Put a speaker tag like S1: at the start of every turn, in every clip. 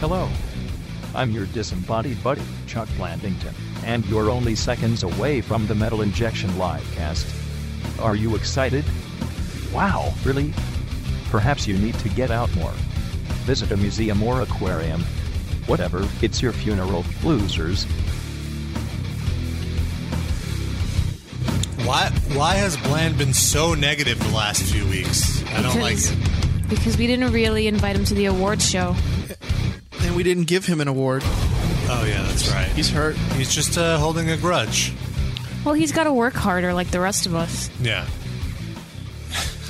S1: Hello. I'm your disembodied buddy, Chuck Blandington, and you're only seconds away from the Metal Injection livecast. Are you excited? Wow, really? Perhaps you need to get out more. Visit a museum or aquarium. Whatever, it's your funeral, losers.
S2: Why why has Bland been so negative the last few weeks? I don't like
S3: Because-
S2: it.
S3: Because we didn't really invite him to the awards show.
S4: And we didn't give him an award.
S2: Oh yeah, that's right.
S4: He's hurt.
S2: He's just uh, holding a grudge.
S3: Well, he's got to work harder like the rest of us.
S2: Yeah.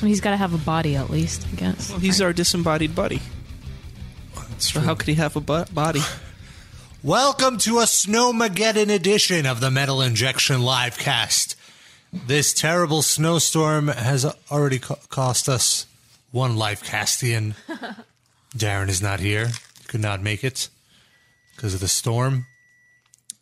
S3: And he's got to have a body at least, I guess.
S4: Well, he's our disembodied buddy.
S2: That's
S4: So how could he have a bu- body?
S2: Welcome to a Snowmageddon edition of the Metal Injection Livecast. This terrible snowstorm has already co- cost us one Lifecastian. Darren is not here; could not make it because of the storm.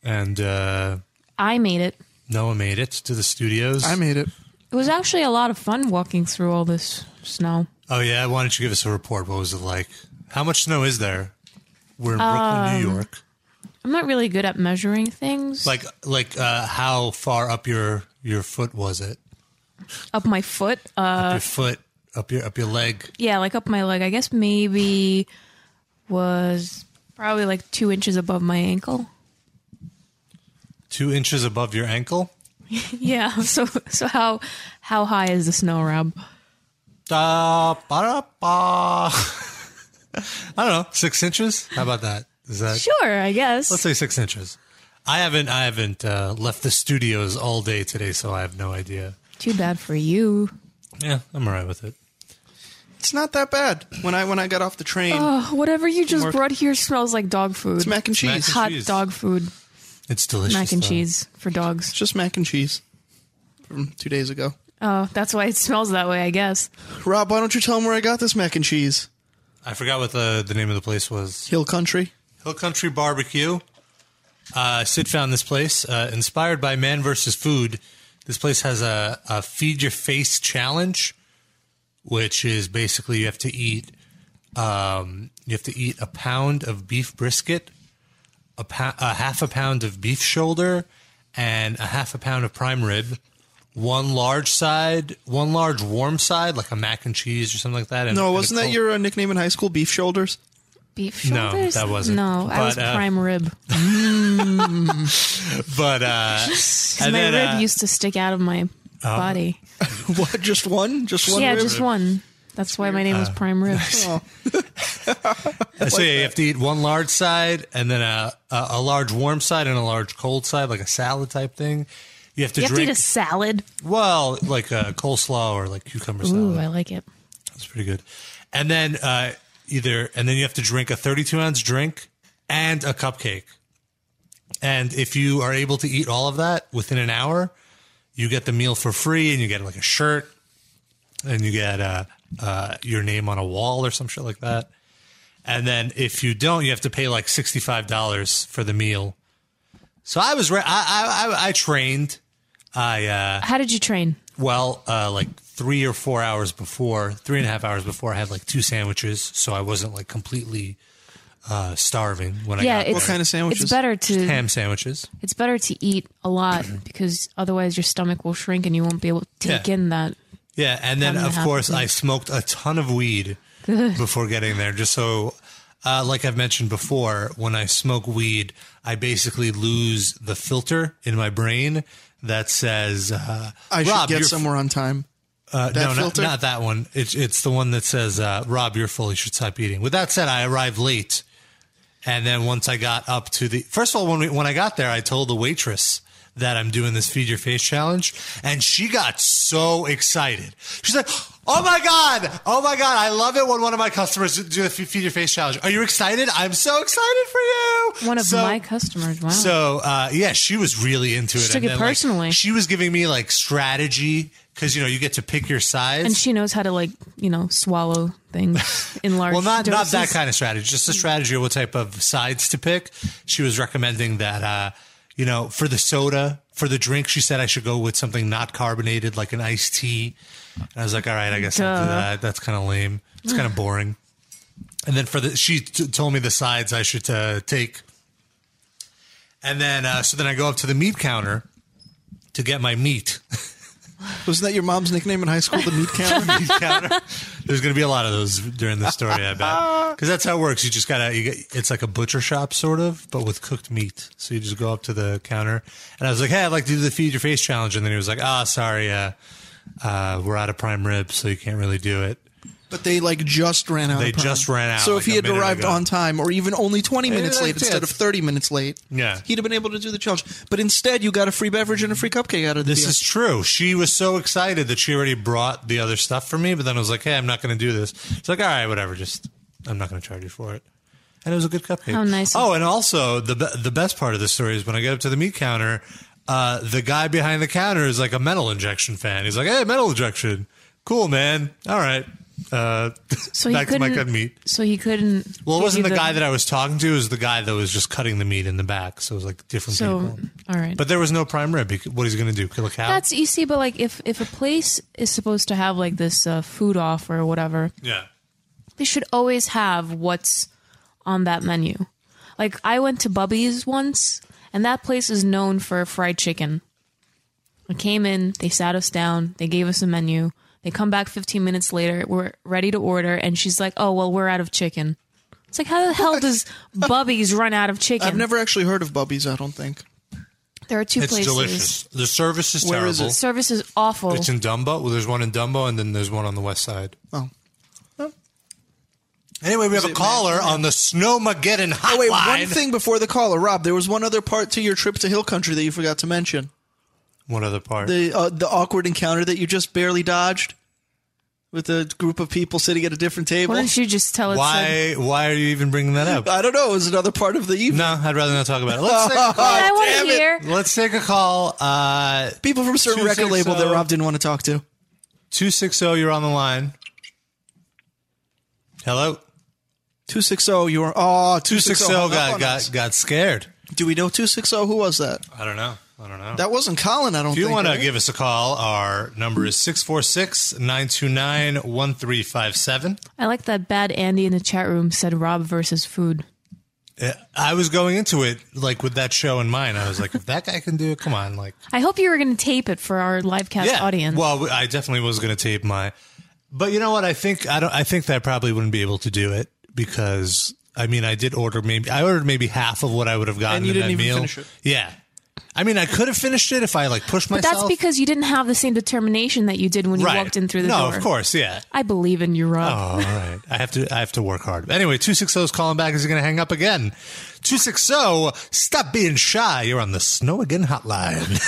S2: And uh,
S3: I made it.
S2: Noah made it to the studios.
S4: I made it.
S3: It was actually a lot of fun walking through all this snow.
S2: oh yeah, why don't you give us a report? What was it like? How much snow is there? We're in Brooklyn,
S3: Um,
S2: New York.
S3: I'm not really good at measuring things.
S2: Like, like, uh, how far up your your foot was it?
S3: up my foot. Uh,
S2: up your foot, up your up your leg.
S3: yeah, like up my leg. I guess maybe was probably like two inches above my ankle.
S2: two inches above your ankle.
S3: Yeah. So so how how high is the snow, Rob?
S2: Da, ba, da, ba. I don't know, six inches. How about that? Is that
S3: Sure, I guess.
S2: let's say six inches? I haven't I haven't uh, left the studios all day today, so I have no idea.
S3: Too bad for you.
S2: Yeah, I'm all right with it.
S4: It's not that bad. When I when I got off the train,
S3: Oh, whatever you just brought here smells like dog food.
S4: it's mac and cheese.
S2: mac and-
S3: Hot
S2: cheese.
S3: dog food,
S2: It's delicious.
S3: mac and
S2: though.
S3: cheese for
S4: It's
S3: dogs.
S4: just mac and cheese from two days ago.
S3: Oh, that's why it smells that way, I guess.
S4: Rob, why don't you tell him where I got this mac and cheese?
S2: I forgot what the the name of the place was.
S4: Hill Country.
S2: Hill Country Barbecue. Uh, Sid found this place uh, inspired by Man vs. Food. This place has a, a feed your face challenge, which is basically you have to eat um, you have to eat a pound of beef brisket, a, pa- a half a pound of beef shoulder, and a half a pound of prime rib. One large side, one large warm side, like a mac and cheese or something like that. And,
S4: No,
S2: and a
S4: wasn't that
S2: cold-
S4: your uh, nickname in high school? Beef shoulders.
S3: Beef
S2: No,
S3: shoulders?
S2: that wasn't.
S3: No, I was
S2: But, uh,
S3: prime rib. Mm. 'Cause
S2: But uh,
S3: my
S2: and
S3: rib
S2: then, uh, Oh.
S3: used to stick out of my body.
S4: what? Just one? Just one?
S3: yeah,
S4: rib?
S3: just one. That's why my name
S2: Uh,
S3: was prime rib.
S4: Oh,
S2: so yeah, you have to eat one large side and then a, a a large warm side and a large cold side, like a salad type thing. You have to
S3: You have to
S2: drink
S3: eat a salad.
S2: well, like a coleslaw or like cucumber
S3: Ooh,
S2: salad.
S3: I like it.
S2: That's pretty good. And then uh, either and then you have to drink a 32 ounce drink and a cupcake. And if you are able to eat all of that within an hour, you get the meal for free, and you get like a shirt, and you get uh, uh, your name on a wall or some shit like that. And then if you don't, you have to pay like sixty five dollars for the meal. So I was re- I, I I I trained. I uh,
S3: How did you train?
S2: well, uh, like three or four hours before, three and a half hours before, I had like two sandwiches, so I wasn't like completely uh, starving when
S3: yeah,
S2: I got
S3: it's
S2: there.
S4: kind of sandwiches?
S3: It's better to
S2: ham sandwiches.
S3: it's better to eat a lot because otherwise your stomach will shrink and you won't be able to take
S2: Yeah.
S3: in that.
S2: Yeah, and then
S3: Time and a
S2: of
S3: half
S2: course
S3: to-
S2: I smoked a ton of weed before getting there, just so. Uh, like I've mentioned before, when I smoke weed, I basically lose the filter in my brain that says, uh,
S4: I should
S2: "Rob,
S4: get
S2: you're-
S4: somewhere on time.
S2: Uh,
S4: That
S2: no, not,
S4: filter?
S2: not that one. It's it's the one that says, uh, "Rob, you're full. You should stop eating." With that said, I arrived late, and then once I got up to the first of all, when we, when I got there, I told the waitress that I'm doing this feed your face challenge, and she got so excited. She's like, "Oh my god! Oh my god! I love it when one of my customers do the feed your face challenge. Are you excited? I'm so excited for you!"
S3: One of
S2: So-
S3: my customers. Wow.
S2: so uh, yeah, she was really into it.
S3: took it
S2: like,
S3: personally.
S2: she was giving me like strategy because you know you get to pick your size.
S3: and she knows how to like you know swallow things in large.
S2: well, not
S3: doses.
S2: not that kind of strategy, just a strategy of what type of sides to pick. She was recommending that uh, you know for the soda for the drink, she said I should go with something not carbonated like an iced tea. And I was like, all right, I guess I'll do
S3: Duh.
S2: that. That's kind of lame. It's kind of boring. and then for the she t- told me the sides I should uh, take, and then uh, so then I go up to the meat counter to get my meat.
S4: Wasn't that your mom's nickname in high school, the meat counter?
S2: Meat counter. There's going to be a lot of those during the story, I bet, because that's how it works. You just gotta. You get, it's like a butcher shop sort of, but with cooked meat. So you just go up to the counter, and I was like, "Hey, I'd like to do the feed your face challenge," and then he was like, "Ah, sorry, uh, uh, we're out of prime rib, so you can't really do it."
S4: but they like just ran out.
S2: They
S4: of time.
S2: just ran out,
S4: So
S2: like,
S4: if he
S2: a
S4: had
S2: minute
S4: arrived
S2: ago.
S4: on time, or even only twenty minutes
S2: that's
S4: late instead
S2: it.
S4: of thirty minutes late,
S2: Yeah.
S4: he'd have been able to do the challenge. But instead, you got a free beverage and a free cupcake out of
S2: This
S4: deal.
S2: is true. She was so excited that she already brought the other stuff for me, but then I was like, "Hey, I'm not going to do this." She's like, "All right, whatever. Just I'm not going to charge you for it." And it was a good cupcake.
S3: How nice of
S2: Oh, and also the be- the best part of the story is when I get up to the meat counter, uh, the guy behind the counter is like a metal injection fan. He's like, "Hey, metal injection, cool man. All right." Uh,
S3: So he
S2: back to my
S3: couldn't-
S2: cut meat.
S3: So he couldn't.
S2: Well, it
S3: give
S2: wasn't
S3: you
S2: the, guy that I was talking to. It was the guy that was just cutting the meat in the back. So it was like different
S3: So
S2: people.
S3: all right,
S2: But there was no prime rib. He- What is he going to do? Kill a cow?
S3: that's easy. But like, if if a place is supposed to have like this uh, food off or whatever,
S2: yeah.
S3: they should always have what's on that menu. Like I went to Bubby's once, and that place is known for fried chicken. We came in, they sat us down, they gave us a menu. They come back 15 minutes later, we're ready to order, and she's like, "Oh well, we're out of chicken." It's like, how the hell does Bubby's run out of chicken?
S4: I've never actually heard of Bubby's. I don't think.
S3: there are two
S2: It's
S3: places.
S2: delicious. The service is
S4: Where
S2: terrible.
S4: is it?
S3: Service is awful.
S2: It's in Dumbo. Well, there's one in Dumbo, and then there's one on the west side.
S4: Oh,
S2: Anyway, we have a
S4: it
S2: caller on the Snowmageddon hotline.
S4: oh wait. One thing before the caller, Rob. There was one other part to your trip to Hill Country that you forgot to mention.
S2: What other part?
S4: The uh, the awkward encounter that you just barely dodged with a group of people sitting at a different table.
S3: Why don't you just tell us?
S2: why? Why are you even bringing that up?
S4: I don't know. It was another part of the evening.
S2: No, I'd rather not talk about it. Let's take a call.
S3: I want
S4: damn
S3: to
S4: it.
S3: hear.
S2: Let's take a call. Uh,
S4: People from a certain
S2: Two,
S4: record
S2: six,
S4: label that
S2: oh.
S4: Rob didn't want to talk to.
S2: two six zero. You're on the line. Hello.
S4: 260, you were. Oh,
S2: Two six
S4: 260.
S2: zero
S4: hung up
S2: got
S4: on
S2: got
S4: us.
S2: got scared.
S4: Do we know 260? Who was that?
S2: I don't know. I don't know.
S4: That wasn't Colin, I don't
S2: If you
S4: think.
S2: want to
S4: right?
S2: give us a call, our number is 646 929 1357.
S3: I like that bad Andy in the chat room said Rob versus food.
S2: Uh, I was going into it like with that show in mind. I was like, if that guy can do it, come on, like
S3: I hope you were going to tape it for our live cast audience.
S2: Well, I definitely was going to tape my, but you know what? I think I don't. I think that I probably wouldn't be able to do it because I mean, I did order maybe I ordered maybe half of what I would have gotten
S4: And you
S2: in
S4: didn't
S2: that
S4: even
S2: meal.
S4: finish it.
S2: Yeah, I mean, I could have finished it if I like pushed
S3: but that's
S2: myself.
S3: because you didn't have the same determination that you did when you
S2: right.
S3: walked in through the
S2: no,
S3: door.
S2: of course, yeah. Oh,
S3: I believe in you, Rob.
S2: All right. I have to I have to work hard. Anyway, 260 is calling back. Is he going to hang up again? 260, stop being shy. You're on the Snow Again hotline.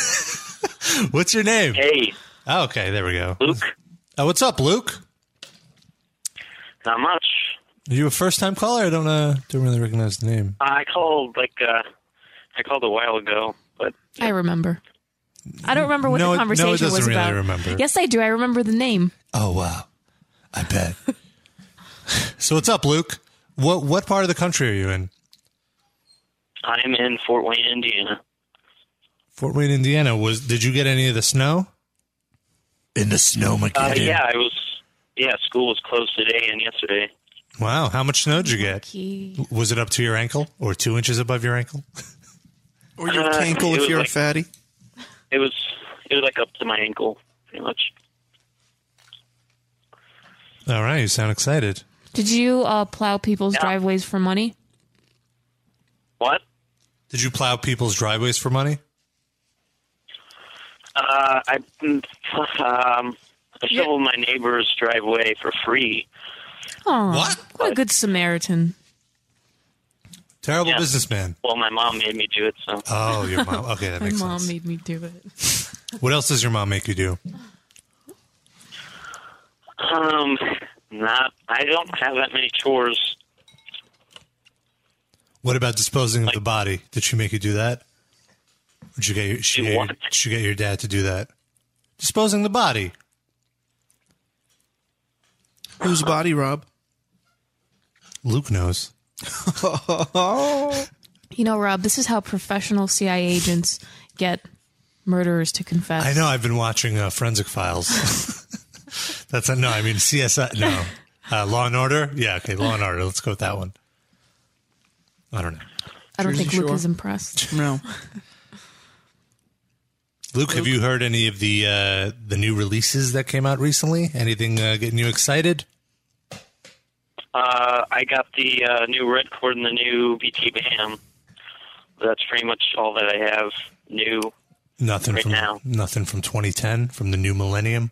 S2: what's your name?
S5: Hey,
S2: Oh, okay, there we go.
S5: Luke.
S2: Oh, what's up, Luke?
S5: Not much.
S2: Are you a first time caller? I don't uh, don't really recognize the name.
S5: I called like uh, I called a while ago, but
S3: I remember. I don't remember what
S2: No,
S3: the
S2: it- no, it
S3: conversation
S2: doesn't
S3: was
S2: really
S3: about.
S2: remember.
S3: Yes, I do. I remember the name.
S2: Oh, wow. I bet. so what's up, Luke? What what part of the country are you in?
S5: I'm in Fort Wayne, Indiana.
S2: Fort Wayne, Indiana. Was did you get any of the snow? In the snow,
S5: Uh, yeah, I was. Yeah, school was closed today and yesterday.
S2: Wow, how much snow did you get?
S3: Key.
S2: Was it up to your ankle or two inches above your ankle?
S4: or your
S5: Uh,
S4: cankle
S5: it
S4: if
S5: was
S4: you're
S5: like-
S4: a fatty.
S5: It was it was like up to my ankle, pretty much.
S2: All right, you sound excited.
S3: Did you uh, plow people's
S5: Yeah.
S3: driveways for money?
S5: What?
S2: Did you plow people's driveways for money?
S5: Uh, I mm, um, I
S3: Yeah.
S5: shoveled my neighbor's driveway for free.
S3: Oh,
S2: What?
S3: What a good Samaritan.
S2: Terrible
S5: Yeah.
S2: businessman.
S5: Well, my mom made me do it, so
S2: Oh, your mom. Okay, that
S3: My
S2: makes
S3: mom
S2: sense.
S3: made me do it.
S2: what else does your mom make you do?
S5: um, not. I don't have that many chores.
S2: What about disposing of the body? Did she make you do that? Or Did you get your, she,
S5: Do
S2: get your,
S5: what?
S2: she get your dad to do that? Disposing the body.
S4: Whose body, Rob?
S2: Luke knows.
S3: You know, Rob, this is how professional CIA agents get murderers to confess.
S2: I know. I've been watching uh, Forensic Files. That's not, no. I mean CSI. No, Uh, Law and Order? Yeah, okay, Law and Order. Let's go with that one. I don't know.
S3: I don't
S4: Jersey
S3: think Luke
S4: Shore.
S3: is impressed.
S4: No.
S2: Luke, have you heard any of the uh, the new releases that came out recently? Anything uh, getting you excited?
S5: Uh, I got the uh, new Redcord and the new BT Bam. That's pretty much all that I have new.
S2: Nothing
S5: Right
S2: from
S5: now.
S2: nothing from 2010 from the new millennium.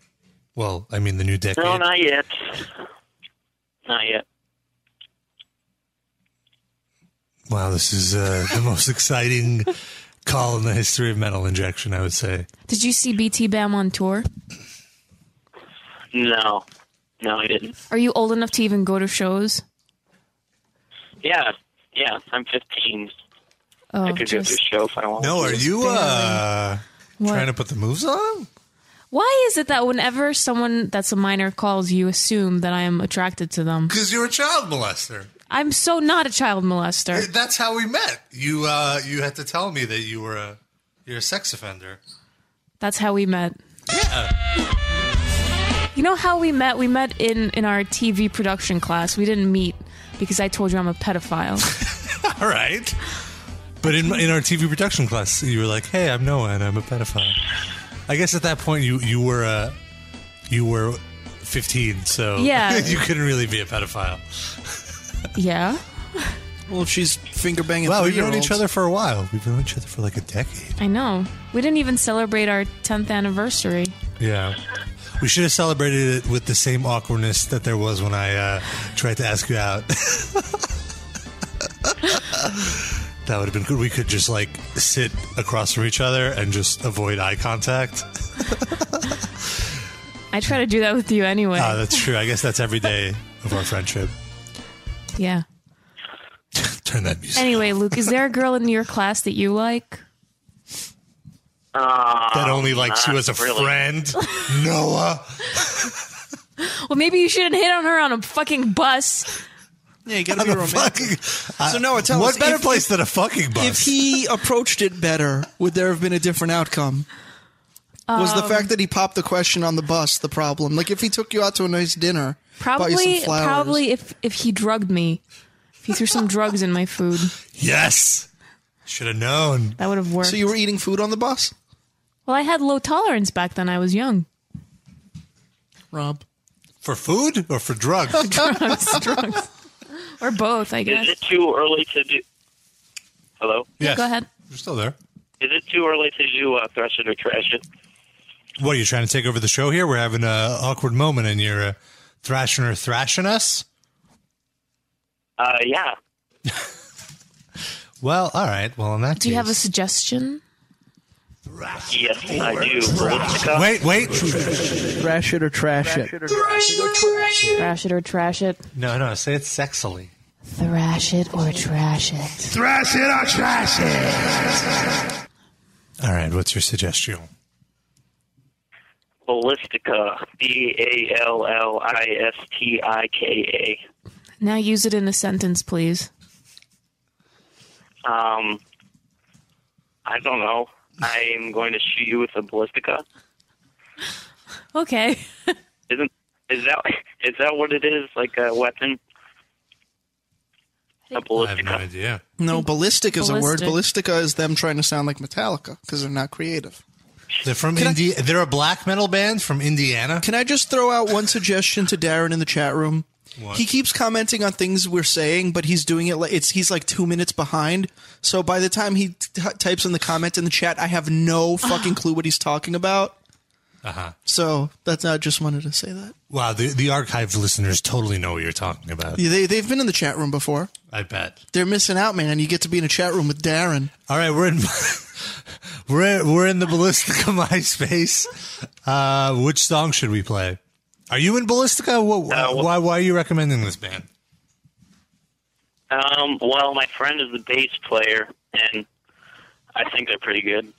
S2: Well, I mean the new decade.
S5: No, not yet. Not yet.
S2: Wow, this is uh, the most exciting call in the history of metal injection. I would say.
S3: Did you see BT Bam on tour?
S5: No. No, I didn't.
S3: Are you old enough to even go to shows?
S5: Yeah. Yeah, I'm 15.
S3: Oh,
S5: I could go to a
S3: just-
S5: show if I want.
S2: No, are you uh,
S3: What?
S2: trying to put the moves on?
S3: Why is it that whenever someone that's a minor calls, you assume that I am attracted to them?
S2: Because you're a child molester.
S3: I'm so not a child molester.
S2: That's how we met. You uh, you had to tell me that you were a you're a sex offender.
S3: That's how we met. You know how we met? We met in in our TV production class. We didn't meet because I told you I'm a pedophile.
S2: All right. But in in our TV production class, you were like, "Hey, I'm Noah, and I'm a pedophile." I guess at that point, you you were uh, you were 15, so
S3: Yeah.
S2: you couldn't really be a pedophile.
S3: yeah,
S4: Well, if she's finger banging.
S2: Wow, we've known
S4: three-year-olds.
S2: each other for a while. We've known each other for like a decade.
S3: I know. We didn't even celebrate our 10th anniversary.
S2: Yeah. We should have celebrated it with the same awkwardness that there was when I uh, tried to ask you out. that would have been good. We could just like sit across from each other and just avoid eye contact.
S3: I try to do that with you anyway.
S4: Uh,
S2: Ah, that's true. I guess that's every day of our friendship.
S3: yeah.
S2: Turn that music.
S3: Anyway, Luke, is there a girl in your class that you like?
S5: Uh,
S2: that only likes you as a
S5: really.
S2: friend, Noah.
S3: Well, maybe you shouldn't hit on her on a fucking bus.
S4: Yeah, you gotta be
S2: The
S4: romantic.
S2: fucking-
S4: So Noah, tell
S2: what
S4: us
S2: better
S4: if-
S2: place than a fucking bus?
S4: If he approached it better, would there have been a different outcome? Was the fact that he popped the question on the bus the problem? Like if he took you out to a nice dinner, bought you
S3: Probably,
S4: some flowers,
S3: probably if if he drugged me, if he threw some drugs in my food,
S2: yes, should have known.
S3: that would have worked.
S4: So you were eating food on the bus,
S3: well, I had low tolerance back then. I was young.
S4: Rob?
S2: For food or for drugs?
S3: Oh, drugs, drugs, or both, I
S5: Is
S3: guess.
S5: it too early to do. Hello?
S2: yes.
S3: Go ahead.
S2: You're still there.
S5: Is it too early to do uh, Thresh It or Trash It?
S2: What are you trying to take over the show here? We're having an awkward moment, and you're uh, thrashing or thrashing us.
S5: Uh, yeah.
S2: Well, all right. Well, in that
S3: Do you have a
S2: case-
S3: suggestion?
S5: Yes, I do. Ballistica.
S2: wait? Wait.
S4: Trash it or trash, it.
S3: Thrash it or trash it.
S2: No, no. Say it sexily.
S3: Thrash it or trash it.
S2: Thrash it or trash it. All right. What's your suggestion?
S5: Ballistica. B A L L I S T I K A.
S3: Now use it in a sentence, please.
S5: Um, I don't know. I am going to shoot you with a ballistica.
S3: Okay.
S5: Isn't is that is that what it is? Like a weapon? A
S2: I have no
S5: ballistica.
S2: idea.
S4: No, ballistic is a word.
S3: Ballistic.
S4: Ballistica is them trying to sound like Metallica because they're not creative.
S2: They're from Indi- They're a black metal band from Indiana.
S4: Can I just throw out one suggestion to Darren in the chat room?
S2: What?
S4: He keeps commenting on things we're saying, but he's doing it like it's he's like two minutes behind. So by the time he t- types in the comment in the chat, I have no fucking clue what he's talking about. So that's I just wanted to say that
S2: Uh-huh. Wow, the the archived listeners totally know what you're talking about.
S4: Yeah, they they've been in the chat room before.
S2: I bet.
S4: They're missing out, man. You get to be in a chat room with Darren.
S2: All right, we're in we're we're in the Ballistica MySpace. Uh, which song should we play? Are you in Ballistica? What,
S5: Uh, wh-
S2: why why are you recommending this band?
S5: Um, well, my friend is the bass player, and I think they're pretty good.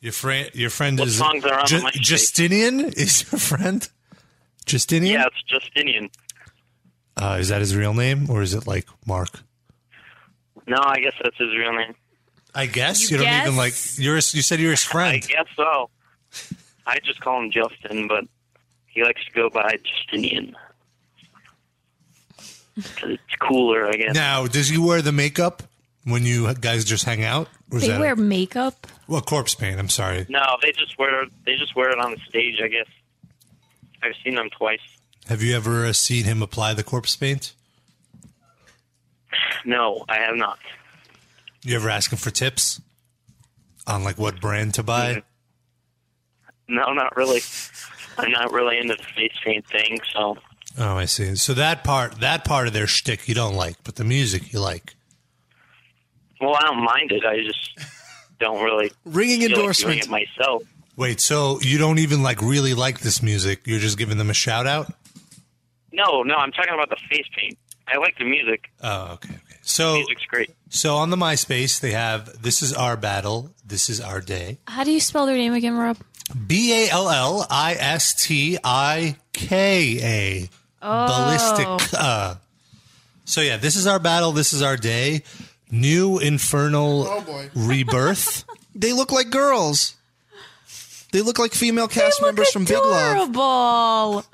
S2: Your friend your friend
S5: What
S2: is
S5: songs are on
S2: Ju-
S5: MySpace?
S2: Justinian is your friend. Justinian?
S5: Yeah, it's Justinian.
S2: Uh, is that his real name or is it like Mark?
S5: No, I guess that's his real name.
S2: I guess you,
S3: You
S2: don't
S3: guess?
S2: even like you're. his- You said you're his
S5: I
S2: friend.
S5: guess so. I just call him Justin, but he likes to go by Justinian. 'cause it's cooler, I guess.
S2: Now, does you wear the makeup when you guys just hang out? Or is
S3: They
S2: that
S3: wear makeup.
S2: well, corpse paint. I'm sorry.
S5: No, they just wear they just wear it on stage. I guess I've seen them twice.
S2: Have you ever uh, seen him apply the corpse paint?
S5: No, I have not.
S2: You ever ask him for tips on like what brand to buy?
S5: No, not really. I'm not really into the face paint thing, so
S2: Oh, I see. So that part, that part of their shtick, you don't like, but the music you like.
S5: well, I don't mind it. I just don't really
S4: Ringing
S5: feel like
S4: endorsement.
S5: doing it myself.
S2: Wait, so you don't even like really like this music? You're just giving them a shout out?
S5: No, no, I'm talking about the face paint. I like the music.
S2: Oh, okay. okay.
S5: The
S2: So,
S5: music's great.
S2: so on the MySpace, they have "This is our battle, this is our day."
S3: How do you spell their name again, Rob?
S2: B a l l i s t i k a.
S3: Oh.
S2: Ballistic. uh, So yeah, this is our battle. This is our day. New infernal
S6: Oh, boy.
S2: rebirth.
S4: They look like girls. They look like female cast members from Big Love.
S3: Adorable.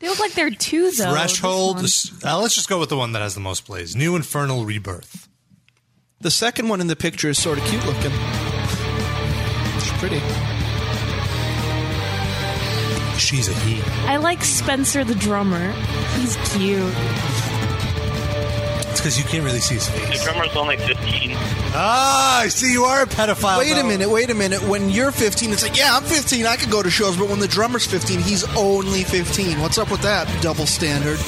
S3: They look like they're two though.
S2: Threshold.
S3: this one.
S2: Uh, let's just go with the one that has the most plays. New Infernal Rebirth.
S4: The second one in the picture is sort of cute looking. She's pretty.
S2: She's a he.
S3: I like Spencer the drummer. He's cute.
S2: It's because you can't really see his
S5: The
S2: face.
S5: drummer's only 15.
S2: Ah, I see you are a pedophile.
S4: Wait a
S2: though.
S4: minute, wait a minute. When you're 15, it's like, yeah, I'm 15, I could go to shows, but when the drummer's 15, he's only 15. What's up with that double standard?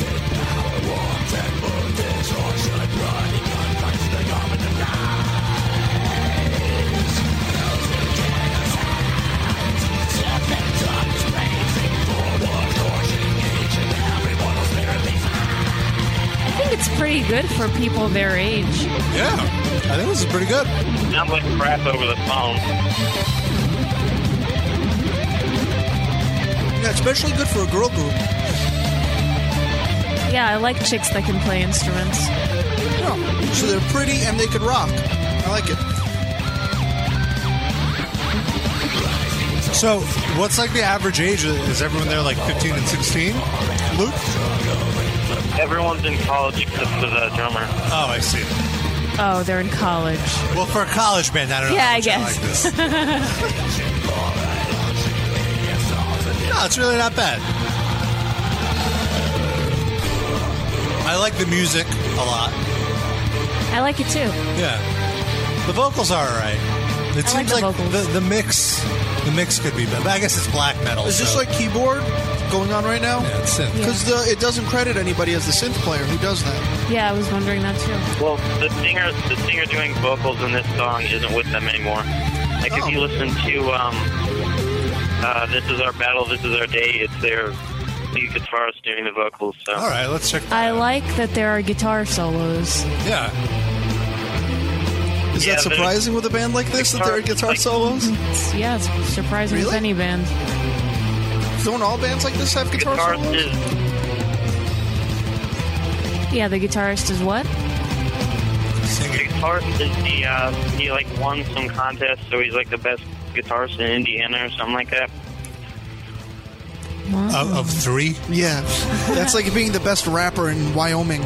S3: I think it's pretty good for people their age.
S2: Yeah, I think this is pretty good.
S5: Sounds like crap over the phone.
S4: Yeah, especially good for a girl group.
S3: Yeah, I like chicks that can play instruments.
S4: Yeah. So they're pretty and they could rock. I like it.
S2: So, what's like the average age? Is everyone there like 15 and 16? Luke?
S5: Everyone's in college except for the drummer.
S2: Oh, I see.
S3: Oh, they're in college.
S2: Well, for a college band, I don't know.
S3: Yeah,
S2: how
S3: I
S2: much
S3: guess.
S2: like this. no, it's really not bad. I like the music a lot.
S3: I like it too.
S2: Yeah, the vocals are alright. It
S3: I like
S2: seems
S3: the
S2: like
S3: vocals.
S2: the, the mix, the mix could be better. But I guess it's black metal.
S4: Is this
S2: so-
S4: like keyboard going on right now?
S2: Yeah, it's synth.
S4: Because the it doesn't credit anybody as the synth player who does that.
S3: Yeah, I was wondering that too.
S5: Well, the singer, the singer doing vocals in this song isn't with them anymore. Like
S4: Oh.
S5: if you listen to um, uh, "This Is Our Battle, This Is Our Day," it's their lead guitarist doing the vocals. So
S2: All right, let's check. That
S3: I
S2: out.
S3: like that there are guitar solos.
S2: Yeah,
S4: Is
S5: Yeah,
S4: that
S5: but
S4: surprising with a band like this that there are guitar
S5: like-
S4: solos?
S3: It's, yeah, it's surprising with
S4: Really?
S3: any band.
S4: Don't all bands like this have guitar
S5: guitarist
S4: solos?
S5: is
S3: Yeah, the guitarist is what?
S5: the guitarist is the uh, he like won some contest, so he's like the best guitarist in Indiana or something like that.
S2: uh, of, of three.
S4: Yeah, that's like being the best rapper in Wyoming.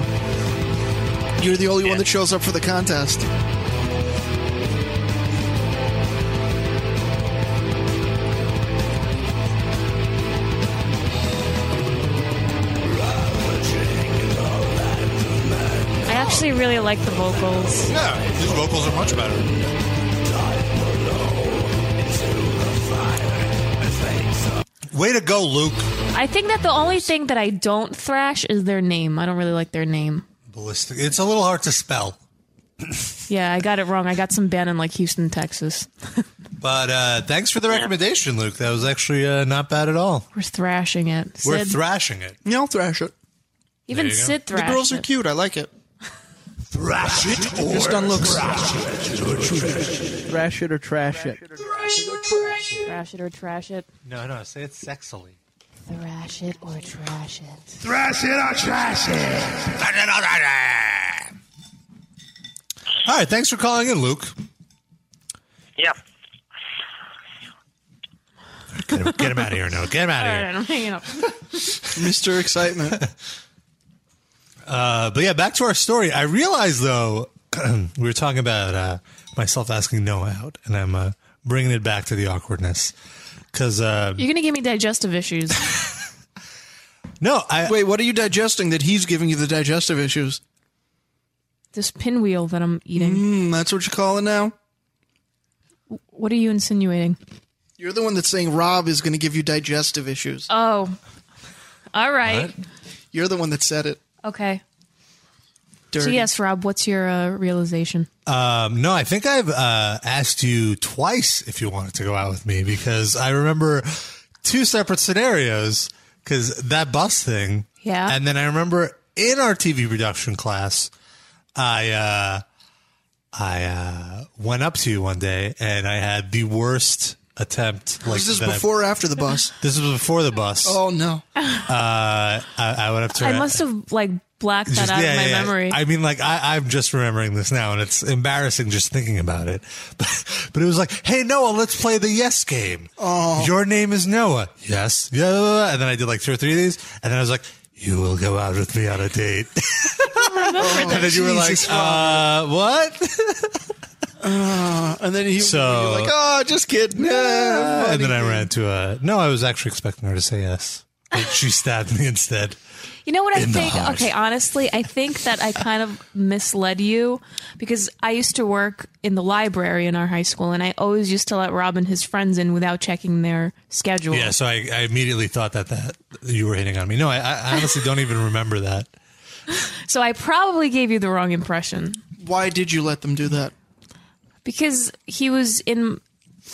S4: You're the only one
S5: Yeah.
S4: that shows up for the contest.
S3: I actually really like the vocals.
S2: Yeah, his vocals are much better. Way to go, Luke.
S3: I think that the only thing that I don't thrash is their name. I don't really like their name.
S2: Ballistic. It's a little hard to spell,
S3: Yeah, I got it wrong. I got some band in like Houston, Texas.
S2: but uh, thanks for the recommendation, Luke. That was actually uh, not bad at all.
S3: We're thrashing it. Sid,
S2: We're thrashing it.
S4: Yeah, I'll thrash it.
S3: even
S2: There you go.
S3: Sid
S4: The
S3: thrash.
S4: girls are
S3: it.
S4: cute. I like it.
S2: Thrash it or
S4: Just on looks.
S6: Thrash it or trash it.
S3: Thrash it or trash it.
S2: no, no, say it sexily.
S3: Thrash it or trash it.
S6: Thrash it or trash it.
S2: All right, thanks for calling in, Luke.
S5: Yeah,
S2: Get him, get him out of here now. Get him out
S3: All
S2: of
S3: right,
S2: here.
S3: I'm hanging up.
S4: Mr. Excitement.
S2: Uh, but yeah, back to our story. I realized though, we were talking about uh, myself asking no out, and I'm uh, bringing it back to the awkwardness because uh,
S3: You're gonna give me digestive issues.
S2: no, I
S4: Wait, what are you digesting that he's giving you the digestive issues?
S3: this pinwheel that I'm eating.
S4: Hmm, that's what you call it now?
S3: What are you insinuating?
S4: You're the one that's saying Rob is going to give you digestive issues.
S3: Oh, all right.
S4: You're the one that said it.
S3: Okay. So
S4: Dirty.
S3: yes, Rob, what's your uh, realization?
S2: um, no, I think I've uh, asked you twice if you wanted to go out with me because I remember two separate scenarios because that bus thing,
S3: Yeah.
S2: and then I remember in our TV production class, I. Uh, I uh, went up to you one day and I had the worst attempt. Like
S4: Is this
S2: that I've-
S4: before or after the bus?
S2: This was before the bus. Uh,
S4: Oh, no.
S2: I, I went up to her.
S3: I must have like blacked that
S2: Just-
S3: out
S2: yeah,
S3: of my
S2: yeah, yeah.
S3: memory.
S2: I mean, like I, I'm just remembering this now, and it's embarrassing just thinking about it. But, but it was like, hey Noah, let's play the yes game. Oh, your name is Noah. Yes, yeah. blah, blah, blah. And then I did like two or three of these, and then I was like, you will go out with me on a date. and then you were like,
S4: Oh, Jesus,
S2: uh, what?
S4: And then he
S2: So-
S4: you're like, oh, just kidding. Yeah,
S2: and then
S4: buddy.
S2: I ran to a no. I was actually expecting her to say yes, but she stabbed me instead.
S3: You know what I
S2: In the
S3: think?
S2: heart.
S3: Okay, honestly, I think that I kind of misled you because I used to work in the library in our high school, and I always used to let Rob and his friends in without checking their schedule.
S2: Yeah, so I, I immediately thought that that you were hitting on me. No, I, I honestly don't even remember that.
S3: So I probably gave you the wrong impression
S4: Why did you let them do that?
S3: because he was in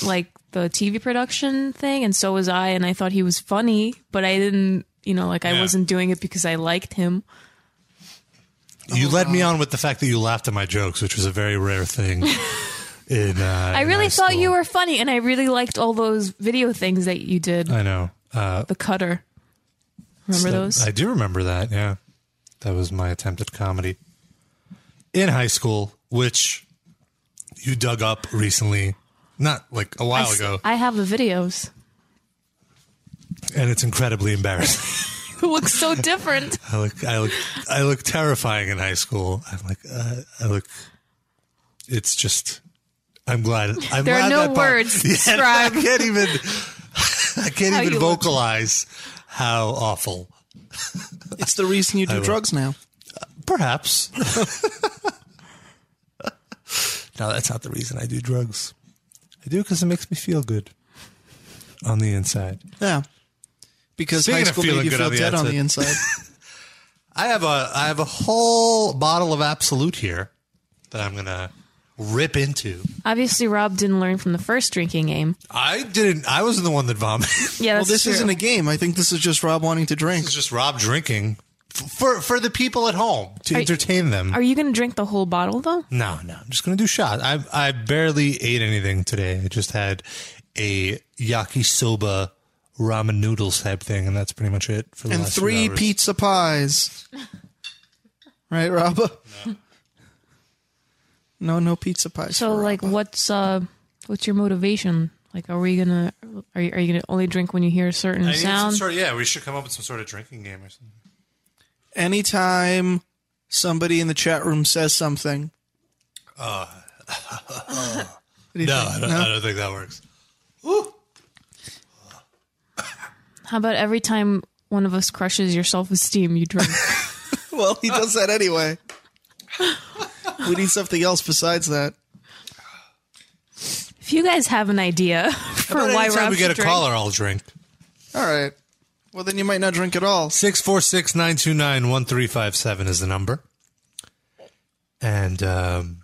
S3: like the TV production thing, and so was I, and I thought he was funny, but I didn't, you know, like I
S2: Yeah.
S3: wasn't doing it because I liked him. Oh,
S2: You led me on with the fact that you laughed at my jokes, which was a very rare thing. in uh,
S3: I
S2: in
S3: really
S2: high
S3: thought you
S2: school.
S3: were funny, and I really liked all those video things that you did.
S2: I know. Uh,
S3: the cutter. Remember those?
S2: I do remember that. Yeah, that was my attempt at comedy in high school, which you dug up recently, not like a while
S3: s-
S2: ago,
S3: I have the videos.
S2: and it's incredibly embarrassing.
S3: It looks so different.
S2: I look, I look, I look terrifying in high school. I'm like, uh, I look. It's just. I'm glad. I'm
S3: There are
S2: glad
S3: no
S2: that pod-
S3: words to
S2: Yeah,
S3: describe.
S2: I can't even. I can't
S3: How
S2: even
S3: you look.
S2: vocalize how awful.
S4: It's the reason you do drugs now.
S2: Perhaps. no, that's not the reason I do drugs. I do because it makes me feel good on the inside.
S4: Yeah. Because
S2: Speaking
S4: high
S2: of
S4: school
S2: feeling
S4: made you
S2: good
S4: feel
S2: on the
S4: dead on the inside.
S2: I have a I have a whole bottle of Absolute here that I'm gonna rip into.
S3: Obviously, Rob didn't learn from the first drinking game.
S2: I didn't. I wasn't the one that vomited.
S3: Yeah,
S4: well,
S3: that's
S4: this
S3: true.
S4: isn't a game. I think this is just Rob wanting to drink.
S2: This is just Rob drinking F- for for the people at home to
S3: Are-
S2: entertain them.
S3: Are you going to drink the whole bottle though?
S2: No, no, I'm just gonna do shots. I I barely ate anything today. I just had a yakisoba ramen noodles type thing, and that's pretty much it for the
S4: And
S2: last few
S4: three
S2: hours.
S4: pizza pies. right, Rob? No, no pizza pies.
S3: So,
S4: for Rob.
S3: like, what's uh, what's your motivation? Like, are we gonna are you, are you gonna only drink when you hear a certain
S2: I need some
S3: sound?
S2: sort of- yeah, we should come up with some sort of drinking game or something.
S4: anytime somebody in the chat room says something. What do
S2: Uh, No,
S4: you think?
S2: I don't, I don't think that works.
S3: How about every time one of us crushes your self esteem, you drink?
S4: Well, he does that anyway. we need something else besides that.
S3: if you guys have an idea for
S2: But
S3: why
S2: anytime
S3: Rob
S2: we get a
S3: should drink,
S2: caller, I'll drink.
S4: All right. Well, then you might not drink at all.
S2: Six four six nine two nine one three five seven is the number. And um,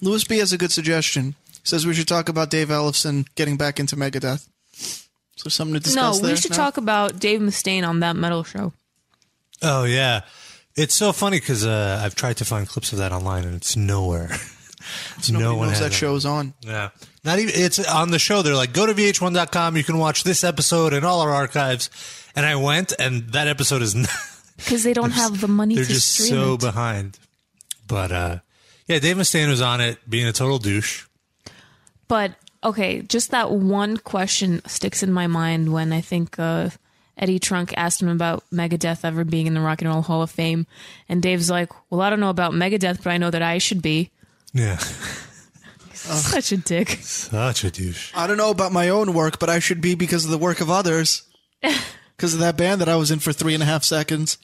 S4: Louis B has a good suggestion. He says we should talk about Dave Ellefson getting back into Megadeth. Is there something
S3: no,
S4: to discuss there?
S3: we should talk about Dave Mustaine on that metal show.
S2: oh yeah, it's so funny because uh, I've tried to find clips of that online and it's nowhere.
S4: Nobody
S2: no one
S4: knows
S2: has
S4: that
S2: it.
S4: show's on.
S2: Yeah. Not even it's on the show. They're like, go to vh1.com. You can watch this episode and all our archives. And I went, and that episode is. Not,
S3: Because they don't have the money
S2: they're
S3: to
S2: just
S3: stream
S2: so
S3: it.
S2: behind. But uh, yeah, Dave Mustaine was on it, being a total douche.
S3: But okay, just that one question sticks in my mind when I think of Eddie Trunk asked him about Megadeth ever being in the Rock and Roll Hall of Fame, and Dave's like, "Well, I don't know about Megadeth, but I know that I should be."
S2: Yeah.
S3: Such a dick.
S2: Such a douche.
S4: I don't know about my own work, but I should be because of the work of others. Because of that band that I was in for three and a half seconds.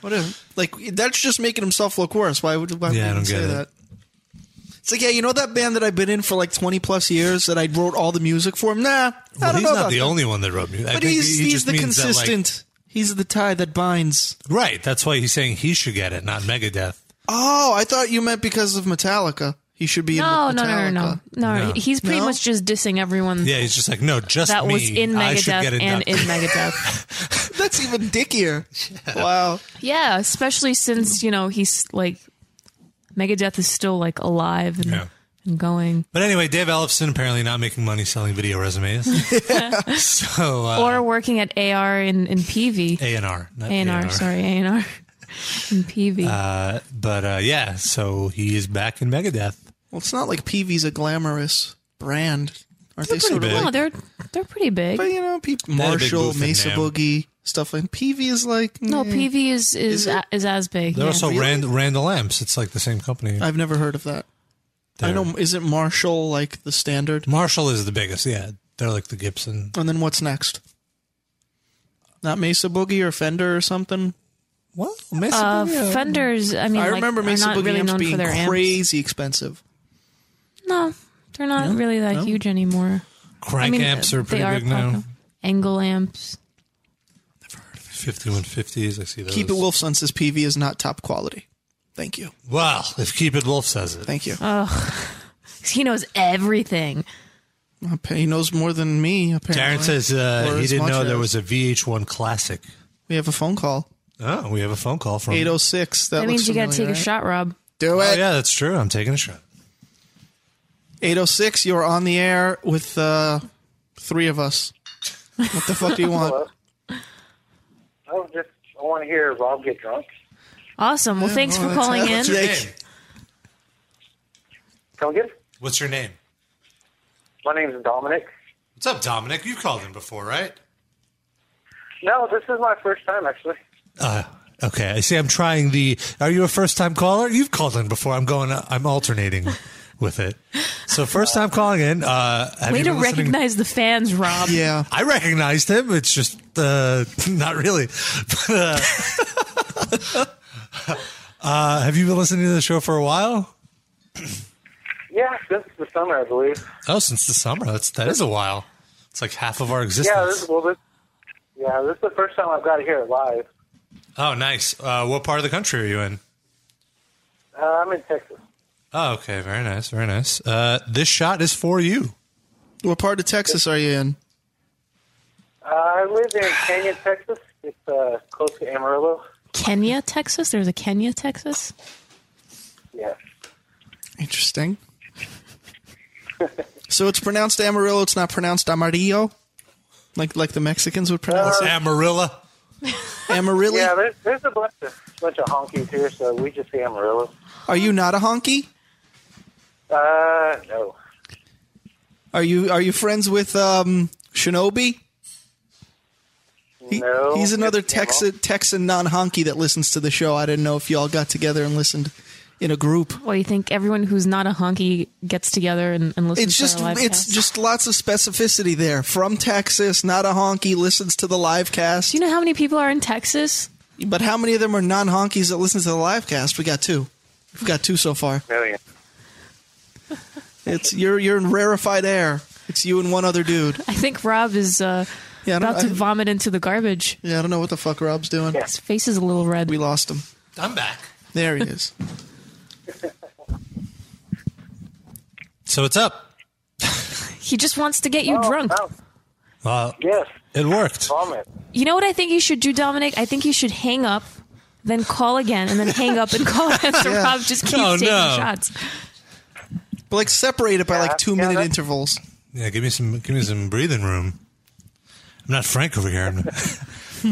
S4: What if, like, that's just making himself look worse. Why would, why would
S2: Yeah, I
S4: you
S2: don't
S4: say
S2: get it.
S4: that? It's like, yeah, you know that band that I've been in for like 20 plus years that I wrote all the music for? Nah, I
S2: Well,
S4: don't
S2: he's
S4: know
S2: not
S4: about
S2: the
S4: that.
S2: only one that wrote music.
S4: But he's, he's the consistent. he's the tie that binds.
S2: right. That's why he's saying he should get it, not Megadeth.
S4: Oh, I thought you meant because of Metallica. He should be
S3: No,
S4: in with
S3: no,
S4: Metallica.
S3: no, no, no, no.
S2: No.
S3: He's pretty
S4: No?
S3: much just dissing
S4: Mm-hmm.
S3: everyone
S2: Yeah, he's just like, no, just
S3: that
S2: me.
S3: was in
S2: I should get
S3: Megadeth
S2: it
S3: and
S2: done.
S3: in Megadeth.
S4: That's even dickier. Wow.
S3: yeah, especially since you know he's like Megadeth is still like alive and,
S2: Yeah.
S3: and going.
S2: But anyway, Dave Ellefson apparently not making money selling video resumes. so uh,
S3: or working at AR in, in PV.
S2: A and R, not
S3: A&R,
S2: A&R.
S3: sorry, A&R in PV.
S2: Uh, but uh, yeah, so he is back in Megadeth.
S4: Well, it's not like PV's a glamorous brand. Aren't they
S2: They're pretty
S4: sort of
S2: big.
S3: no,
S4: like,
S3: they're they're pretty big.
S4: but you know, people,
S2: had a big
S4: Marshall,
S2: booth in
S4: Mesa
S2: Nam.
S4: Boogie, stuff like PV is like,
S3: No,
S4: eh,
S3: PV is is a- is as big.
S2: They're
S3: yeah.
S2: also Rand, Randall Amps. It's like the same company.
S4: I've never heard of that. I
S2: They're-
S4: know, isn't Marshall like the standard?
S2: Marshall is the biggest. Yeah, they're like the Gibson.
S4: And then what's next? Not Mesa Boogie or Fender or something?
S2: What? Mesa
S3: uh,
S2: Boogie?
S3: Fenders. I mean,
S4: I
S3: like,
S4: remember
S3: are
S4: Mesa
S3: not
S4: Boogie
S3: really
S4: amps
S3: known for
S4: being
S3: their amps.
S4: crazy expensive.
S3: No, they're not really that huge anymore.
S2: Crank
S3: I mean,
S2: amps are
S3: they
S2: pretty big now.
S3: popular. Angle amps.
S2: 5150s. I see those.
S4: Keep It Wolfson says PV is not top quality. Thank you.
S2: Well, if Keep It Wolf says it.
S4: Thank you.
S3: Oh, 'Cause He knows everything.
S4: he knows more than me, apparently.
S2: Darren says
S4: Or
S2: uh, he
S4: as
S2: didn't
S4: much
S2: know there was
S4: as.
S2: a VH1 classic.
S4: We have a phone call.
S2: Oh, we have a phone call from.
S4: 806. That,
S3: That means
S4: looks
S3: you got to take
S4: familiar,
S3: a
S4: right?
S3: shot, Rob.
S4: Do
S2: Oh,
S4: it.
S2: yeah, that's true. I'm taking a shot.
S4: 806, you're on the air with uh, three of us. What the fuck do you want?
S5: I was just I want to hear Rob get drunk.
S3: Awesome. Well, thanks for calling in.
S4: What's your
S2: Hey,
S4: name?
S5: Come get.
S2: what's your name?
S5: My name's Dominic.
S2: What's up, Dominic? You've called in before, right?
S5: No, this is my first time actually.
S2: Uh, okay. I see. I'm trying the. Are you a first time caller? You've called in before. I'm going. I'm alternating with it. So first time calling in. Uh, have
S3: Way
S2: you
S3: to
S2: been listening-
S3: recognize the fans, Rob.
S4: Yeah.
S2: I recognized him. It's just uh, not really. But, uh, uh, have you been listening to the show for a while?
S5: Yeah, this is the summer I believe.
S2: Oh, since the summer. That's that is a while. It's like half of our existence.
S5: Yeah, this well this. Yeah, this is the first time I've got to hear it live.
S2: Oh, nice. Uh, what part of the country are you in?
S5: Uh, I'm in Texas.
S2: Oh, okay. Very nice. Very nice. Uh, this shot is for you.
S4: What part of Texas are you in?
S5: Uh, I live in Canyon, Texas. It's uh, close to Amarillo.
S3: Kenya, Texas. There's a Kenya, Texas.
S5: Yeah.
S4: Interesting. So it's pronounced Amarillo. It's not pronounced Amarillo, like like the Mexicans would pronounce it.
S2: Amarilla.
S4: Amarillo.
S5: Yeah, there's, there's a bunch of bunch of honkies here, so we just say Amarillo.
S4: Are you not a honky?
S5: Uh, no.
S4: Are you are you friends with um, Shinobi? He-
S5: no.
S4: he's another
S5: It's Amarillo.
S4: Texan Texan non honky that listens to the show. I didn't know if y'all got together and listened in a group.
S3: What do you think? Everyone who's not a honky gets together and, and listens
S4: It's
S3: to
S4: just
S3: our live
S4: it's
S3: cast?
S4: just lots of specificity there. From Texas, not a honky, listens to the live cast.
S3: Do you know how many people are in Texas?
S4: But how many of them are non honkies that listen to the live cast? We got two. We've got two so far.
S5: Million.
S4: It's you're you're in rarefied air. It's you and one other dude.
S3: I think Rob is uh,
S4: Yeah, I don't,
S3: about to
S4: I-
S3: vomit into the garbage.
S4: yeah, I don't know what the fuck Rob's doing.
S5: Yeah.
S3: His face is a little red.
S4: We lost him.
S2: I'm back.
S4: There he is.
S2: So it's up.
S3: He just wants to get you drunk.
S5: Oh,
S2: Uh,
S5: yes,
S2: it worked.
S5: vomit.
S3: You know what I think you should do, Dominic? I think you should hang up, then call again, and then hang up and call again. So
S4: Yeah.
S3: Rob just keeps
S2: Oh,
S3: taking
S2: no.
S3: shots.
S4: but like separate it by like two
S5: yeah,
S4: minute
S5: that-
S4: intervals.
S2: Yeah, give me some. Give me some breathing room. I'm not Frank over here. I'm,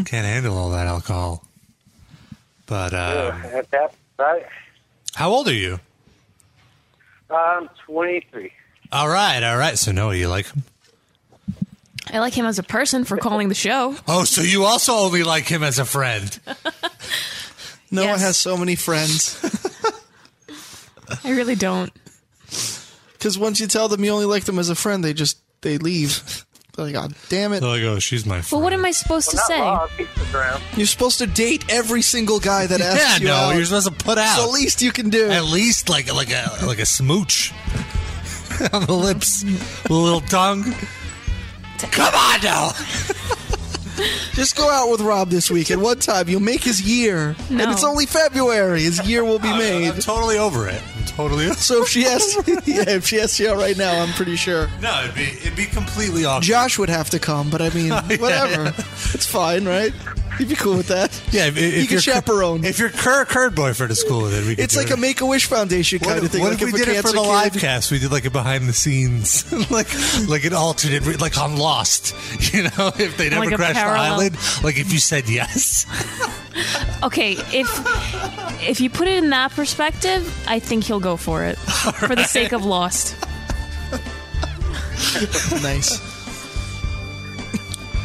S2: can't handle all that alcohol. But um,
S5: Yeah, that, right?
S2: how old are you?
S5: I'm 23.
S2: All right, all right. So Noah, you like him?
S3: I like him as a person for calling the show.
S2: Oh, so you also only like him as a friend.
S4: Noah
S3: Yes.
S4: has so many friends
S3: I really don't.
S4: because once you tell them you only like them as a friend, they just they leave. They're like, God damn it!
S2: They're like, oh, she's my
S3: But
S2: friend.
S3: what am I supposed to say?
S5: Not Rob, he's around.
S4: You're supposed to date every single guy that
S2: yeah,
S4: asks you
S2: no,
S4: out.
S2: you're supposed to put out
S4: It's the least you can do.
S2: at least like like a like a smooch on the lips, a little tongue. Come on now.
S4: Just go out with Rob this week. At one time, you'll make his year,
S3: No.
S4: and it's only February. His year will be made.
S2: I'm totally over it. I'm totally.
S4: So if she asks, yeah, if she asks you out right now, I'm pretty sure
S2: No, it'd be it'd be completely off.
S4: Josh would have to come. But I mean, whatever, it's fine, right? You'd be cool with that.
S2: yeah, if, if
S4: you
S2: your-
S4: can chaperone.
S2: If your current current boyfriend is cool with it, we could
S4: it's
S2: do
S4: like
S2: it.
S4: a Make a Wish Foundation
S2: What,
S4: kind of thing.
S2: what
S4: like
S2: if we
S4: a
S2: did it for
S4: cancer
S2: the
S4: kid-
S2: live cast? We did like a behind the scenes, like like an alternate, re- like on Lost. You know, if they never
S3: Like a
S2: crashed the
S3: parallel.
S2: island, like if you said yes,
S3: Okay, if if you put it in that perspective, I think he'll go for it for the sake of Lost.
S4: Nice.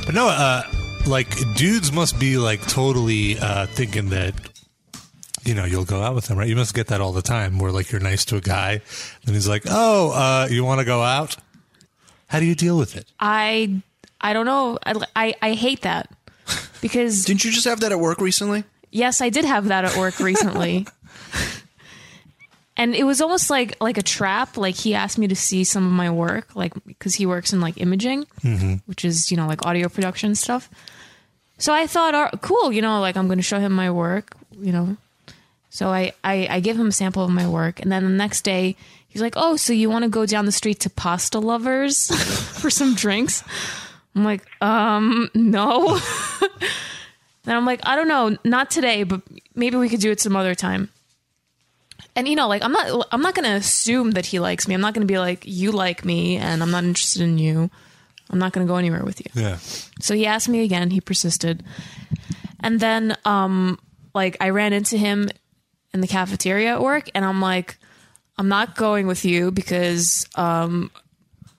S2: But no, uh, like dudes must be like totally uh, thinking that you know you'll go out with them, right? You must get that all the time, where like you're nice to a guy, and he's like, "Oh, uh, you want to go out? How do you deal with it?"
S3: I I don't know. I I, I hate that because
S4: Didn't you just have that at work recently?
S3: yes, I did have that at work recently. And it was almost like like a trap. Like he asked me to see some of my work, like because he works in like imaging, which is you know like audio production stuff. So I thought, "All right, cool, you know, like I'm going to show him my work, you know. So I, I I give him a sample of my work, and then the next day he's like, "Oh, so you want to go down the street to Pasta Lovers for some drinks?" I'm like, "Um, no." And I'm like, I don't know, not today, but maybe we could do it some other time. And you know, like I'm not I'm not going to assume that he likes me. I'm not going to be like you like me and I'm not interested in you. I'm not going to go anywhere with you.
S2: Yeah,
S3: So he asked me again, he persisted. And then um like I ran into him in the cafeteria at work and I'm like I'm not going with you because um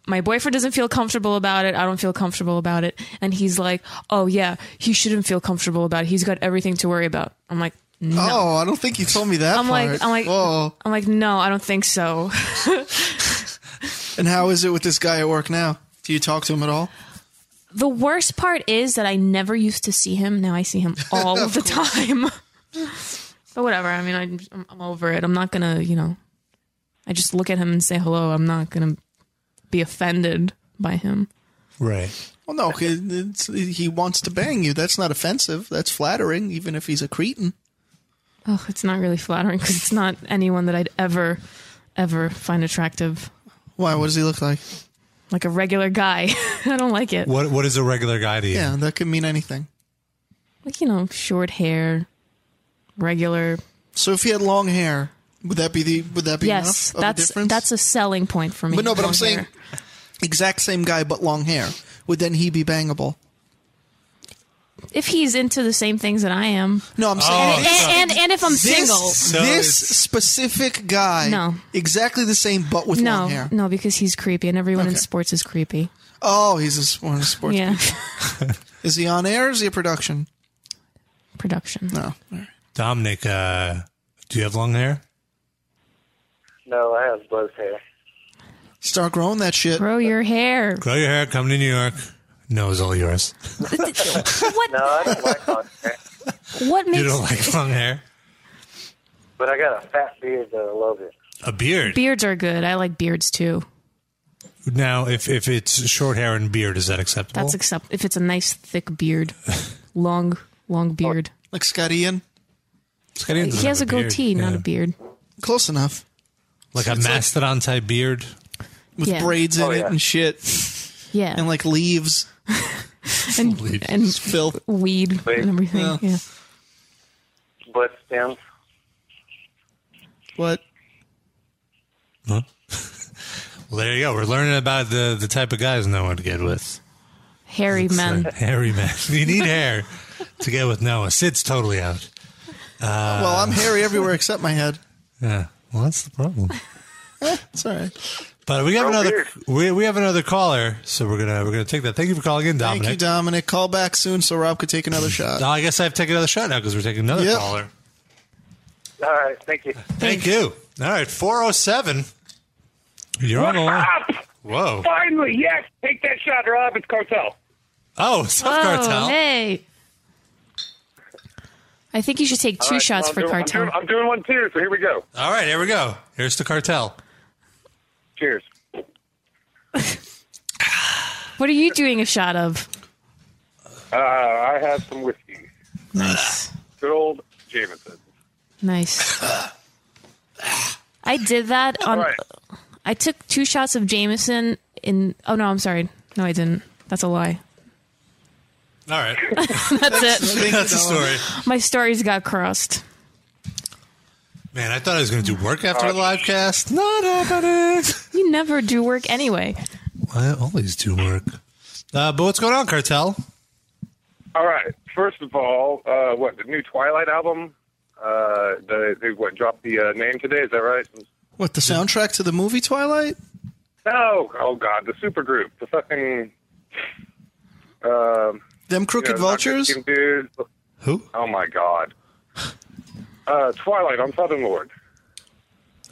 S3: my boyfriend doesn't feel comfortable about it. I don't feel comfortable about it. And he's like, "Oh yeah, he shouldn't feel comfortable about it. He's got everything to worry about." I'm like, "No."
S4: Oh, I don't think you told me that.
S3: I'm
S4: part.
S3: like I'm like
S4: Whoa.
S3: I'm like, "No, I don't think so."
S4: And how is it with this guy at work now? Do you talk to him at all?
S3: The worst part is that I never used to see him. Now I see him all of the time. but whatever. I mean, I'm, I'm- I'm over it. I'm not gonna, you know. I just look at him and say hello. I'm not gonna be offended by him.
S2: right.
S4: Well, no. 'cause It's, he wants to bang you. That's not offensive. That's flattering, even if he's a cretin.
S3: Oh, it's not really flattering because it's not anyone that I'd ever, ever find attractive.
S4: Why? What does he look like?
S3: Like a regular guy, I don't like it.
S2: What what is a regular guy to you?
S4: Yeah, that could mean anything.
S3: Like you know, short hair, regular.
S4: So if he had long hair, would that be the? Would that be
S3: yes,
S4: enough of a
S3: that's
S4: difference?
S3: that's a selling point for me.
S4: But no, but I'm
S3: long
S4: saying
S3: hair.
S4: exact same guy but long hair. Would then he be bangable?
S3: if he's into the same things that I am,
S4: No, I'm saying
S2: Oh,
S3: and, and, and if I'm
S4: this,
S3: single,
S2: No,
S4: this
S2: it's-
S4: specific guy.
S3: No.
S4: exactly the same but with
S3: no,
S4: long hair.
S3: no, because he's creepy, and everyone in
S4: Okay.
S3: sports is creepy.
S4: Oh, he's a sport. a sports.
S3: Yeah,
S4: Is he on air? Or is he a production? Oh,
S3: production.
S4: No.
S2: Dominic, uh, do you have long hair?
S5: No, I have both hair.
S4: Start growing that shit.
S3: Grow your hair.
S2: Grow your hair. Come to New York. No, it's all yours.
S5: No,
S3: What?
S5: I don't like long hair.
S3: What
S2: You
S3: makes
S2: don't like long hair.
S5: But I got a fat beard that I love it.
S2: A beard.
S3: beards are good? I like beards too.
S2: Now, if if it's short hair and beard, is that acceptable?
S3: That's except if it's a nice thick beard, long, long beard.
S4: Oh, Like Scott Ian.
S2: Scotty doesn't
S3: He has a
S2: have beard.
S3: goatee, not
S2: Yeah.
S3: a beard.
S4: Close enough.
S2: like a mastodon type beard.
S4: With
S3: Yeah.
S4: braids in
S5: Oh,
S4: it
S5: yeah.
S4: and shit.
S3: Yeah,
S4: And like leaves.
S3: and, and
S4: Filth.
S3: weed and everything.
S4: Yeah.
S3: yeah.
S5: But stems.
S4: What?
S2: Huh? well, there you go. We're learning about the the type of guys no one to get with.
S3: hairy men.
S2: Like, uh, hairy man. you need hair to get with Noah. Sid's totally out. Uh,
S4: well, I'm hairy everywhere except my head. Eh,
S2: Yeah. Well, that's the problem.
S4: It's all right.
S2: But we have
S5: Grow
S2: another
S5: beard.
S2: we, we have another caller, so we're gonna we're gonna take that. Thank you for calling in, Dominic.
S4: Thank you, Dominic. Call back soon so Rob could take another shot.
S2: Now, I guess I have to take another shot now because we're taking another
S4: Yep.
S2: caller.
S5: All right, thank you.
S2: Thank you. All right, four oh seven. You're on the line.
S7: Up!
S2: Whoa.
S7: Finally, yes. Take that shot, Rob. It's Cartel.
S2: Oh, what's up,
S3: Oh,
S2: cartel?
S3: hey. I think you should take two
S7: All right,
S3: shots
S7: I'm
S3: for
S7: doing- I'm
S3: cartel.
S7: doing- I'm doing one too, so here we go.
S2: All right, here we go. Here's the cartel.
S7: Cheers.
S3: What are you doing a shot of?
S7: Uh, I have some whiskey. Uh,
S3: Nice.
S7: Good old Jameson.
S3: Nice. I did that on.
S7: All right.
S3: I took two shots of Jameson in. Oh no, I'm sorry. No, I didn't. That's a lie.
S2: All right,
S3: That's it.
S2: that's the story.
S3: My stories got crossed.
S2: Man, I thought I was going to do work after the live cast. Not happening.
S3: You never do work anyway.
S2: I always do work. Uh, but what's going on, cartel?
S7: All right. First of all, uh, what the new Twilight album? Uh, they, they what dropped the uh, name today? Is that right?
S4: What, the soundtrack to the movie Twilight?
S7: No. Oh God, the supergroup, the fucking. Um,
S4: Them Crooked
S7: you know,
S4: Vultures?
S7: Mexican Dudes.
S2: Who?
S7: Oh my God. Uh, Twilight on Southern Lord.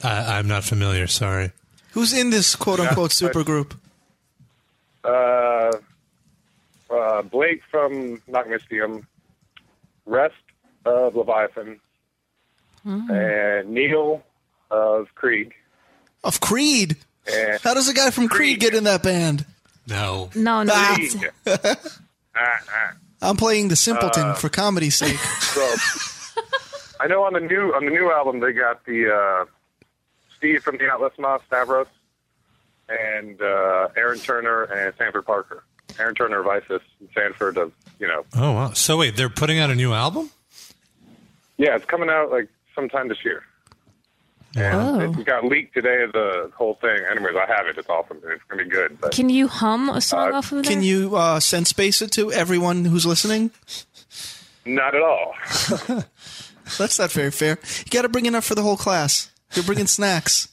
S2: I, I'm not familiar. Sorry.
S4: Who's in this quote unquote supergroup?
S7: Uh, uh, Blake from Nocmistium, Rest of Leviathan,
S3: Mm-hmm.
S4: Hmm.
S7: and Neil of Krieg.
S4: Of Creed.
S7: And
S4: How does a guy from Creed
S7: Creed.
S4: get in that band?
S2: No.
S3: No, no.
S4: Ah.
S3: that's-
S7: Ah, ah. Uh,
S4: I'm playing the simpleton for comedy's sake.
S7: So, I know on the new on the new album they got the uh, Steve from the Atlas Moss Stavros and uh, Aaron Turner and Sanford Parker. Aaron Turner of ISIS and Sanford of you know
S2: Oh wow. So wait, they're putting out a new album?
S7: yeah it's coming out like sometime this year.
S3: Oh.
S7: It got leaked today the whole thing. Anyways, I have it. It's awesome. It's gonna be good. But
S3: Can you hum a song off of that?
S4: Can you uh, send space it to everyone who's listening?
S7: not at all.
S4: That's not very fair. You got to bring enough for the whole class. You're bringing snacks.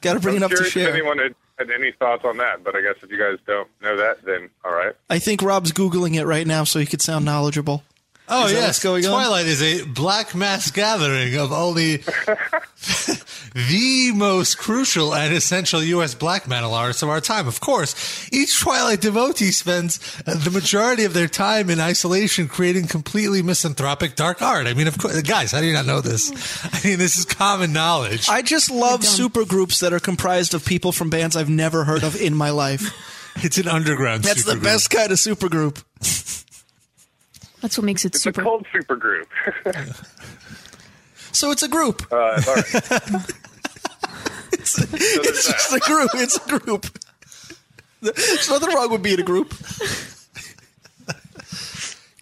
S4: Got to bring
S7: I'm
S4: enough to
S7: curious if
S4: share.
S7: anyone had, had any thoughts on that. But I guess if you guys don't know that, then all right.
S4: I think Rob's googling it right now so he could sound knowledgeable.
S2: Oh
S4: Is that
S2: yes.
S4: what's going on?
S2: Twilight is a black mass gathering of only the most crucial and essential U.S. black metal artists of our time. Of course, each Twilight devotee spends uh, the majority of their time in isolation, creating completely misanthropic dark art. I mean, of course, guys, how do you not know this? I mean, this is common knowledge.
S4: I just love supergroups that are comprised of people from bands I've never heard of in my life.
S2: It's an underground.
S4: That's the
S2: supergroup.
S4: best kind of supergroup.
S3: That's what makes it
S7: It's a
S3: super.
S7: cold super group.
S4: So it's a group.
S7: Uh, all right. So
S4: It's,
S7: there's
S4: it's
S7: that.
S4: just a group. It's a group. There's nothing wrong with being a group.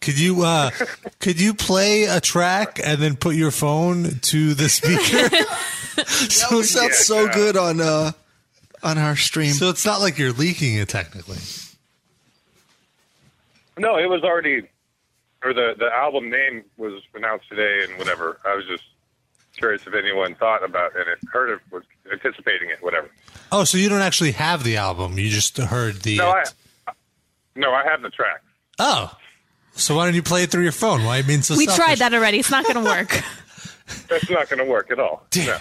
S2: Could you uh, could you play a track and then put your phone to the speaker? so,
S4: It
S2: it's
S4: sounds so
S7: yeah.
S4: good on uh, on our stream.
S2: so it's not like you're leaking it technically.
S7: No, it was already, or the the album name was announced today and whatever. I was just curious if anyone thought about it, heard it, was anticipating it, whatever.
S2: Oh, so you don't actually have the album. You just heard the
S7: No, I no, I have the track.
S2: Oh. So why don't you play it through your phone? Why it means so
S3: We
S2: selfish?
S3: tried that already. It's not going to work.
S7: That's not going to work at all. No,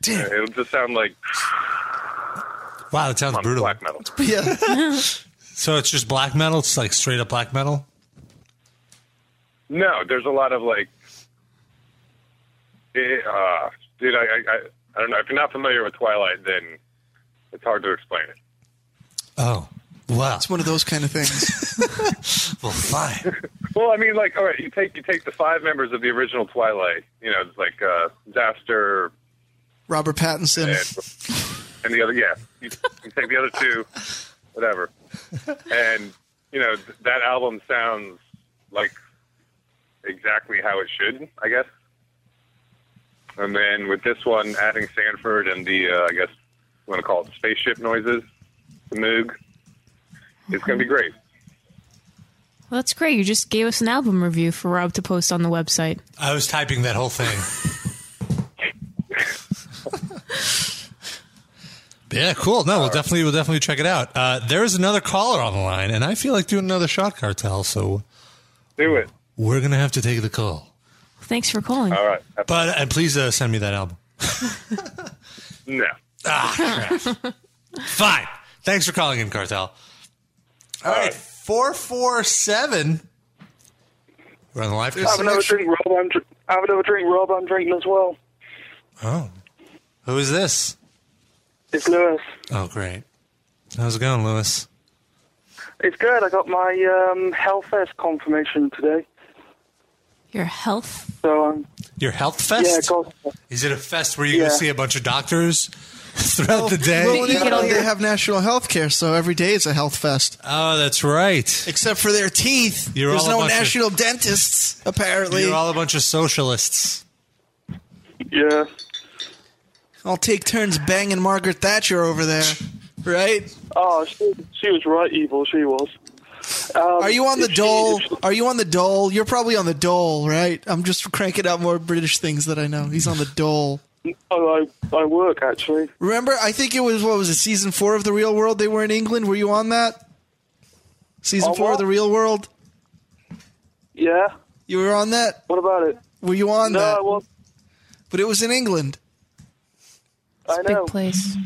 S2: Damn.
S7: it'll just sound like
S2: Wow, that sounds
S7: on
S2: brutal.
S7: black metal.
S4: yeah.
S2: So it's just black metal, it's like straight up black metal?
S7: No, there's a lot of like, it, uh, dude, I, I I I don't know. If you're not familiar with Twilight, then it's hard to explain it.
S2: Oh. Wow.
S4: It's one of those kind of things.
S2: Well fine.
S7: Well, I mean, like, all right, you take you take the five members of the original Twilight, you know, it's like uh, Zaster
S4: Robert Pattinson.
S7: and, and the other, yeah, you, you take the other two, whatever, and you know th- that album sounds like exactly how it should, I guess. And then with this one, adding Sanford and the, uh, I guess, you want to call it spaceship noises, the Moog, it's going to be great.
S3: Well, that's great. You just gave us an album review for Rob to post on the website.
S2: I was typing that whole thing. Yeah, cool. No, we'll definitely we'll definitely check it out. Uh, there is another caller on the line, and I feel like doing another shot cartel, so
S7: do it.
S2: We're gonna have to take the call.
S3: Thanks for calling.
S7: All right.
S2: But and please uh, send me that album.
S7: No.
S2: Ah, crap. Fine. Thanks for calling in, Cartel. All right, four four seven. We're on the live.
S8: I have another drink, Rob. I'm dr- I have another drink, Rob. I'm drinking as well.
S2: Oh, who is this?
S8: It's Lewis.
S2: Oh, great. How's it going, Lewis?
S8: It's good. I got my um, Hellfest confirmation today,
S3: Your health.
S8: so um, I'm
S2: Your health fest?
S8: yeah. Got,
S2: Is it a fest where you go
S8: Yeah.
S2: see a bunch of doctors throughout the day?
S4: Well, in Italy, they have national health care, so every day is a health fest.
S2: Oh, that's right.
S4: Except for their teeth.
S2: You're
S4: There's
S2: all a
S4: no
S2: bunch of-
S4: national dentists, apparently.
S2: You're all a bunch of socialists.
S8: yeah.
S4: I'll take turns banging Margaret Thatcher over there. Right?
S8: Oh, she, she was right evil. She was. Um,
S4: Are you on the
S8: if she-
S4: dole?
S8: if she-
S4: Are you on the dole? You're probably on the dole, right? I'm just cranking out more British things that I know. He's on the dole.
S8: oh, I, I work actually.
S4: Remember, I think it was what was it, season four of the Real World? They were in England. Were you on that? Season
S8: On
S4: four of
S8: what?
S4: the Real World.
S8: Yeah.
S4: You were on that.
S8: What about it?
S4: Were you on
S8: No,
S4: that?
S8: I was.
S4: But it was in England.
S8: I know.
S3: Big place.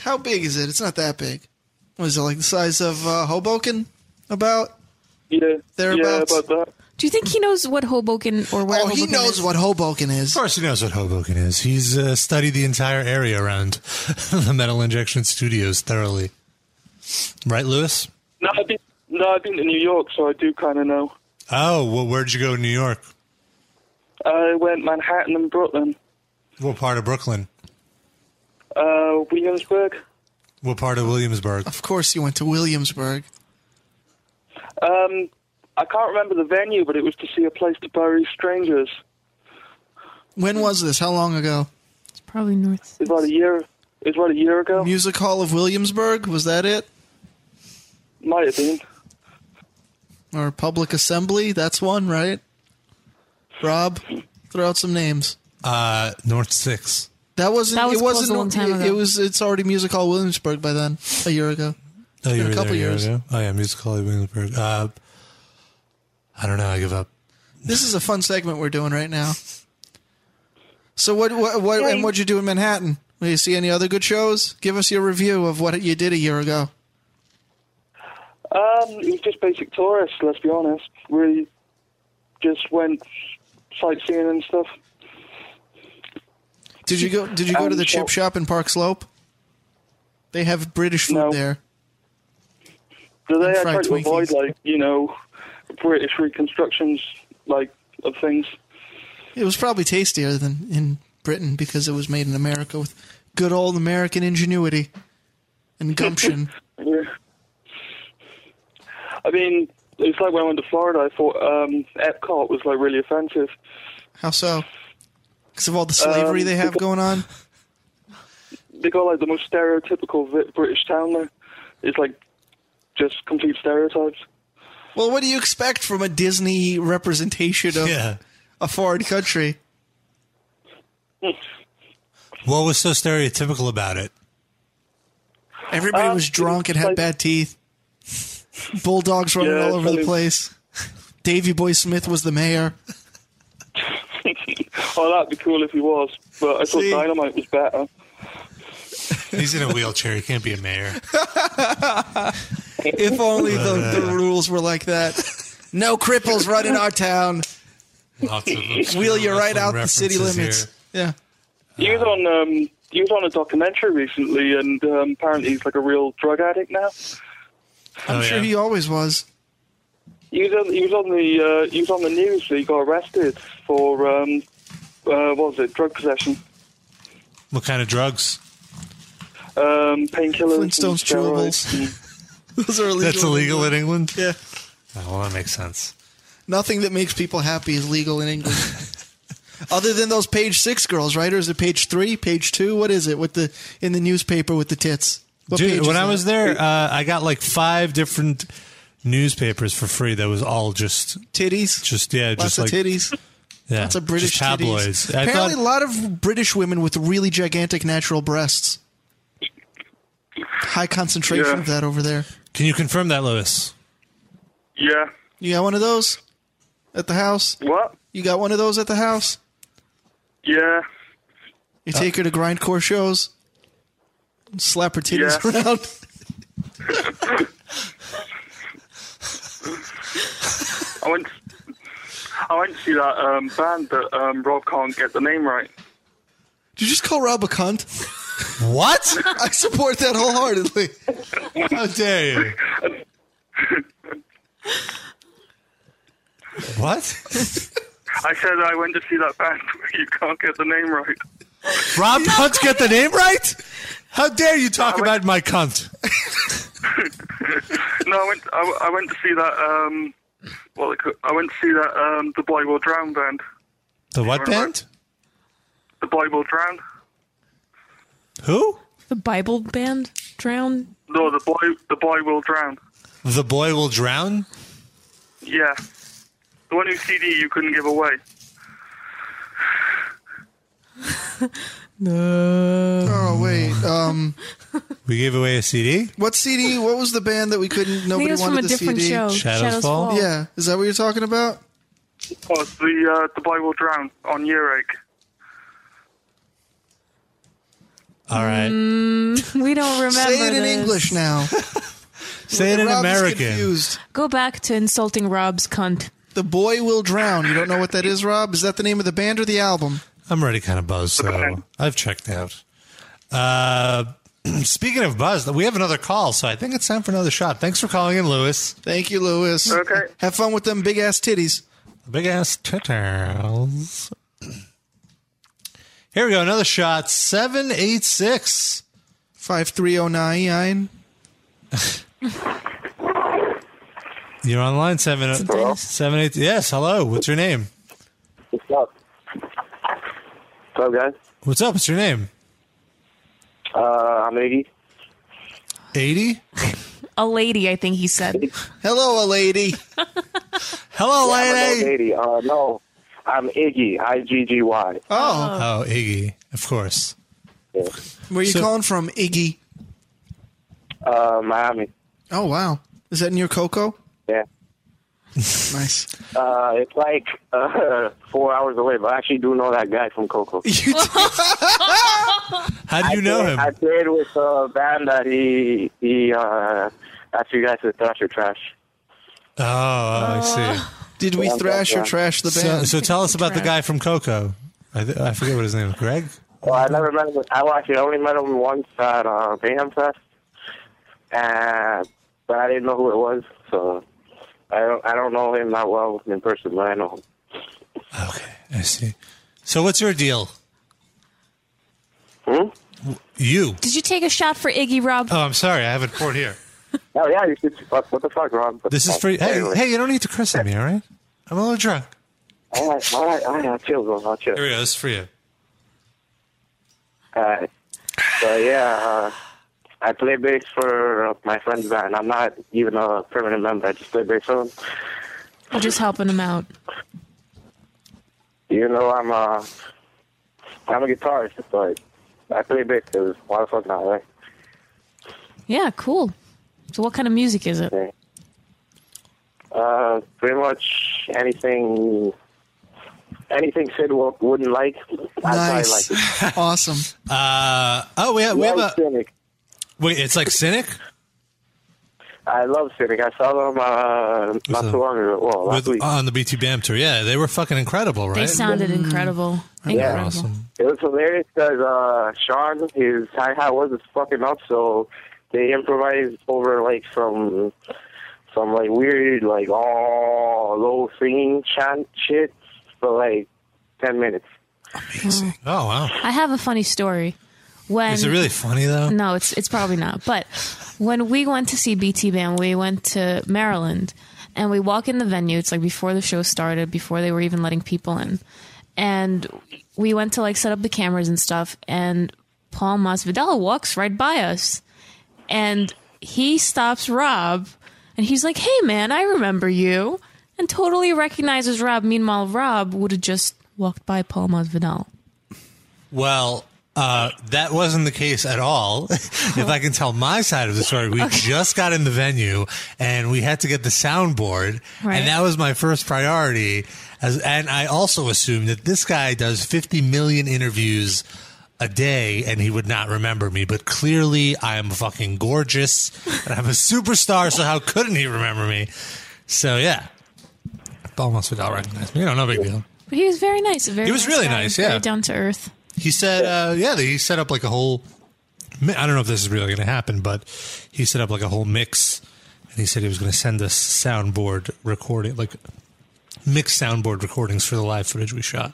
S4: How big is it? It's not that big. What is it like the size of uh, Hoboken? About?
S8: Yeah.
S4: Thereabouts.
S8: Yeah, about that.
S3: Do you think he knows what Hoboken or where
S4: Oh, he
S3: Hoboken
S4: knows
S3: is?
S4: what Hoboken is.
S2: Of course, he knows what Hoboken is. He's uh, studied the entire area around the Metal Injection Studios thoroughly. Right, Lewis?
S8: No, I've been no, I've been to New York, so I do kind of know.
S2: Oh, well, where'd you go in New York?
S8: I went Manhattan and Brooklyn,
S2: What part of Brooklyn?
S8: uh, Williamsburg.
S2: What part of Williamsburg?
S4: Of course, you went to Williamsburg.
S8: Um, I can't remember the venue, but it was to see a place to bury strangers.
S4: When was this? How long ago?
S3: It's probably north.
S8: It was about a year. It was about a year ago.
S4: Music Hall of Williamsburg? Was that it?
S8: Might have been.
S4: Or Public Assembly? That's one, right? Rob, throw out some names.
S2: Uh, North 6.
S4: That wasn't.
S3: That was
S4: it wasn't.
S3: closed a long time
S4: it,
S3: ago.
S4: it was. It's already Music Hall Williamsburg by then. A year ago.
S2: Oh, you
S4: been a
S2: were
S4: couple
S2: there a year
S4: years.
S2: ago? Oh, yeah, Music Hall of Williamsburg. Uh, I don't know. I give up.
S4: This is a fun segment we're doing right now. So what? What? what and what'd you do in Manhattan? Will you see any other good shows? Give us your review of what you did a year ago.
S8: Um, it was just basic tourists. Let's be honest. Really, just went sightseeing and stuff.
S4: Did you go? Did you go
S8: Um,
S4: to the
S8: so-
S4: chip shop in Park Slope? They have British food
S8: No.
S4: there.
S8: So they
S4: And
S8: I
S4: fried
S8: tried to avoid
S4: Twinkies.
S8: like you know British reconstructions like of things.
S4: It was probably tastier than in Britain because it was made in America with good old American ingenuity and gumption.
S8: Yeah. I mean, it's like when I went to Florida. I thought um, Epcot was like really offensive.
S4: How so? Because of all the slavery
S8: Um,
S4: they have going on.
S8: They got like the most stereotypical vi- British town there. It's like just complete stereotypes.
S4: Well, what do you expect from a Disney representation of
S2: Yeah.
S4: a foreign country?
S2: What was so stereotypical about it?
S4: Everybody
S8: Um,
S2: Uh,
S4: was drunk and had
S8: like-
S4: bad teeth. Bulldogs running
S8: Yeah,
S4: all over the
S8: totally.
S4: place. Davy Boy Smith was the mayor.
S8: oh, that'd be cool if he was, but I thought
S4: See?
S8: Dynamite was better.
S2: He's in a wheelchair. He can't be a mayor.
S4: If only the, the rules were like that. No cripples running our town.
S2: Lots of obscure
S4: Wheel you right
S2: wrestling
S4: out the city
S2: references
S4: limits.
S2: here.
S4: Yeah.
S8: He was on um, he was on a documentary recently, and um, apparently he's like a real drug addict now.
S4: I'm
S2: Oh,
S4: sure
S2: yeah.
S4: he always was.
S8: He was on, he was on the uh, he was on the news that he got arrested for um, uh, what was it drug possession,
S2: What kind of drugs?
S8: um, painkillers, and
S4: Flintstones
S8: steroids and-
S4: Those are illegal.
S2: That's illegal in England?
S4: Yeah.
S2: Oh, well, that makes sense.
S4: Nothing that makes people happy is legal in England. Other than those page six girls, right? Or is it page three, page two? What is it with the in the newspaper with the tits? What page
S2: Dude,
S4: is
S2: when I
S4: that?
S2: was there, uh, I got like five different newspapers for free. That was all just,
S4: titties,
S2: just yeah,
S4: lots
S2: just like
S4: of titties.
S2: yeah,
S4: That's a British
S2: just tabloids.
S4: Titties.
S2: I
S4: Apparently,
S2: thought,
S4: a lot of British women with really gigantic natural breasts. High concentration
S9: Yeah.
S4: of that over there.
S2: Can you confirm that, Lewis?
S9: Yeah.
S4: You got one of those at the house?
S9: What?
S4: You got one of those at the house?
S9: Yeah.
S4: You take her to grindcore shows? Slap her titties
S9: Yeah.
S4: around?
S8: I went. I went to see that um, band that um, Rob can't get the name right.
S4: Did you just call Rob a cunt?
S2: What?
S4: I support that wholeheartedly.
S2: How dare you? What?
S8: I said I went to see that band where you can't get the name right.
S2: Rob Cunt get the name right? How dare you talk about my cunt?
S8: No, I went. I, I went to see that. Um, well, it could- I went to see that um, the Boy Will Drown band.
S2: The what band?
S8: The Boy Will Drown.
S2: Who?
S3: The Bible band drowned.
S8: No, the boy. The boy will drown.
S2: The boy will drown?
S8: Yeah, the one whose CD you couldn't give away.
S4: Oh wait. Um
S2: We gave away a CD?
S4: what CD? What was the band that we couldn't
S3: I think
S4: nobody
S3: it was
S4: wanted
S3: from a
S4: the
S3: different
S4: CD?
S3: show.
S2: Shadows Fall?
S4: Yeah. Is that what you're talking about?
S8: Oh, it's the uh, the boy will drown on Earache.
S2: All right.
S3: We don't remember.
S4: Say it in
S3: this.
S4: English now.
S2: Say it in
S4: Rob is
S2: American.
S4: confused.
S3: Go back to insulting Rob's cunt.
S4: The boy will drown. You don't know what that is, Rob? Is that the name of the band or the album?
S2: I'm already kind of buzzed, so I've checked out. Uh, speaking of buzz, we have another call, so I think it's time for another shot. Thanks for calling in, Lewis.
S4: Thank you, Lewis.
S8: Okay.
S4: Have fun with them big ass titties.
S2: Big ass tittles. Here we go. Another shot. 786.
S4: Five three oh nine.
S2: You're online, 7 seven eight. Yes, hello. What's your name?
S5: What's up? What's up, guys?
S2: What's up? What's your name?
S5: Uh, I'm 80.
S2: 80?
S3: A lady, I think he said.
S4: Hello, a lady.
S2: Hello,
S5: I'm an old
S2: lady.
S5: 80. Uh, no, I'm Iggy. I G G Y.
S4: Oh,
S2: Oh, Iggy. Of course.
S4: where you
S2: So-
S4: calling from, Iggy?
S5: Uh, Miami.
S4: Oh wow, is that in your cocoa?
S5: Yeah.
S4: Nice.
S5: Uh, it's like uh, four hours away, but I actually do know that guy from Coco.
S4: You
S2: How do you know him?
S5: I played with a band that he he uh, asked you guys to thrash your trash.
S2: Oh, I
S5: Ah.
S4: Did we thrash or trash the
S2: see. So,
S4: band?
S2: so tell us about the guy from Coco. I, th- I forget what his name is. Greg?
S5: Well, I never met him. I well, actually only met him once at uh, Bayham Fest, and but I didn't know who it was, so I don't I don't know him that well in person, but I know him.
S2: Okay, I see. So what's your deal?
S5: Hmm?
S2: You.
S3: Did you take a shot for Iggy, Rob?
S4: Uh.
S2: Oh, I'm sorry. I have it poured here.
S5: Oh yeah, you should. What, what the fuck, Rob? What
S2: This
S5: the
S2: is
S5: fuck?
S2: for Hey,
S5: Anyway.
S2: hey, you don't need to curse at me, all right? I'm a little drunk.
S5: All right, all right, all right. I'll chill, bro. I'll chill.
S2: Here we go. This is for you.
S5: Uh, so yeah, uh, I play bass for uh, my friend's band. I'm not even a permanent member. I just play bass for him.
S3: You're just helping him out.
S5: You know, I'm uh, I'm a guitarist, but I play bass because why the fuck not, right?
S3: Yeah, cool. So, what kind of music is it?
S5: Uh, pretty much anything, anything Sid w- wouldn't like, I probably
S4: nice.
S5: like it.
S4: awesome.
S2: Uh, oh, we have, we have
S5: Love
S2: a.
S5: Cynic.
S2: Wait, it's like Cynic?
S5: I love Cynic. I saw them uh, not
S2: the-
S5: too long ago. Well, last
S2: With, uh,
S5: week.
S2: on the BT Bam tour. Yeah, they were fucking incredible, right?
S3: They sounded incredible.
S5: Yeah.
S3: Incredible.
S2: awesome.
S5: It was hilarious because uh, Sean, his hi hat wasn't fucking up, so they improvised over like some some like weird like oh low singing chant shit for like ten minutes.
S2: Oh, wow.
S3: I have a funny story. When
S2: Is it really funny, though?
S3: No, it's it's probably not. But when we went to see BT Band, we went to Maryland, and we walk in the venue. It's like before the show started, before they were even letting people in, and we went to like set up the cameras and stuff. And Paul Masvidal walks right by us, and he stops Rob, and he's like, "Hey, man, I remember you," and totally recognizes Rob. Meanwhile, Rob would have just walked by Paul Masvidal.
S2: Well, Uh, that wasn't the case at all. if I can tell my side of the story, we just got in the venue and we had to get the soundboard,
S10: Right.
S2: and that was my first priority. As, and I also assumed that this guy does 50 million interviews a day and he would not remember me, but clearly I am fucking gorgeous and I'm a superstar, so how couldn't he remember me? So yeah, almost forgot recognized me. You know, no big deal.
S3: But he was very nice. a Very
S2: He was really
S3: guy,
S2: nice,
S3: very
S2: yeah.
S3: down to earth.
S2: He said, uh, yeah, he set up like a whole. mi- I don't know if this is really going to happen, but he set up like a whole mix, and he said he was going to send us soundboard recording, like mixed soundboard recordings for the live footage we shot.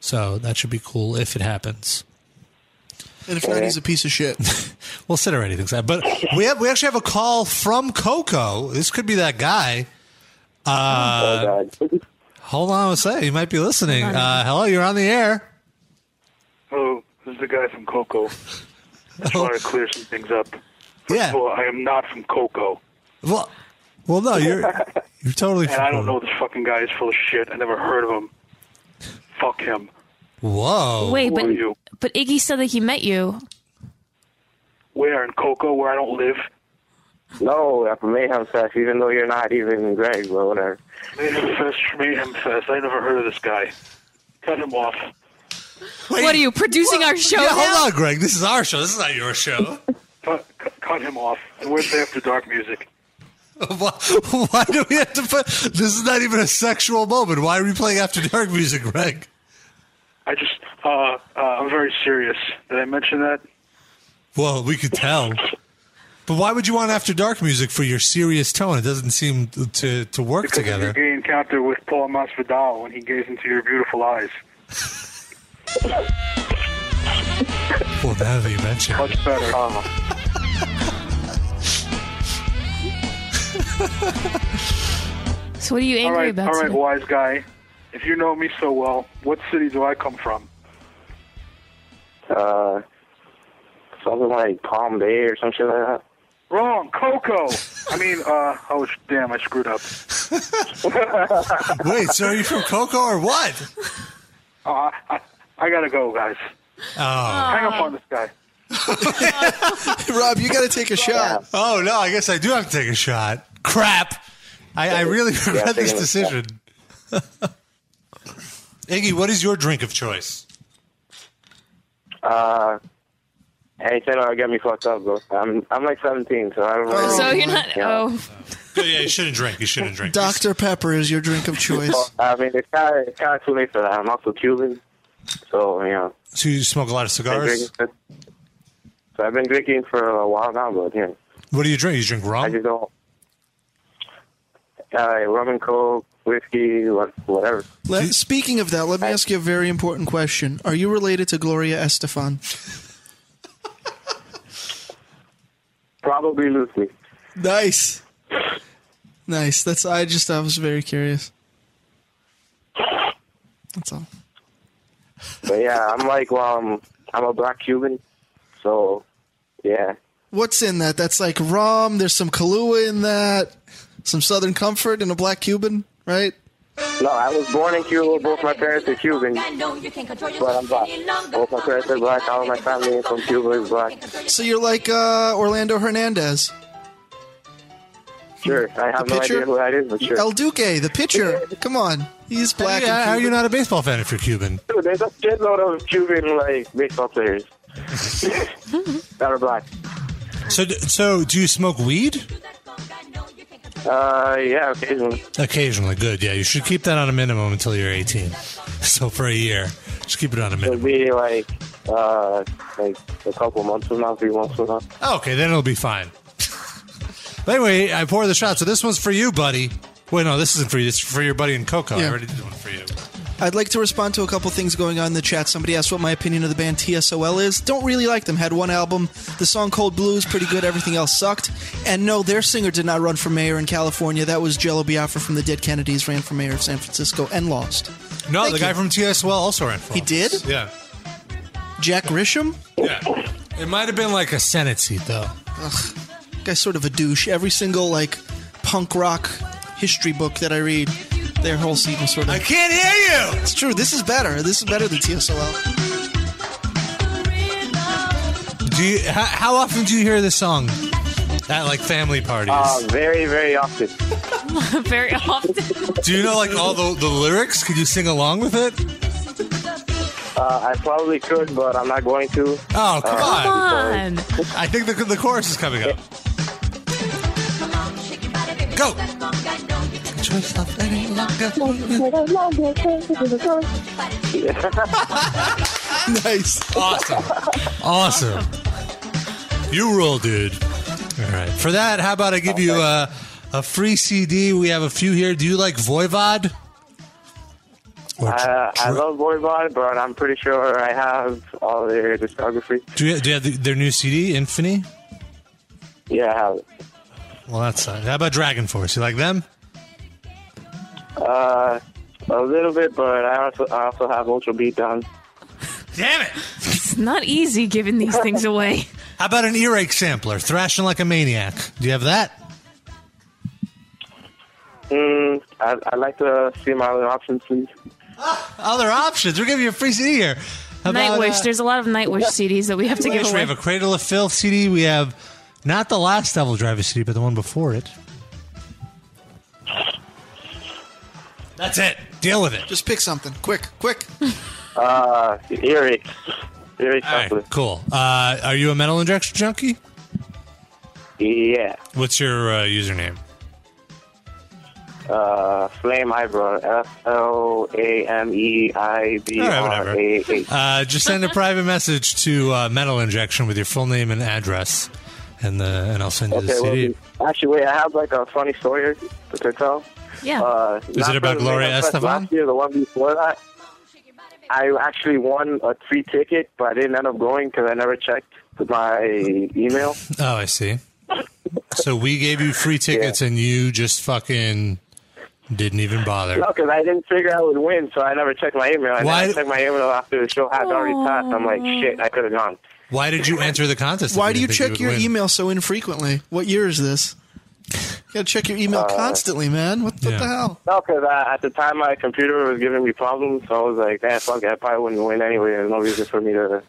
S2: So that should be cool if it happens.
S4: And if not, he's a piece of shit.
S2: well, Sid already thinks that, but we have we actually have a call from Coco. This could be that guy. Uh, hold on a sec. He might be listening.
S11: Hold on.
S2: Uh, hello, you're on the air.
S11: Hello, this is the guy from Coco. I just want to clear some things up. First
S2: yeah.
S11: of all, I am not from Coco.
S2: Well, well, no, you're you're totally.
S11: and I don't know this fucking guy. He's full of shit. I never heard of him. Fuck him.
S2: Whoa.
S3: Wait,
S11: Who
S3: but
S11: are you?
S3: but Iggy said that he met you.
S11: Where in Coco, where I don't live?
S5: No, at Mayhem Fest, even though you're not even Greg, but whatever.
S11: Mayhem Fest, Mayhem Fest. I never heard of this guy. Cut him off.
S3: what are you producing our show?
S2: Yeah,
S3: now?
S2: hold on, Greg. This is our show. This is not your show.
S11: Cut, cut, cut him off. And where's the After Dark music?
S2: Why why do we have to put? This is not even a sexual moment. Why are we playing After Dark music, Greg?
S11: I just, uh, uh, I'm very serious. Did I mention that?
S2: Well, we could tell. But why would you want After Dark music for your serious tone? It doesn't seem to to work
S11: Because of your
S2: together.
S11: gay encounter with Paul Masvidal when he gazed into your beautiful eyes.
S2: Well, now that you mention it.
S11: Much better.
S3: So what are you angry
S11: all right,
S3: about?
S11: All right,
S3: today?
S11: wise guy. If you know me so well, what city do I come from?
S5: Uh, something like Palm Bay or some shit like that.
S11: Wrong, Coco. I mean, uh, oh sh- damn, I screwed up.
S2: Wait, so are you from Coco or what?
S11: Uh, I, I gotta go, guys.
S2: Oh.
S11: Hang up on this guy.
S4: Rob, you got to take a shot.
S2: Oh no, I guess I do have to take a shot. Crap. I, I really
S4: Yeah,
S2: regret this
S4: taking a
S2: decision. Iggy, what is your drink of choice?
S5: Uh, anything that'll get me fucked up, bro. I'm I'm like 17, so I don't really.
S3: so you're not.
S5: Yeah.
S3: Oh,
S2: Yeah, you shouldn't drink. You shouldn't drink.
S4: Dr. Pepper is your drink of choice.
S5: Well, I mean, it's kind of it's kind of too late for that. I'm also Cuban, so you know.
S2: So you smoke a lot of
S5: I've been
S2: cigars.
S5: drinking- So I've been drinking for a while now, but yeah,
S2: What do you drink? You drink rum.
S5: I just don't. Uh, rum and coke, whiskey, what- whatever.
S4: Let, speaking of that, let me ask you a very important question. Are you related to Gloria Estefan?
S5: Probably loosely.
S4: Nice. Nice. That's I just I was very curious. That's all.
S5: But yeah, I'm like, well, I'm, I'm a black Cuban, so yeah.
S4: What's in that? That's like rum, there's some Kahlua in that, some Southern Comfort and a black Cuban, right?
S5: No, I was born in Cuba. Both my parents are Cuban, but I'm black. Both my parents are black. All my family from Cuba is black.
S4: So you're like uh, Orlando Hernandez.
S5: Sure, I have
S4: The
S5: no
S4: pitcher?
S5: idea who that is, but sure.
S4: El Duque, the pitcher. Come on. He's black.
S2: Yeah,
S4: and
S2: how are you
S4: Cuban.
S2: not a baseball fan if you're Cuban?
S5: Dude, there's a shitload of Cuban like baseball players that are black.
S2: So, d- so do you smoke weed?
S5: Uh, yeah, occasionally.
S2: Occasionally, good. Yeah, you should keep that on a minimum until you're 18. So for a year, just keep it on a minimum.
S5: It'll be like uh, like a couple months from now, three months from now.
S2: Oh, okay, then it'll be fine. but anyway, I pour the shot. So this one's for you, buddy. Wait, no, this isn't for you. This is for your buddy in Coco. I
S4: Yeah.
S2: already did one for you.
S4: I'd like to respond to a couple things going on in the chat. Somebody asked what my opinion of the band TSOL is. Don't really like them. Had one album. The song Cold Blue is pretty good. Everything else sucked. And no, their singer did not run for mayor in California. That was Jello Biafra from the Dead Kennedys, ran for mayor of San Francisco and lost.
S2: No,
S4: Thank
S2: the guy
S4: you.
S2: from TSL also ran for.
S4: He
S2: office.
S4: did?
S2: Yeah,
S4: Jack Grisham?
S2: yeah. It might have been like a Senate seat though.
S4: Ugh. Guy's sort of a douche. Every single, like, punk rock history book that I read, their whole scene was sort of.
S2: I can't hear you!
S4: It's true. This is better. This is better than TSOL.
S2: Do you, how, how often do you hear this song at like family parties?
S5: Uh, very, very often.
S3: Very often.
S2: do you know like all the, the lyrics? Could you sing along with it?
S5: Uh, I probably could, but I'm not going to.
S2: Oh, come
S5: Uh,
S2: on. I think the, the chorus is coming up. Go!
S4: nice.
S2: Awesome. Awesome. You rule, dude. All right. For that, how about I give you a, a free CD? We have a few here. Do you like Voivod?
S5: Uh, I love Voivod, but I'm pretty sure I have all their discography.
S2: Do you, do you have the, their new CD, Infini?
S5: Yeah, I have it.
S2: Well, that's not. How about Dragon Force? You like them?
S5: Uh, a little bit, but I also I also have Ultra Beatdown.
S2: Damn it!
S3: It's not easy giving these things away.
S2: How about an earache sampler, Thrashing Like a Maniac? Do you have that?
S5: Mm, I, I'd like to see my other options, please.
S2: Other options. We're giving you a free CD here. How about,
S3: Nightwish.
S2: uh,
S3: There's a lot of Nightwish CDs that we have to give
S2: We
S3: away.
S2: have a Cradle of Filth CD. We have not the last Devil Driver CD, but the one before it. That's it. Deal with it.
S4: Just pick something. Quick, quick.
S5: Uh, earache. Earache
S2: All right, cool. Uh, are you a metal injection junkie?
S5: Yeah.
S2: What's your uh, username?
S5: Uh, Flame Eyebrow. F L A M E I B
S2: All right,
S5: R A
S2: whatever.
S5: H.
S2: Uh, just send a private message to uh, Metal Injection with your full name and address, and uh, and I'll send you the
S5: Okay,
S2: CD.
S5: well, actually, wait, I have like a funny story to tell.
S3: Yeah.
S5: Uh,
S2: Is it
S5: not
S2: about
S5: from the
S2: Gloria
S5: Mayhem Fest
S2: Estefan?
S5: Last year, the one before that, I actually won a free ticket, but I didn't end up going because I never checked my email.
S2: Oh, I see. So we gave you free tickets and you just fucking didn't even bother.
S5: No, because I didn't figure I would win, so I never checked my email. And then
S2: Why-
S5: I checked my email after the show had already passed. I'm like, shit, I could have gone.
S2: Why did you enter the contest? if
S4: Why do you
S2: didn't think would
S4: check your
S2: win?
S4: email so infrequently? What year is this? You gotta check your email constantly, man. What, what the hell?
S5: No, because uh, at the time my computer was giving me problems, so I was like, eh, fuck it, I probably wouldn't win anyway. There's no reason for me to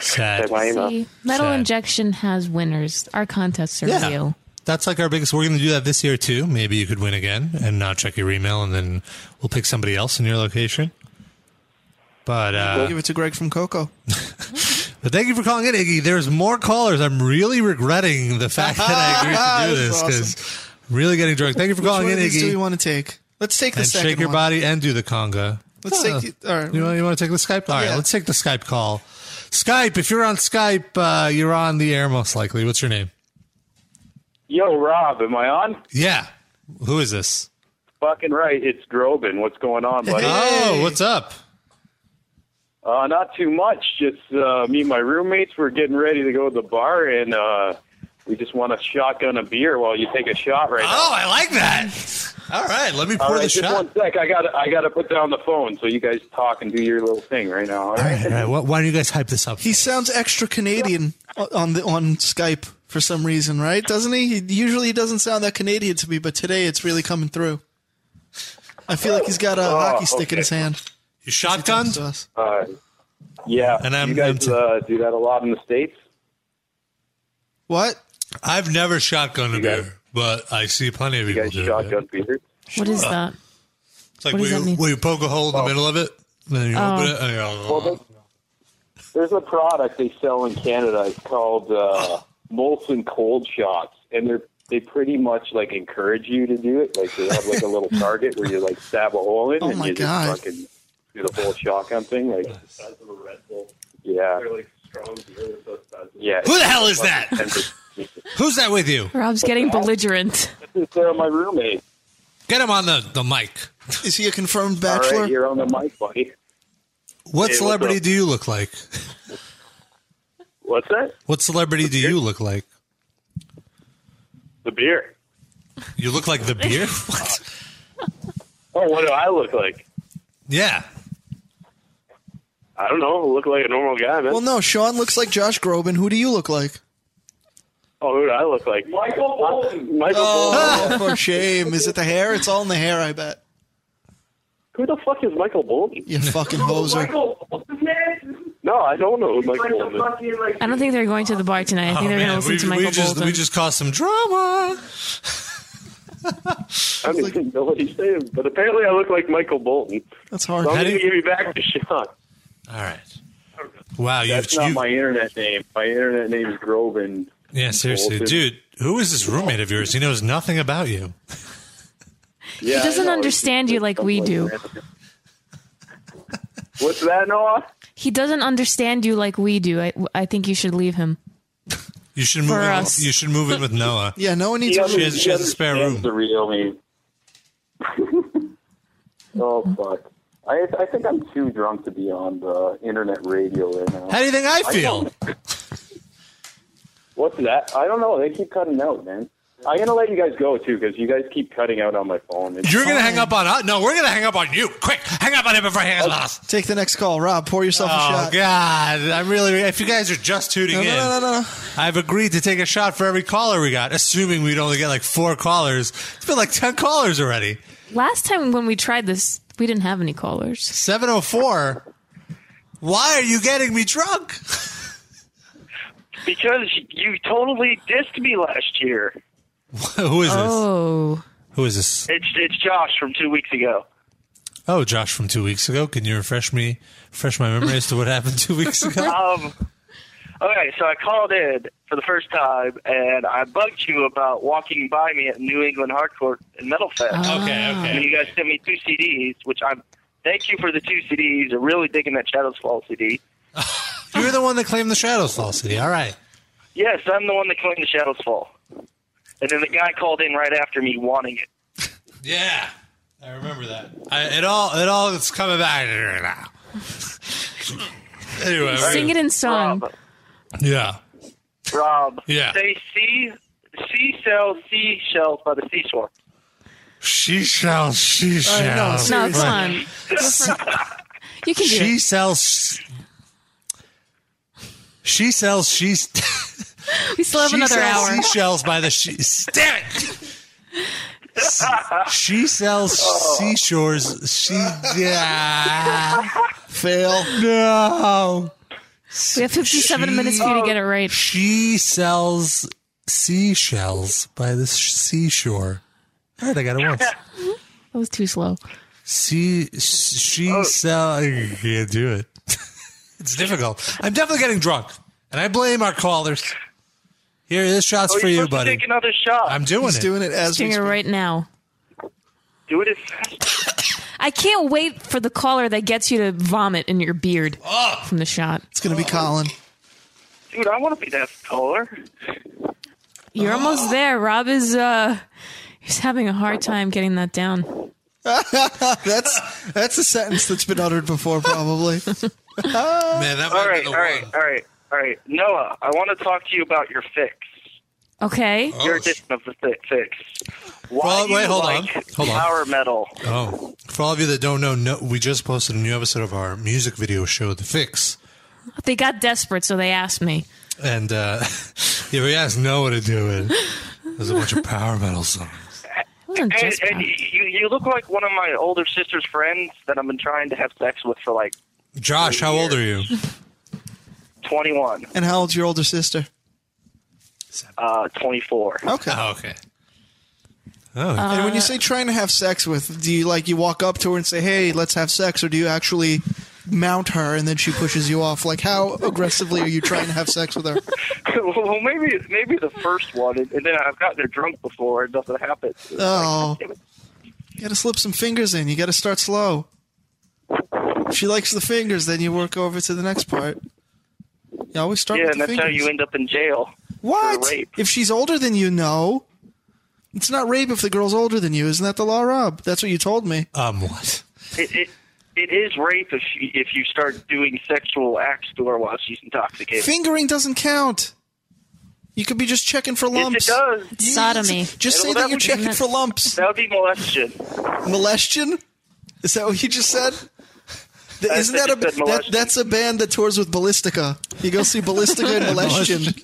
S5: check my email.
S3: See, metal injection has winners. Our contests are
S2: Yeah.
S3: real.
S2: That's like our biggest. We're going to do that this year too. Maybe you could win again and not check your email, and then we'll pick somebody else in your location. But
S4: we'll
S2: uh,
S4: give it to Greg from Coco.
S2: but thank you for calling in, Iggy. There's more callers. I'm really regretting the fact that I agreed to do
S4: That's
S2: this because I'm really getting drunk. Thank you for
S4: Which
S2: calling
S4: one
S2: in,
S4: of these do
S2: Iggy.
S4: you want to take? Let's take the
S2: and
S4: second
S2: shake your
S4: one.
S2: body and do the conga.
S4: Let's
S2: Oh.
S4: take. the- All right.
S2: You want, you want to take the Skype? All right,
S4: Yeah.
S2: let's take the Skype call. Skype, if you're on Skype, uh, you're on the air most likely. What's your name?
S12: Yo, Rob, am I on?
S2: Yeah. Who is this?
S12: Fucking right, it's Drobin. What's going on, buddy?
S2: Oh, what's up?
S12: Uh, not too much. Just uh, me and my roommates. We're getting ready to go to the bar, and uh, we just want to shotgun a beer while you take a shot right now.
S2: Oh, I like that. All right, let me pour
S12: All right,
S2: the
S12: just
S2: shot.
S12: one sec. I got I got to put down the phone so you guys talk and do your little thing right now. All
S2: All right,
S12: right.
S2: all right. Why- Why don't you guys hype this up?
S4: He sounds extra Canadian on the on Skype for some reason, right? Doesn't he? he usually he doesn't sound that Canadian to me, but today it's really coming through. I feel like he's got a
S12: Oh,
S4: hockey stick
S12: okay.
S4: in his hand.
S2: You shotgunned?
S12: Uh, yeah.
S2: And I'm-
S12: you guys
S2: I'm t-
S12: uh, do that a lot in the states.
S4: What?
S2: I've never shotgunned a
S12: guys-
S2: beer, but I see plenty of
S12: You
S2: people
S12: guys
S2: do. it. Uh,
S12: shotgun beers.
S3: What is that?
S2: It's like
S3: what
S2: where
S3: does that
S2: you,
S3: mean?
S2: where you poke a hole in the middle of it, and then you
S3: Oh.
S2: open it. And you're
S12: Oh. Well, there's, there's a product they sell in Canada. It's called uh, Molson Cold Shots, and they're they pretty much like encourage you to do it. Like they have like a little target where you like stab a hole in,
S4: Oh
S12: and
S4: my
S12: you
S4: God.
S12: just fucking do the whole shotgun thing. Like yeah, yeah.
S2: Who the hell is that? Who's that with you?
S3: Rob's getting belligerent.
S12: This is uh, my roommate.
S2: Get him on the, the mic.
S4: Is he a confirmed
S12: All
S4: bachelor?
S12: right, you're on the mic, buddy.
S2: What
S12: Hey, what's
S2: celebrity
S12: up?
S2: do you look like?
S12: What's that?
S2: What celebrity do you look like?
S12: The beer.
S2: You look like the beer?
S12: Oh, what do I look like?
S2: yeah.
S12: I don't know. I look like a normal guy, man.
S4: Well, no. Sean looks like Josh Groban. Who do you look like?
S12: oh, who do I look like? Michael Bolton. Michael
S2: Ah,
S4: Oh,
S12: Bolton.
S4: for shame! Is it the hair? It's all in the hair, I bet.
S12: Who the fuck is Michael Bolton?
S4: You fucking hoser.
S12: Michael.
S13: No, I don't know Michael Bolton.
S3: I don't think they're going to the bar tonight. I think
S2: Oh,
S3: they're going to
S2: man,
S3: listen
S2: we,
S3: to
S2: we
S3: Michael
S2: just,
S3: Bolton.
S2: We just caused some drama.
S13: I don't even know what he's saying, but apparently I look like Michael Bolton.
S4: That's
S13: hard. So I'm
S2: How do
S13: going to
S2: you-
S13: give you back the shot.
S2: All right. Wow, you
S13: That's not my internet name. My internet name is Groban.
S2: yeah, seriously,
S13: Bolton.
S2: dude. Who is this roommate of yours? He knows nothing about you.
S13: Yeah,
S3: he
S13: I
S3: doesn't
S13: know.
S3: understand you like we do.
S13: What's that, Noah?
S3: He doesn't understand you like we do. I, I think you should leave him.
S2: You should move.
S3: For
S2: In,
S3: us.
S2: you should move in with Noah.
S4: Yeah, no one
S13: He
S4: needs to.
S13: under-
S2: She has- she
S13: he
S2: has a spare
S13: understands
S2: room.
S13: The real me. oh fuck! I I think I'm too drunk to be on the internet radio right now.
S2: How do you think I feel?
S13: What's that? I don't know. They keep cutting out, man. I'm gonna let you guys go too because you guys keep cutting out on my phone. It's
S2: You're gonna hang up on us? No, we're gonna hang up on you. Quick, hang up on him before I hang up on us.
S4: Take the next call, Rob. Pour yourself a
S2: Oh
S4: Oh, shot.
S2: God! I'm really. If you guys are just tuning
S4: No, no,
S2: in,
S4: no, no, no.
S2: I've agreed to take a shot for every caller we got, assuming we'd only get like four callers. It's been like ten callers already.
S3: Last time when we tried this, we didn't have any callers.
S2: Seven oh four. Why are you getting me drunk?
S12: Because you totally dissed me last year.
S2: Who is this?
S3: Oh.
S2: Who is this?
S12: It's it's Josh from two weeks ago.
S2: Oh, Josh from two weeks ago. Can you refresh me, refresh my memory as to what happened two weeks ago?
S12: um, okay, so I called in for the first time, and I bugged you about walking by me at New England Hardcore and Metal Fest.
S2: Ah. Okay, okay.
S12: And you guys sent me two CDs, which I'm thank you for the two CDs. I'm really digging that Shadows Fall CD.
S2: You're the one that claimed the Shadows falsity. All right.
S12: Yes, I'm the one that claimed the Shadows Fall. And then the guy called in right after me wanting it.
S2: Yeah, I remember that. I, it all, it all is coming back to me now. anyway,
S3: Sing it in song.
S2: yeah.
S12: Rob,
S2: Yeah.
S12: say sea, sea shell, sea shells by the seashore.
S2: She sells. She
S12: I know,
S2: sells.
S3: No, come on.
S2: Um,
S3: You can do
S2: she
S3: it.
S2: sells. She sells. She's.
S3: We still have
S2: she
S3: another
S2: sells
S3: hour.
S2: Seashells by the. She, damn it! she sells seashores. She. Yeah.
S4: Fail.
S2: No.
S3: We have 57 minutes for you to get it right.
S2: She sells seashells by the sh- seashore. All right, I got it once.
S3: That was too slow.
S2: She she
S12: Oh.
S2: sells. I can't do it. it's difficult. I'm definitely getting drunk, and I blame our callers. Here, this shot's
S12: Oh,
S2: for
S12: you're
S2: you,
S12: supposed to
S2: buddy.
S12: Take another shot.
S2: I'm doing it.
S3: He's doing it right now.
S12: Do it as fast.
S3: I can't wait for the caller that gets you to vomit in your beard
S2: Oh.
S3: from the shot.
S4: It's gonna be Colin.
S12: Dude, I want to be that taller.
S3: You're almost there. Rob is uh he's having a hard time getting that down.
S4: that's that's a sentence that's been uttered before, probably.
S2: Man, that
S12: all right, all right, all right, all right. Noah, I want to talk to you about your fix.
S3: Okay.
S12: Your addition of the fi- fix. Why
S2: Oh, Well,
S12: do you
S2: wait, hold on.
S12: like
S2: Hold on.
S12: Power metal.
S2: Oh, for all of you that don't know, no, we just posted a new episode of our music video show, The Fix,
S3: They got desperate, so they asked me.
S2: and uh, yeah, we asked Noah to do it. There's a bunch of power metal songs.
S12: And, and you, you look like one of my older sister's friends that I've been trying to have sex with for like
S2: Josh, how old are you?
S12: 21,
S4: And how old's your older sister?
S12: uh, 24.
S4: Okay.
S2: okay.
S4: and when you say trying to have sex with, do you like you walk up to her and say, "Hey, let's have sex," or do you actually mount her and then she pushes you off? Like, how aggressively are you trying to have sex with her?
S12: well, maybe maybe the first one, and, and then I've gotten her drunk before, and nothing happens.
S4: Oh, you got to slip some fingers in. You got to start slow. If she likes the fingers, then you work over to the next part. You always start
S12: yeah,
S4: with
S12: and
S4: the
S12: that's
S4: fingers.
S12: how you end up in jail.
S4: What?
S12: For rape.
S4: If she's older than you, no. It's not rape if the girl's older than you. Isn't that the law, Rob? That's what you told me.
S2: Um, what?
S12: It, it, it is rape if you, if you start doing sexual acts to her while she's intoxicated.
S4: Fingering doesn't count. You could be just checking for lumps.
S12: does. It's
S4: You-
S12: sodomy.
S4: Just say
S12: Well,
S4: that
S12: that
S4: you're
S12: would be-
S4: checking for lumps.
S12: That would be molestion.
S4: Molestion? Is that what you just said? Th-
S12: I
S4: Isn't
S12: said
S4: that a
S12: you said
S4: that,
S12: molestion.
S4: that's a band that tours with Ballistica? You go see Ballistica and Molestion.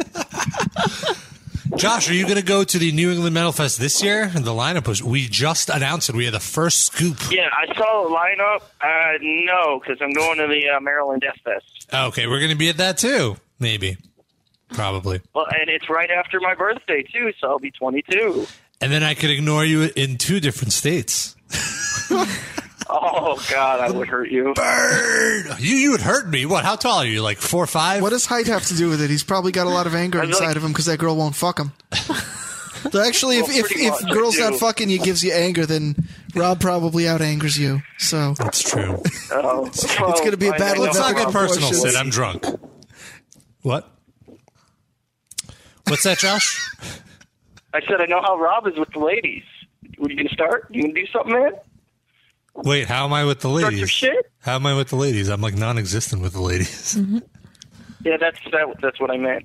S2: Josh, are you going to go to the New England Metal Fest this year? The lineup was we just announced it. We had the first scoop.
S12: Yeah, I saw the lineup. Uh, no, because I'm going to the uh, Maryland Death Fest.
S2: Okay, we're going to be at that too. Maybe, probably.
S12: Well, and it's right after my birthday too, so I'll be 22.
S2: And then I could ignore you in two different states.
S12: Oh God, I would hurt you.
S2: Bird. You you would hurt me. What? How tall are you? Like four five?
S4: What does height have to do with it? He's probably got a lot of anger inside of him because that girl won't fuck him. So actually, if
S2: Well,
S4: if,
S2: pretty
S4: if
S2: much, I
S4: girls
S2: do.
S4: not fucking you gives you anger, then Rob probably out angers you. So
S2: that's true.
S12: Oh,
S4: it's going to be a battle
S2: Let's
S4: of
S2: not
S4: epic
S2: get personal,
S4: proportions.
S2: Sid. I'm drunk. What? What's that, Josh?
S12: I said I know how Rob is with the ladies. Were you gonna start? You gonna do something, man?
S2: Wait, how am I with the
S12: Start your
S2: ladies?
S12: shit.
S2: How am I with the ladies? I'm like non-existent with the ladies.
S12: Mm-hmm. Yeah, that's that, that's what I meant.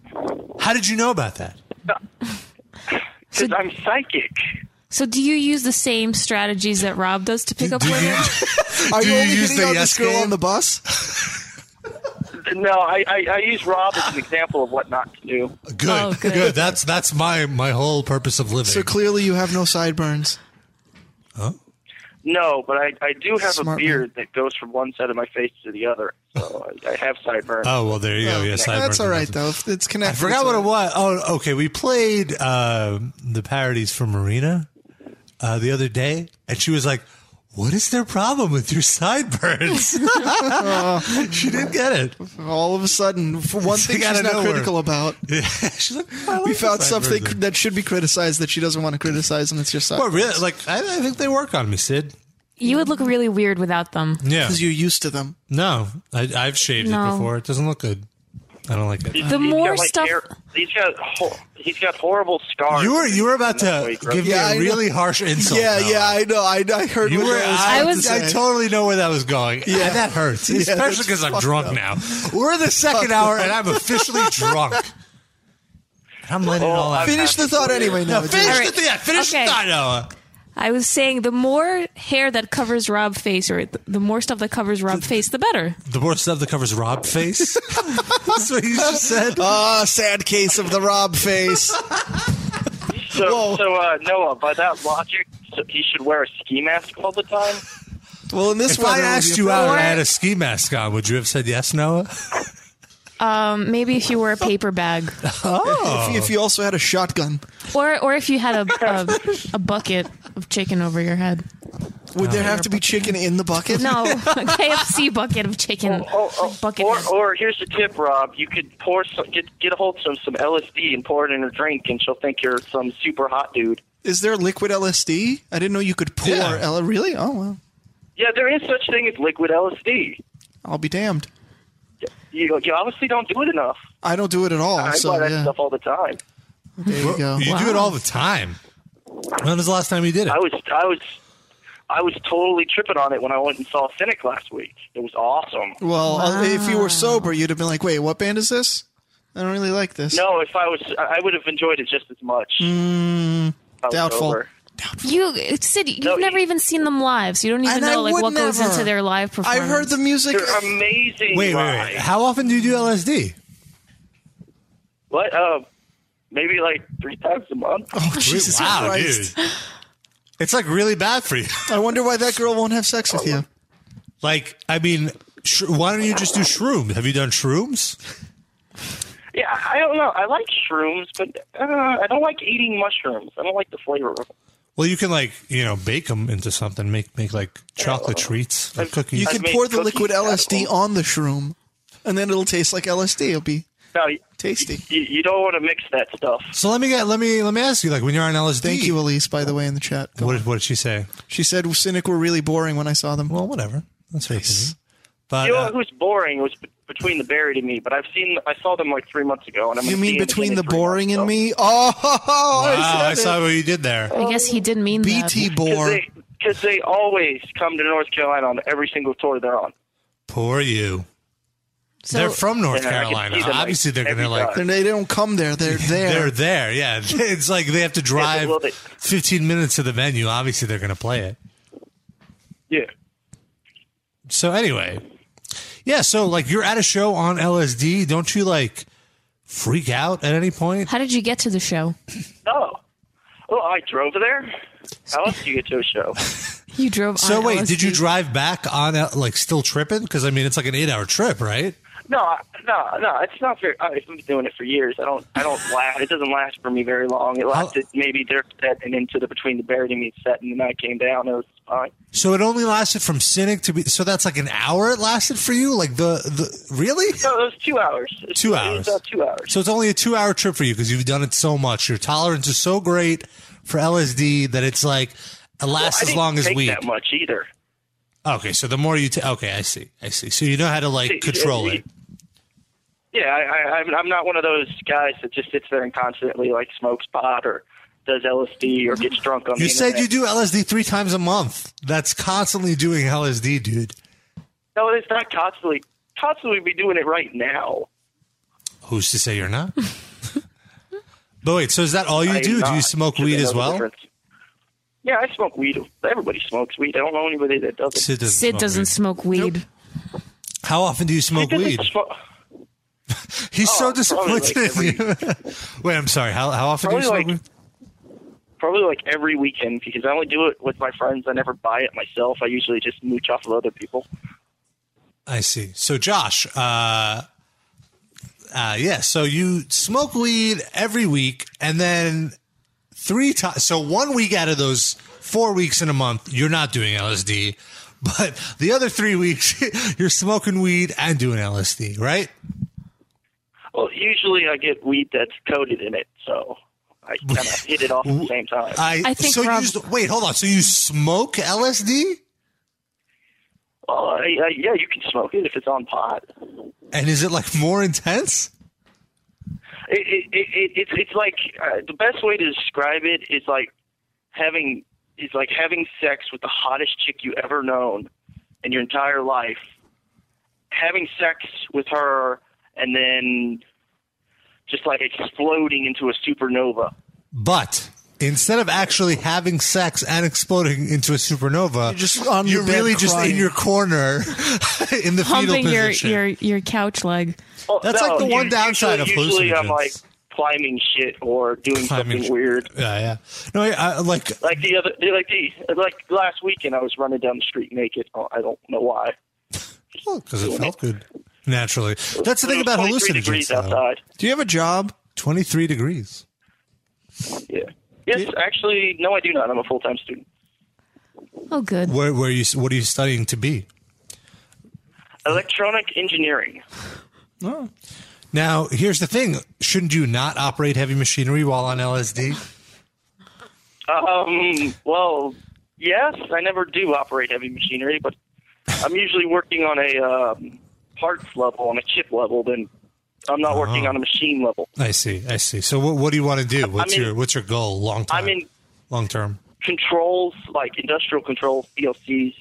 S2: How did you know about that?
S12: Because I'm psychic.
S3: So, do you use the same strategies that Rob does to pick up women?
S4: Are
S12: Do
S4: you
S12: you
S4: only
S12: use
S4: hitting
S12: the
S4: on
S12: yes
S4: this girl
S12: game?
S4: on the bus?
S12: No, I, I, I use Rob as an example of what not to do.
S2: Good,
S4: Oh,
S2: good. That's that's my my whole purpose of living.
S4: So clearly, you have no sideburns.
S12: No, but I, I do have
S4: Smart
S12: a
S4: man.
S12: beard that goes from one side of my face to the other, so I, I have sideburns.
S2: Oh well, there you go. Yes,
S4: That's all right though. If It's
S2: I
S4: connected.
S2: forgot what it was. Oh, okay. We played uh, the parodies from Marina uh, the other day, and she was like, "What is their problem with your sideburns?" she didn't get it.
S4: All of a sudden, for one
S2: It's
S4: thing
S2: like out
S4: she's
S2: of
S4: not
S2: nowhere.
S4: critical about.
S2: She's like,
S4: we found
S2: the
S4: something
S2: sideburns.
S4: that should be criticized that she doesn't want to criticize, and it's your side.
S2: Well, really, like I, I think they work on me, Sid.
S3: you would look really weird without them.
S2: Yeah,
S4: because you're used to them.
S2: No, I, I've shaved
S3: No.
S2: it before. It doesn't look good. I don't like it.
S12: He's got, like, hair- he's got ho- he's got horrible scars.
S2: You were you were about to give me
S12: Yeah, I
S2: a
S12: know.
S2: really harsh insult.
S4: Yeah,
S2: though.
S4: yeah, I know. I, I heard
S2: You
S4: what
S2: were,
S4: that was
S2: I,
S4: about
S2: was,
S4: to
S2: I
S4: say.
S2: totally know where that was going.
S4: Yeah.
S2: Yeah, that hurts,
S4: Yeah,
S2: especially
S4: that's
S2: because I'm
S4: fucked
S2: drunk
S4: up.
S2: now. We're in the second hour, and I'm officially drunk. I'm letting it all out.
S4: Finish the thought anyway,
S2: No,
S4: Noah,
S2: finish
S3: dude.
S2: the yeah, finish
S3: Okay.
S2: the thought. Noah.
S3: I was saying the more hair that covers Rob's face, or th- the more stuff that covers Rob's face, the better.
S2: The more stuff that covers Rob face. That's what you just said.
S4: Ah, sad case of the Rob face.
S12: So, so uh, Noah, by that logic, so he should wear a ski mask all the time.
S4: Well, in this
S2: if I
S4: weather, it would
S2: asked
S4: be
S2: you
S4: a-
S2: out and I had a ski mask on, would you have said yes, Noah?
S3: Um, maybe if you wore a paper bag,
S4: If, if you also had a shotgun,
S3: or or if you had a a, a bucket of chicken over your head.
S4: would there have to be chicken in the bucket?
S3: No, a KFC bucket of
S12: Oh,
S3: chicken. bucket.
S12: Or, uh, or here's a tip, Rob. You could pour some, get get a hold of some, some LSD and pour it in her drink, and she'll think you're some super hot dude.
S4: Is there liquid LSD? I didn't know you could pour
S12: Yeah.
S4: L- Really? Oh well,
S12: Yeah, there is such thing as liquid LSD.
S4: I'll be damned.
S12: You, you obviously don't do it enough.
S4: I don't do it at all.
S12: I
S4: so
S12: buy that
S4: yeah.
S12: stuff all the time.
S4: There you go.
S2: You do it all the time. When was the last time you did it?
S12: I was I was I was totally tripping on it when I went and saw Cynic last week. It was awesome.
S4: Well, uh, if you were sober, you'd have been like, "Wait, what band is this? I don't really like this."
S12: No, if I was, I I would have enjoyed it just as much.
S4: Mm,
S12: I was
S4: doubtful.
S12: sober.
S3: You, Sid, you've never even seen them live, so you don't even
S4: And I
S3: know like
S4: would
S3: what goes
S4: never.
S3: into their live performance.
S4: I've heard the music.
S12: They're amazing.
S2: Wait, wait, wait. How often do you do LSD?
S12: What? Uh, maybe like three times a month.
S4: Oh, Jesus
S2: wow,
S4: Christ.
S2: dude. It's like really bad for you.
S4: I wonder why that girl won't have sex with you.
S2: Like, I mean, sh- why don't you just do shrooms? Have you done shrooms?
S12: Yeah, I don't know. I like shrooms, but uh, I don't like eating mushrooms. I don't like the flavor of them.
S2: Well, you can like you know bake them into something. Make make like chocolate treats or cookies.
S4: You can pour the liquid LSD on the shroom, and then it'll taste like LSD. It'll be
S12: No, you,
S4: tasty.
S12: You, you don't want to mix that stuff.
S2: So let me get let me let me ask you like when you're on LSD.
S4: Thank you, Elise, by the way, in the chat.
S2: What did, what did she say?
S4: She said Cynic were really boring when I saw them.
S2: Well, whatever. That's her opinion. But
S12: you know
S2: uh,
S12: who's boring was b- between the buried and me. But I've seen, I saw them like three months ago, and I'm.
S4: You
S12: gonna see
S4: mean
S12: them
S4: between
S12: again
S4: the
S12: in three
S4: boring and me? Oh,
S2: wow, I
S4: I
S2: saw
S4: said it.
S2: what you did there.
S3: I guess he didn't mean
S4: BT
S3: that.
S4: bore.
S12: Because they always come to North Carolina on every single tour they're on.
S2: Poor you.
S3: So-
S2: they're from North
S12: Yeah, I can
S2: Carolina.
S12: see them, like,
S2: Obviously, they're gonna like
S4: And they don't come there. They're
S2: they're
S4: there.
S2: there. Yeah, it's like they have to drive
S12: well, they-
S2: 15 minutes to the venue. Obviously, they're gonna play it.
S12: Yeah.
S2: So anyway, yeah. So like, you're at a show on LSD. Don't you like freak out at any point?
S3: How did you get to the show?
S12: No. Well, Oh, I drove there. How else do you get to a show?
S3: You drove.
S2: So
S3: on
S2: wait,
S3: LSD.
S2: did you drive back on uh, like still tripping? Because I mean, it's like an eight-hour trip, right?
S12: No, I- no, no. It's not very. uh, I've been doing it for years. I don't. I don't last. It doesn't last for me very long. It lasted maybe their set and into the between the Barrett and me set, and then I came down. It was fine.
S2: So it only lasted from Cynic to be. So that's like an hour. It lasted for you, like the the really
S12: No, it was two hours. It was-
S2: two
S12: It was
S2: hours.
S12: about two hours.
S2: So it's only a two-hour trip for you because you've done it so much. Your tolerance is so great for LSD that it's like it lasts
S12: Well, I
S2: as long
S12: didn't
S2: as
S12: take
S2: weed.
S12: That much either.
S2: Okay, so the more you take, okay, I see, I see. So you know how to like control it.
S12: Yeah, I, I, I'm- I'm not one of those guys that just sits there and constantly like smokes pot or does LSD or gets drunk on.
S2: You
S12: the
S2: said
S12: internet.
S2: you do LSD three times a month. That's constantly doing LSD, dude.
S12: No, it's not constantly. Constantly be doing it right now.
S2: Who's to say you're not? but wait, so is that all you
S12: I am
S2: do? Do you
S12: not.
S2: smoke
S12: Should
S2: weed
S12: they
S2: as
S12: know the
S2: well?
S12: difference? Yeah, I smoke weed. Everybody smokes weed. I don't know anybody that doesn't.
S2: Sid doesn't
S3: Sid doesn't smoke weed.
S2: How often do you smoke weed? He's so
S12: Oh, probably
S2: disappointed in you. wait, I'm sorry. How, how often do you
S12: Probably
S2: smoke
S12: like-
S2: weed?
S12: Probably like every weekend because I only do it with my friends. I never buy it myself. I usually just mooch off of other people.
S2: I see. So, Josh, uh, uh, yeah, so you smoke weed every week and then three times. So, one week out of those four weeks in a month, you're not doing LSD, but the other three weeks, you're smoking weed and doing LSD, right?
S12: Well, usually I get weed that's coated in it, so I kind of hit it off at the same time.
S2: I, so you used, wait, hold on. So you smoke LSD,
S12: Well, I, I, yeah, you can smoke it if it's on pot.
S2: and is it like more intense?
S12: It, it, it, it, it's it's like uh, the best way to describe it is like having is like having sex with the hottest chick you ever known in your entire life. Having sex with her and then just like exploding into a supernova.
S2: But instead of actually having sex and exploding into a supernova, you're,
S4: just on your bed
S2: really just
S4: crying.
S2: in your corner in the
S3: Humping
S2: fetal
S3: your,
S2: position.
S3: your your couch leg.
S12: Well,
S2: That's like the one
S12: usually-
S2: downside of
S12: Oh, Usually I'm
S2: hallucinogens.
S12: like climbing shit or
S2: Climbing
S12: doing something
S2: shit.
S12: weird.
S2: yeah, yeah. No, I, I, like
S12: Like the other, like the like last weekend, I was running down the street naked. Oh, I don't know why.
S2: because it felt good naturally. That's the thing
S12: It was
S2: about
S12: 23
S2: hallucinogens.
S12: degrees
S2: though.
S12: outside.
S4: Do you have a job?
S2: Twenty-three degrees.
S12: Yeah. Yes, actually, no, I do not. I'm a full time student.
S3: Oh, good.
S2: Where, where are you? What are you studying to be?
S12: Electronic engineering.
S4: Oh.
S2: Now, here's the thing: shouldn't you not operate heavy machinery while on LSD?
S12: Um. Well, yes, I never do operate heavy machinery, but I'm usually working on a um, parts level, on a chip level. Then I'm not working
S2: Oh.
S12: on a machine level.
S2: I see. I see. So, what, what do you want to do? What's
S12: in-
S2: your What's your goal? Long time.
S12: I'm in
S2: long term.
S12: controls, like industrial controls, PLCs,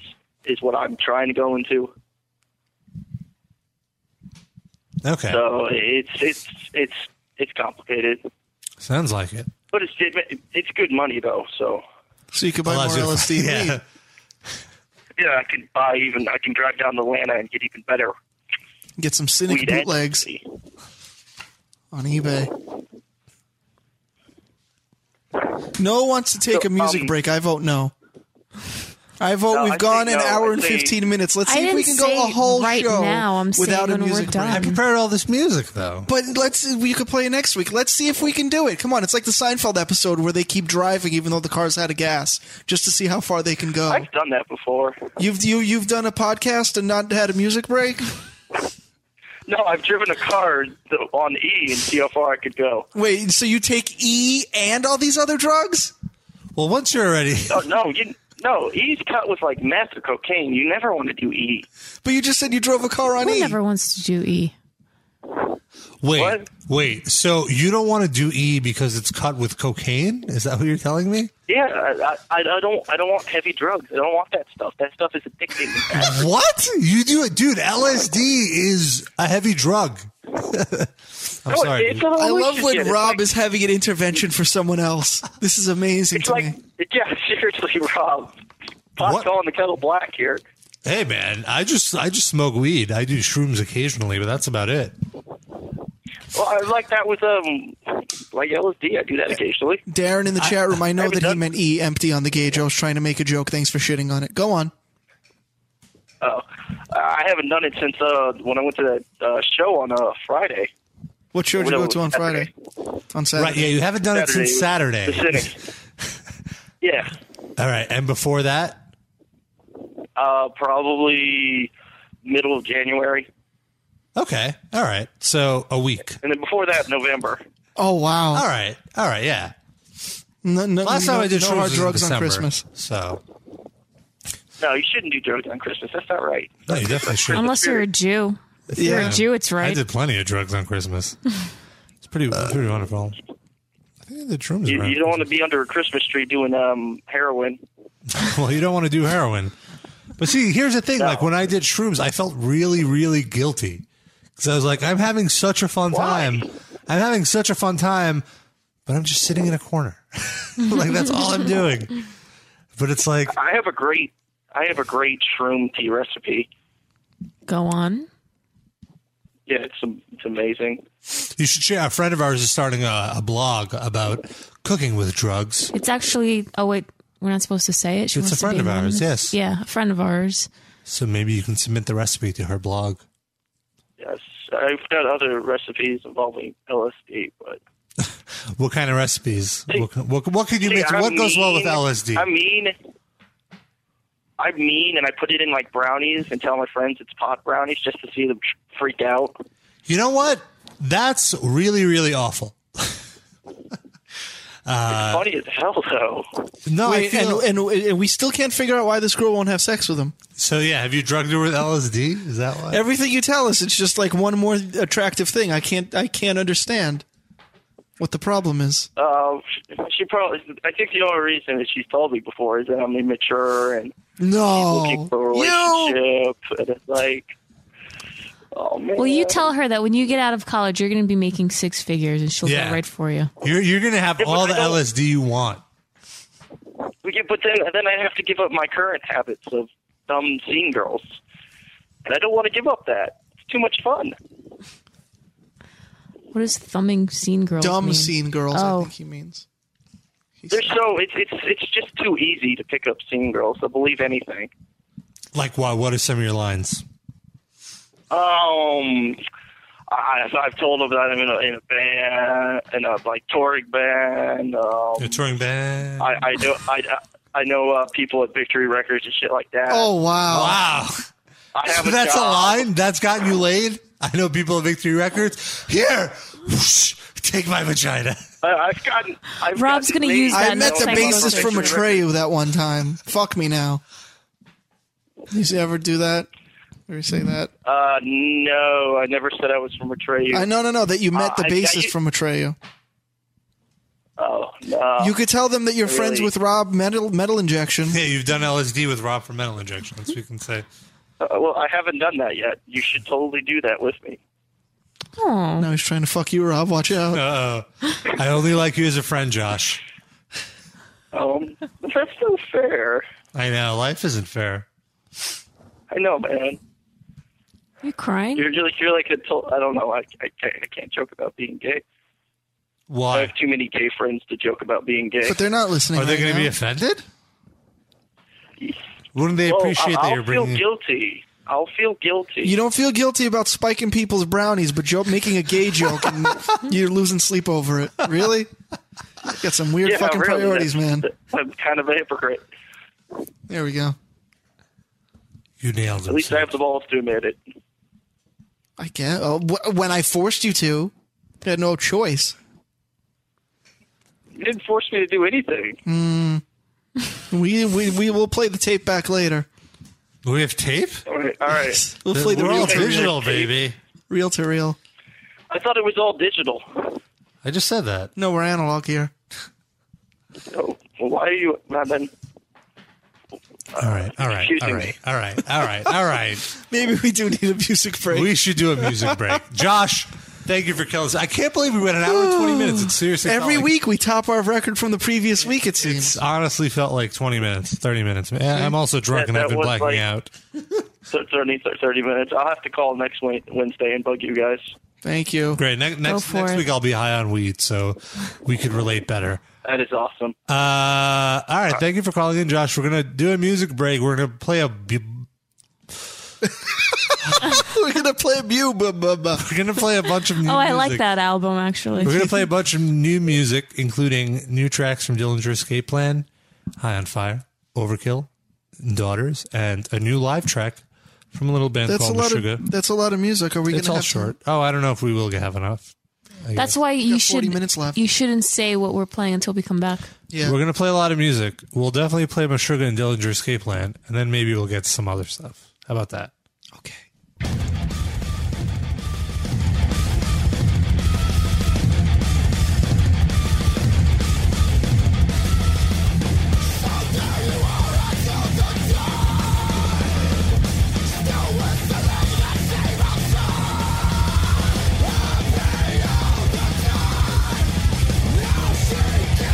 S12: is what I'm trying to go into.
S2: Okay.
S12: So it's it's it's it's complicated,
S2: Sounds like it.
S12: but it's it's good money though. So
S4: So you could buy
S2: Allows
S4: more
S2: you to-
S4: LSD.
S2: Yeah.
S4: weed.
S12: yeah, I can buy even I can drive down to Atlanta and get even better
S4: Get some cynic
S12: Weed and
S4: bootlegs on eBay. No one wants to take a music break. I vote no. I vote
S12: um, No,
S4: we've
S12: I
S4: gone
S12: say
S4: an
S12: no.
S4: hour
S12: I
S4: and
S12: say-
S4: 15 minutes. Let's
S3: I
S4: see if we can
S3: didn't
S4: go a
S3: say
S4: whole
S3: right
S4: show
S3: now. I'm saying
S4: without a
S3: when we're
S4: music break.
S2: I prepared all this music though.
S4: But let's we could play it next week. Let's see if we can do it. Come on, it's like the Seinfeld episode where they keep driving even though the car's out of gas, just to see how far they can go.
S12: I've done that before.
S4: You've you, you've done a podcast and not had a music break.
S12: No, I've driven a car th- on E and see how far I could go.
S4: Wait, so you take E and all these other drugs?
S2: Well, once you're already,
S12: No, Oh, no, you no E's cut with like meth or cocaine. You never want to do E.
S4: But you just said you drove a car on
S3: Who
S4: E.
S3: never wants to do E?
S2: wait, wait. So you don't want to do E because it's cut with cocaine? Is that what you're telling me?
S12: Yeah, I, I, I don't I don't want heavy drugs. I don't want that stuff. That stuff is addicting.
S2: what you do it, dude? LSD is a heavy drug. I'm sorry. dude.
S4: I love when Rob is having an intervention for someone else. This is amazing to me.
S12: yeah, seriously, Rob. Pot's calling the kettle black here.
S2: Hey man, I just I just smoke weed. I do shrooms occasionally, but that's about it.
S12: Well, I like that with um, like LSD. I do that occasionally.
S4: Darren in the
S12: I-
S4: chat room, I know
S12: haven't
S4: that he meant E empty on the gauge. I was trying to make a joke. Thanks for shitting on it. Go on.
S12: Uh, I haven't done it since uh when I went to that uh, show on uh Friday.
S4: What show did you
S12: Well,
S4: go
S12: no,
S4: to on Friday? On Saturday.
S2: Right, yeah, you haven't done it since Saturday.
S12: The Cynic. yeah,
S2: All right, and before that,
S12: uh, probably middle of January,
S2: okay, all right. So a week.
S12: and then before that, November.
S4: Oh wow!
S2: All right, all right, yeah.
S4: No, no,
S2: Last
S4: no,
S2: time I did shrooms
S4: no hard
S2: was in
S4: drugs on
S2: December,
S4: Christmas.
S2: So
S12: No, you shouldn't do drugs on Christmas. That's not right.
S2: no, you definitely should.
S3: Unless you're a Jew. If you're a Jew, it's
S2: I
S3: right.
S2: did plenty of drugs on Christmas. It's pretty pretty wonderful. I think the shrooms.
S12: You,
S2: are
S12: you
S2: around.
S12: don't want to be under a Christmas tree doing um heroin.
S2: well, you don't want to do heroin. But see, here's the thing: like when I did shrooms, I felt really, really guilty because I was like, I'm having such a fun time. I'm having such a fun time, but I'm just sitting in a corner. like that's all I'm doing. But it's like
S12: I have a great, I have a great shroom tea recipe.
S3: Go on.
S12: Yeah, it's it's amazing.
S2: you should share. A friend of ours is starting a, a blog about cooking with drugs.
S3: It's actually. Oh wait, we're not supposed to say it. She
S2: It's
S3: wants
S2: a
S3: to
S2: friend
S3: be
S2: of ours,
S3: anonymous.
S2: yes.
S3: Yeah, a friend of ours.
S2: So maybe you can submit the recipe to her blog.
S12: Yes, I've got other recipes involving LSD, but
S2: What kind of recipes? What, what, what could you
S12: See,
S2: make?
S12: I'm
S2: What goes well with
S12: mean-
S2: LSD?
S12: I mean, I mean, and I put it in like brownies and tell my friends it's pot brownies just to see them freak out.
S2: You know what? That's really, really awful. uh,
S12: Funny as hell, though.
S2: No,
S4: Wait, and, and and we still can't figure out why this girl won't have sex with him.
S2: so yeah, have you drugged her with LSD? Is that why?
S4: Everything you tell us, it's just like one more attractive thing. I can't I can't understand what the problem is.
S12: Uh, she probably. I think the only reason that she's told me before is that I'm immature and looking
S4: No.
S12: for a relationship, and it's like, oh man.
S3: Well, you tell her that when you get out of college, you're going to be making six figures, and she'll
S2: Yeah.
S3: go right for you.
S2: You're you're gonna have
S12: Yeah, but
S2: all
S12: I
S2: the
S12: don't-
S2: LSD you want.
S12: We get, but then then I have to give up my current habits of dumb scene girls, and I don't want to give up that. It's too much fun.
S3: What does thumbing scene girls?
S4: Dumb
S3: mean?
S4: scene girls, I
S3: Oh,
S4: think he means.
S12: They're so it's it's it's just too easy to pick up scene girls. They'll believe anything.
S2: Like why? What are some of your lines?
S12: Um, I, I've told them that I'm in a, in a band, in a like touring band. Um,
S2: Your touring band.
S12: I, I know I, I know uh, people at Victory Records and shit like that.
S4: Oh wow!
S2: Wow.
S12: I have
S2: So that's a
S12: job.
S2: line that's gotten you laid. I know people at Victory Records. Here, whoosh, take my vagina.
S12: I, I've gotten. I've
S3: Rob's
S12: gotten
S3: gonna
S12: laid
S3: use
S12: by
S3: that
S4: I met
S3: next
S4: the
S3: time
S12: people at
S3: on
S4: bassist
S12: Victory
S4: from
S12: Records.
S4: Atreyu that one time. Fuck me now. You ever do that? Ever say that?
S12: Uh, no, I never said I was from Atreyu.
S4: I no no no that you met
S12: Uh,
S4: the
S12: I- I-
S4: bassist from Atreyu.
S12: Oh no.
S4: you could tell them that you're friends
S12: really?
S4: with Rob Metal Metal Injection.
S2: Yeah, you've done LSD with Rob for metal injection. That's what you can say.
S12: Uh, well, I haven't done that yet. You should totally do that with me.
S3: Oh,
S4: Now he's trying to fuck you, Rob. Watch out.
S2: Uh oh. I only like you as a friend, Josh.
S12: Um, that's so fair.
S2: I know life isn't fair.
S12: I know, man.
S3: you crying?
S12: You're like you're like a to- I don't know. I I can't, I can't joke about being gay. I
S2: Why?
S12: have too many gay friends to joke about being gay.
S4: But they're not listening.
S2: Are they
S4: right
S2: going to
S4: now.
S2: be offended? Wouldn't they
S12: Well,
S2: appreciate
S12: I-
S2: that
S12: I'll
S2: you're bringing?
S12: feel guilty. I'll feel guilty.
S4: You don't feel guilty about spiking people's brownies, but joke, making a gay joke and you're losing sleep over it. Really? Got some weird
S12: Yeah,
S4: fucking
S12: really,
S4: priorities,
S12: that's-
S4: man.
S12: I'm kind of a hypocrite.
S4: There we go.
S2: you nailed
S12: At
S2: him.
S12: least I have the balls to admit it.
S4: I can't. Oh, wh- when I forced you to, you had no choice.
S12: You didn't force me to do anything.
S4: Hmm. We we we will play the tape back later.
S2: We have tape.
S12: All right. All right.
S4: We'll play the
S2: We're all
S4: real to real,
S2: digital, baby.
S4: real to real.
S12: I thought it was all digital.
S2: I just said that.
S4: No, we're analog here.
S12: So why are you? Well, then
S2: All right. All right.
S12: Excuse
S2: All
S12: me.
S2: right. All right. All right. All right.
S4: Maybe we do need a music break.
S2: We should do a music break. Josh, thank you for killing us. I can't believe we went an hour and twenty minutes. It's seriously felt
S4: Every
S2: like-
S4: week we top our record from the previous week. It
S2: It's
S4: seems.
S2: honestly felt like twenty minutes, thirty minutes. Man, I'm also drunk
S12: That-
S2: and I've
S12: that
S2: been
S12: was
S2: blacking
S12: like-
S2: out.
S12: 30, 30 minutes. I'll have to call next Wed- Wednesday and bug you guys.
S4: Thank you.
S2: Great. Ne- next
S4: for
S2: next
S4: it.
S2: week I'll be high on weed, so we could relate better.
S12: That is awesome.
S2: Uh, all right. Thank you for calling in, Josh. We're gonna do a music break. We're gonna play a. bu-
S4: We're gonna play bu- bu- bu- bu-
S2: We're gonna play a bunch of. New
S3: Oh, I like
S2: music.
S3: that album actually.
S2: We're gonna play a bunch of new music, including new tracks from Dillinger's Escape Plan, High on Fire, Overkill, Daughters, and a new live track from a little band
S4: That's a
S2: called
S4: lot
S2: Sugar.
S4: of that's a lot of music. Are we
S2: it's
S4: gonna
S2: all
S4: have to-
S2: short. Oh, I don't know if we will have enough. I
S3: That's
S2: guess.
S3: why you should you shouldn't say what we're playing until we come back.
S2: We're gonna play a lot of music. We'll definitely play Meshuggah and Dillinger's Escape Plan, and then maybe we'll get some other stuff. How about that?
S6: You cannot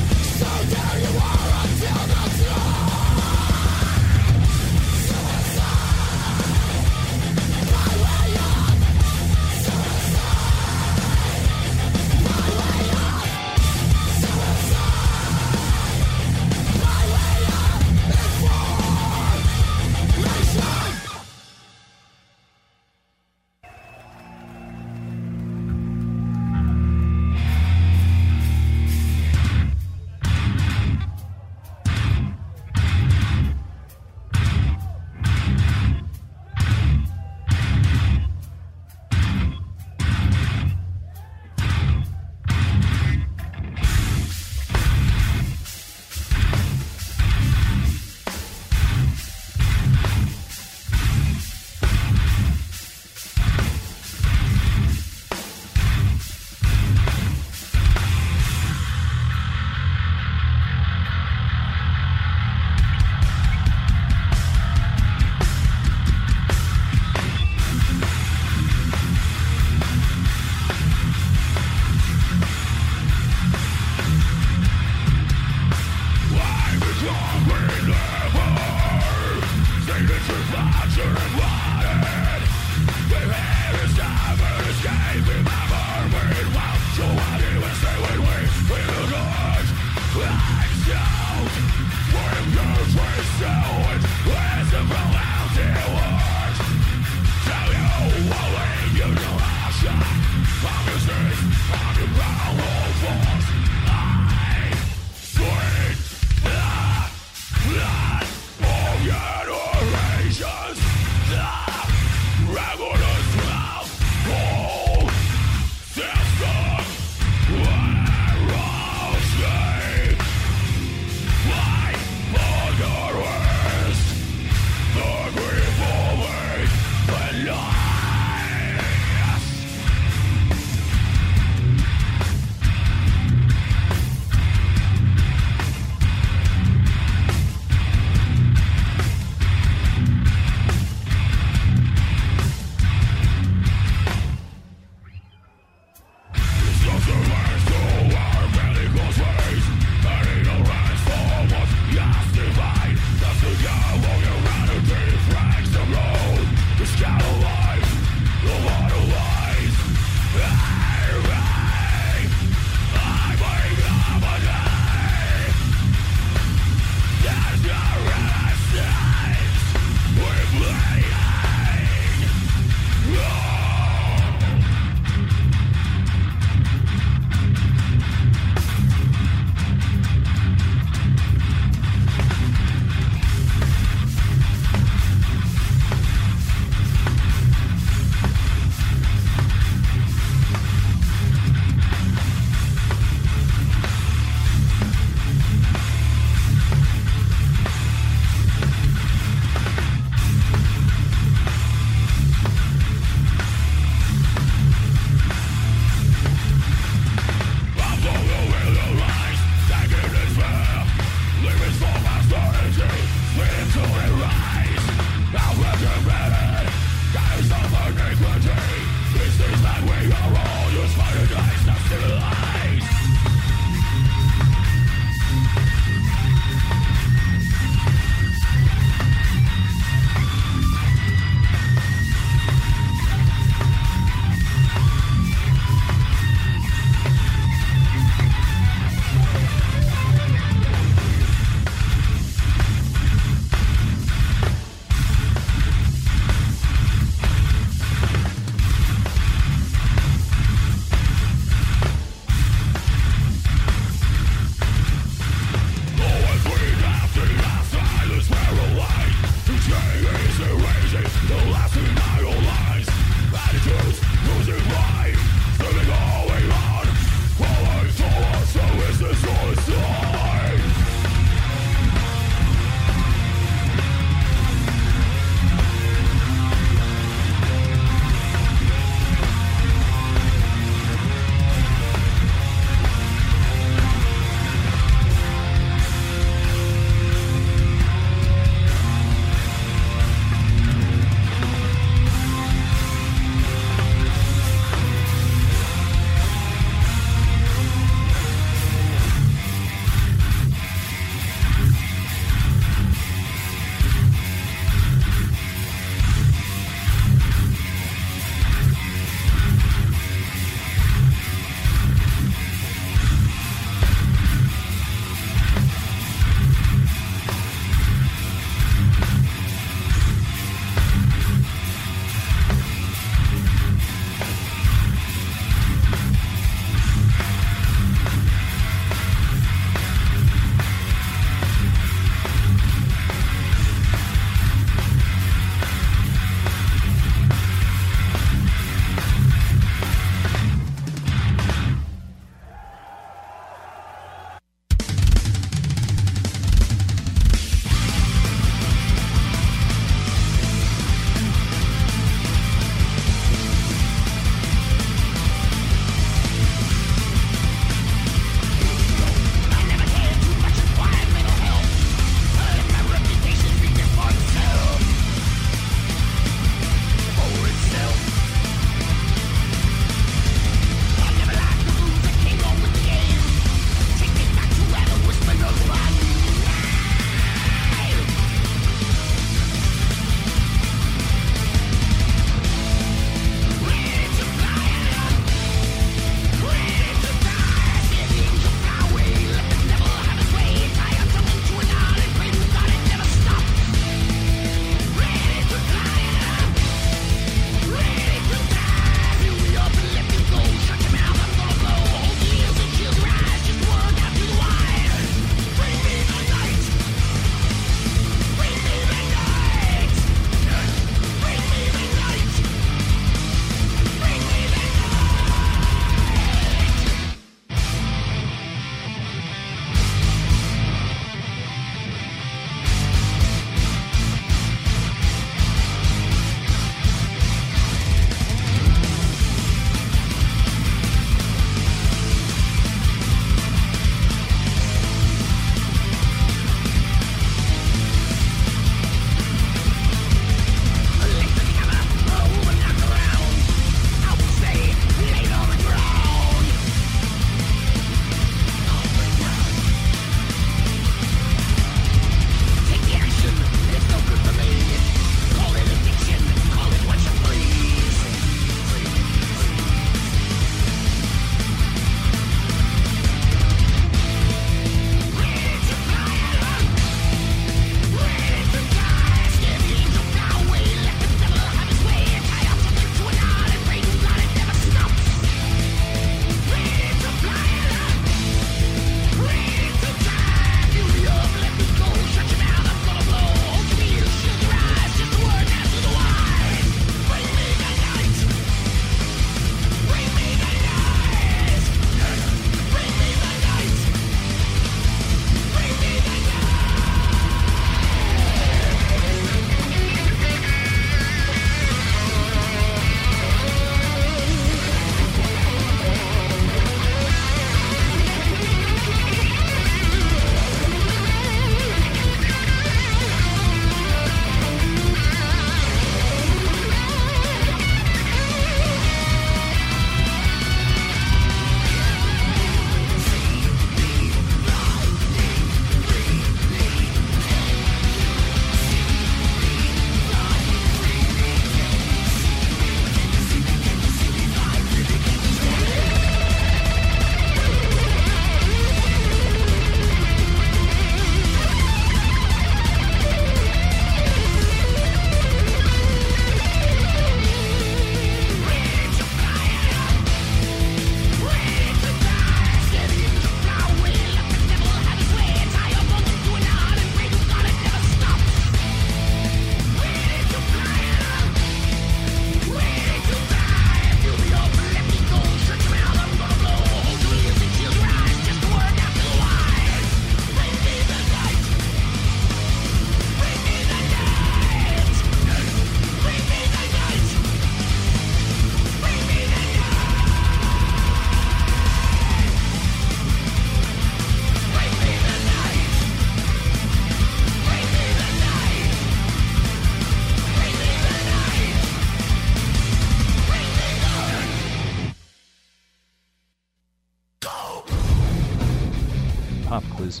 S1: pop quiz.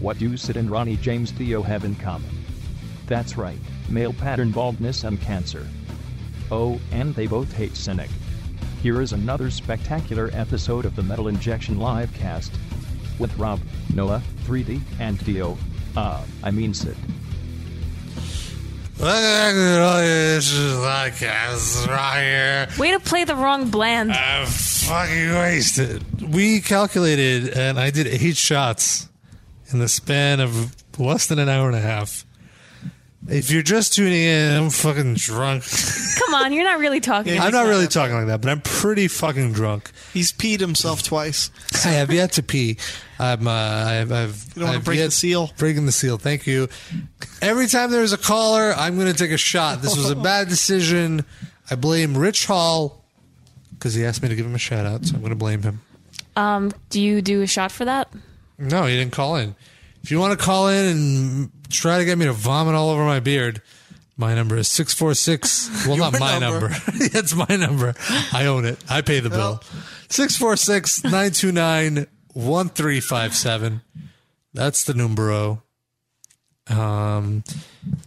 S1: What do Sid and Ronnie James Dio have in common? That's right, male pattern baldness and cancer. Oh, and they both hate Cynic. Here is another spectacular episode of the Metal Injection Live cast with Rob, Noah, 3D, and Dio. Ah, I mean Sid.
S2: Podcast right here.
S3: Way to play the wrong bland.
S2: I'm fucking wasted. We calculated, and I did eight shots in the span of less than an hour and a half. If you're just tuning in, I'm fucking drunk.
S3: Come on, you're not really talking.
S2: I'm not really talking like that, but I'm pretty fucking drunk.
S4: He's peed himself twice.
S2: I have yet to pee. I'm. Uh, I've. I've
S4: You don't wanna
S2: I've
S4: break the
S2: yet-
S4: seal.
S2: Breaking the seal. Thank you. Every time there is a caller, I'm going to take a shot. This was a bad decision. I blame Rich Hall because he asked me to give him a shout out, so I'm going to blame him.
S3: Um, do you do a shot for that?
S2: No, he didn't call in. If you want to call in and try to get me to vomit all over my beard, my number is 646. Well, not my number. That's my number. I own it. I pay the bill. 646 929 1357. That's the numero. Um,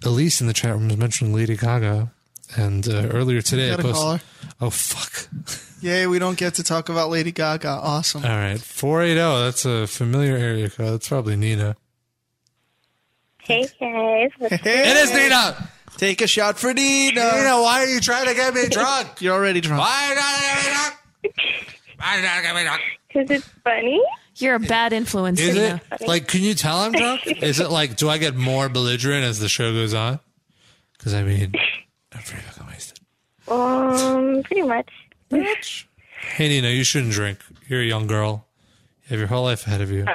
S2: Elise in the chat room was mentioning Lady Gaga. And uh, earlier today,
S4: Got
S2: I
S4: a
S2: posted.
S4: caller.
S2: Oh, fuck.
S4: Yay, we don't get to talk about Lady Gaga. Awesome.
S2: All right. 480. That's a familiar area code. That's probably Nina.
S14: Hey guys.
S2: It is Nina.
S4: Take a shot for Nina.
S2: Nina, why are you trying to get me drunk?
S4: You're already drunk.
S14: Because it's funny.
S3: You're a bad influence.
S2: Is
S3: Nina.
S2: it like? Can you tell I'm drunk? Is it like? Do I get more belligerent as the show goes on? Because I mean,
S14: Um, pretty much.
S2: hey Nina, you shouldn't drink. You're a young girl. You have your whole life ahead of you.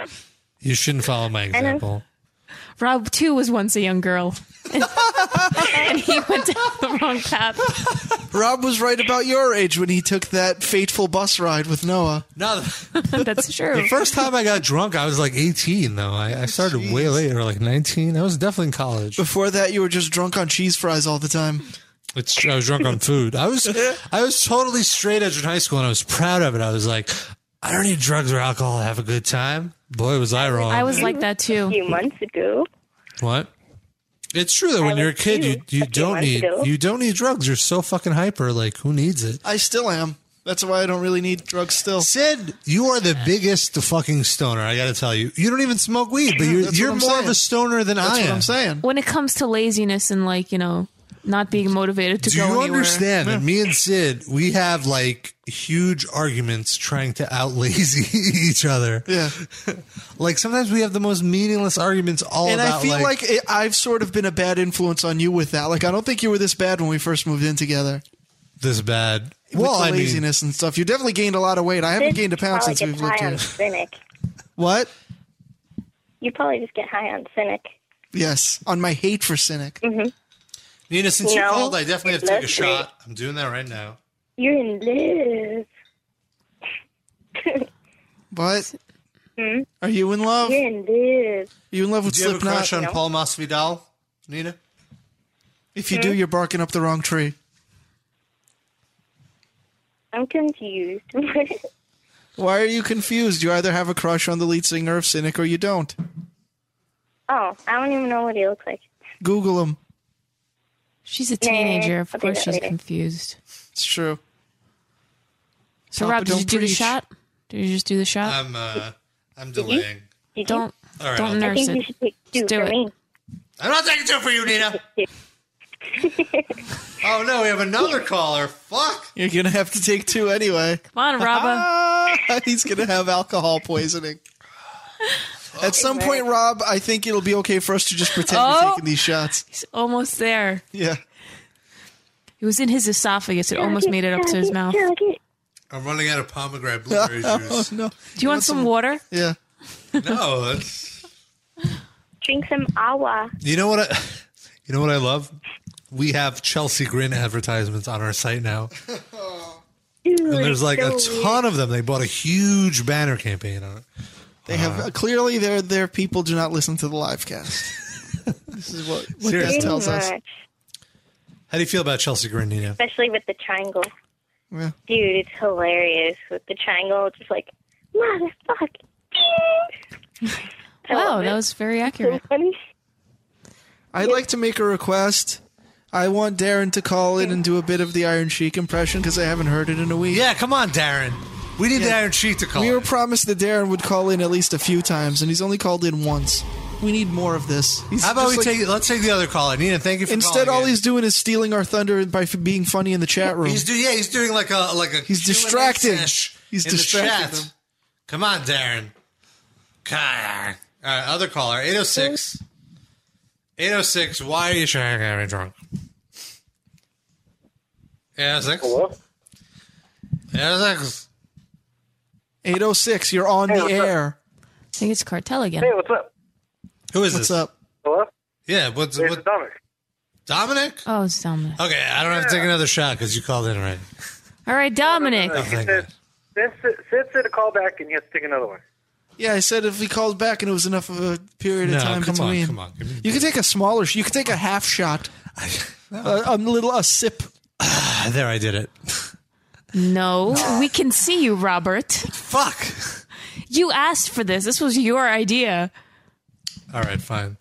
S2: You shouldn't follow my
S3: Oh. know.
S2: example.
S3: Rob too was once a young girl, and, he went down the wrong path.
S4: Rob was right about your age when he took that fateful bus ride with Noah.
S2: No,
S3: that's true.
S2: The first time I got drunk, I was like 18 though. I, I started way later, like 19. I was definitely in college.
S4: Before that, you were just drunk on cheese fries all the time.
S2: It's tr- I was drunk on food. I was I was totally straight edge in high school, and I was proud of it. I was like, I don't need drugs or alcohol to have a good time. Boy, was I wrong.
S3: I was like that too. A
S14: few months ago.
S2: what? It's true that when you're a kid, you you don't
S4: months
S2: need
S4: ago.
S2: you don't need drugs. You're so fucking hyper. Like, who needs it?
S4: I still am. That's why I don't really need drugs still.
S2: Sid, you are the biggest fucking stoner. I got to tell you, you don't even smoke weed, but you're
S4: That's what
S2: you're
S4: I'm
S2: more of
S4: saying.
S2: a stoner than I am.
S3: When it comes to laziness and like you know, not being motivated to
S2: Do
S3: go
S2: you
S3: anywhere.
S2: understand that me and Sid, we have like huge arguments trying to outlazy each other?
S4: Yeah.
S2: like sometimes we have the most meaningless arguments all
S4: and
S2: about
S4: I feel like, it, I've sort of been a bad influence on you with that. Like I don't think you were this bad when we first moved in together.
S2: this bad.
S4: With
S2: Well,
S4: the
S2: I mean,
S4: laziness and stuff. You definitely gained a lot of weight. I haven't gained a pound
S14: probably get
S4: since we've
S14: high
S4: lived
S14: on
S4: here.
S14: Cynic.
S4: What?
S14: You probably just get high on Cynic.
S4: Yes, on my hate for Cynic.
S14: Mm-hmm.
S2: Nina, since you
S14: No,
S2: called, I definitely have to take a
S14: that's
S2: shot. I'm doing that right now.
S14: You're in love.
S4: What?
S14: Hmm?
S4: Are you in love?
S14: You're in love.
S4: You in love with
S2: Do you have a
S4: Slipknot?
S2: crush on Paul Masvidal, Nina?
S4: If you do,
S14: Hmm?
S4: you're barking up the wrong tree.
S14: I'm confused. Oh,
S4: Why are you confused? You either have a crush on the lead singer of Cynic or you don't.
S14: oh, I don't even know what he looks like.
S4: Google him.
S3: She's a
S14: Nah,
S3: teenager. Of
S14: I'll do
S3: course,
S14: that
S3: she's
S14: later.
S3: confused.
S4: It's true.
S3: So,
S4: Papa,
S3: Rob, did you
S4: don't
S3: do the
S4: preach.
S3: shot? Did you just do the shot?
S2: I'm uh, I'm delaying.
S14: Did you?
S3: Don't
S2: All right, I'll-
S3: don't
S2: I
S3: nurse
S2: think we
S3: it.
S14: should take
S3: Just do it.
S2: I'm not taking two for you, Nina. oh no, we have another caller. Fuck.
S4: You're gonna have to take two anyway.
S3: Come on,
S4: Robba. He's gonna have alcohol poisoning. At some point, Rob, I think it'll be okay for us to just pretend we're
S3: Oh.
S4: taking these shots.
S3: He's almost there.
S4: Yeah.
S3: It was in his esophagus. It almost made it up to his mouth. Do
S2: I'm running out of pomegranate blueberry juice.
S4: Oh, no.
S3: you want some water?
S4: Yeah.
S2: No, that's
S14: Drink some agua.
S2: You know what? I, you know what I love? We have Chelsea Grin advertisements on our site now,
S14: Dude,
S2: and there's like a
S14: it's so
S2: ton of them. They bought a huge banner campaign on it.
S4: They have clearly their their people do not listen to the live cast. this is what, what
S2: Seriously.
S14: weird.
S4: that tells us.
S14: Much,
S2: How do you feel about Chelsea Grin, Nina?
S14: Especially with the triangle.
S4: Yeah.
S14: Dude, it's hilarious with the triangle. It's just like, motherfuck.
S3: go. That was very accurate.
S4: I'd like to make a request. I want Darren to call in and do a bit of the Iron Sheik impression because I haven't heard it in a week.
S2: Yeah, come on, Darren. We need the Iron Sheik to call.
S4: We were promised that Darren would call in at least a few times, and he's only called in once. We need more of this. He's
S2: How about we
S4: just like-
S2: take? Let's take the other caller. Nina, thank you for
S4: Instead,
S2: calling
S4: all
S2: in.
S4: he's doing is stealing our thunder by f- being funny in the chat room.
S2: He's do yeah, he's doing like a like a
S4: He's
S2: Q&A
S4: distracting.
S2: sesh
S4: He's
S2: in the
S4: distracting
S2: chat. Come on, Darren. Come on. All right, other caller, 806. 806, why are you trying to get me drunk? 806? Hello? 806.
S4: 806, you're on the air.
S3: I think it's cartel again.
S4: Hey,
S3: what's up?
S2: Who is
S4: What's
S2: this?
S4: up?
S2: Hello? Yeah, what's what? Dominic. Dominic?
S3: Oh, it's Dominic.
S2: Okay, I don't have to take another shot because you called in already.
S3: All right, Dominic.
S2: Oh, thank God.
S15: Sid said- Sid said to call back, and you have to take another one.
S4: Yeah, I said if we called back and it was enough of a period
S2: No,
S4: of time
S2: come on,
S4: between.
S2: come on, give
S4: you can take a smaller. sh- You can take a half shot, a, a little a sip.
S2: Ah, there, I did it.
S3: No, we can see you, Robert.
S2: Fuck.
S3: You asked for this. This was your idea.
S2: All right, fine.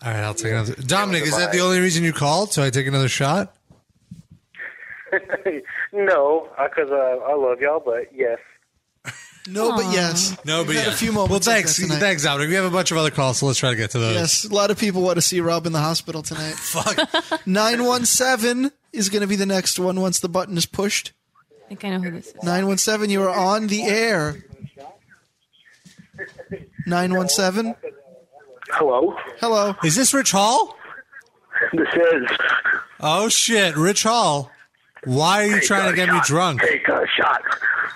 S2: All right, I'll take another. Dominic, is that the only reason you called? So I take another shot?
S15: no, because uh, I love y'all, but yes.
S4: No, but yes.
S2: No, but
S4: had
S2: yeah.
S4: a few moments
S2: Well,
S4: like
S2: thanks,
S4: that tonight.
S2: thanks, Dominic. We have a bunch of other calls, so let's try to get to those.
S4: Yes, a lot of people want to see Rob in the hospital tonight.
S2: Fuck.
S4: Nine one seven is going to be the next one once the button is pushed.
S3: I think I know who this is.
S4: Nine one seven, you are on the air. Nine one seven.
S15: Hello.
S4: Hello.
S2: Is this Rich Hall?
S15: This is.
S2: Oh shit, Rich Hall. Why are you trying to get me drunk?
S15: Take a shot.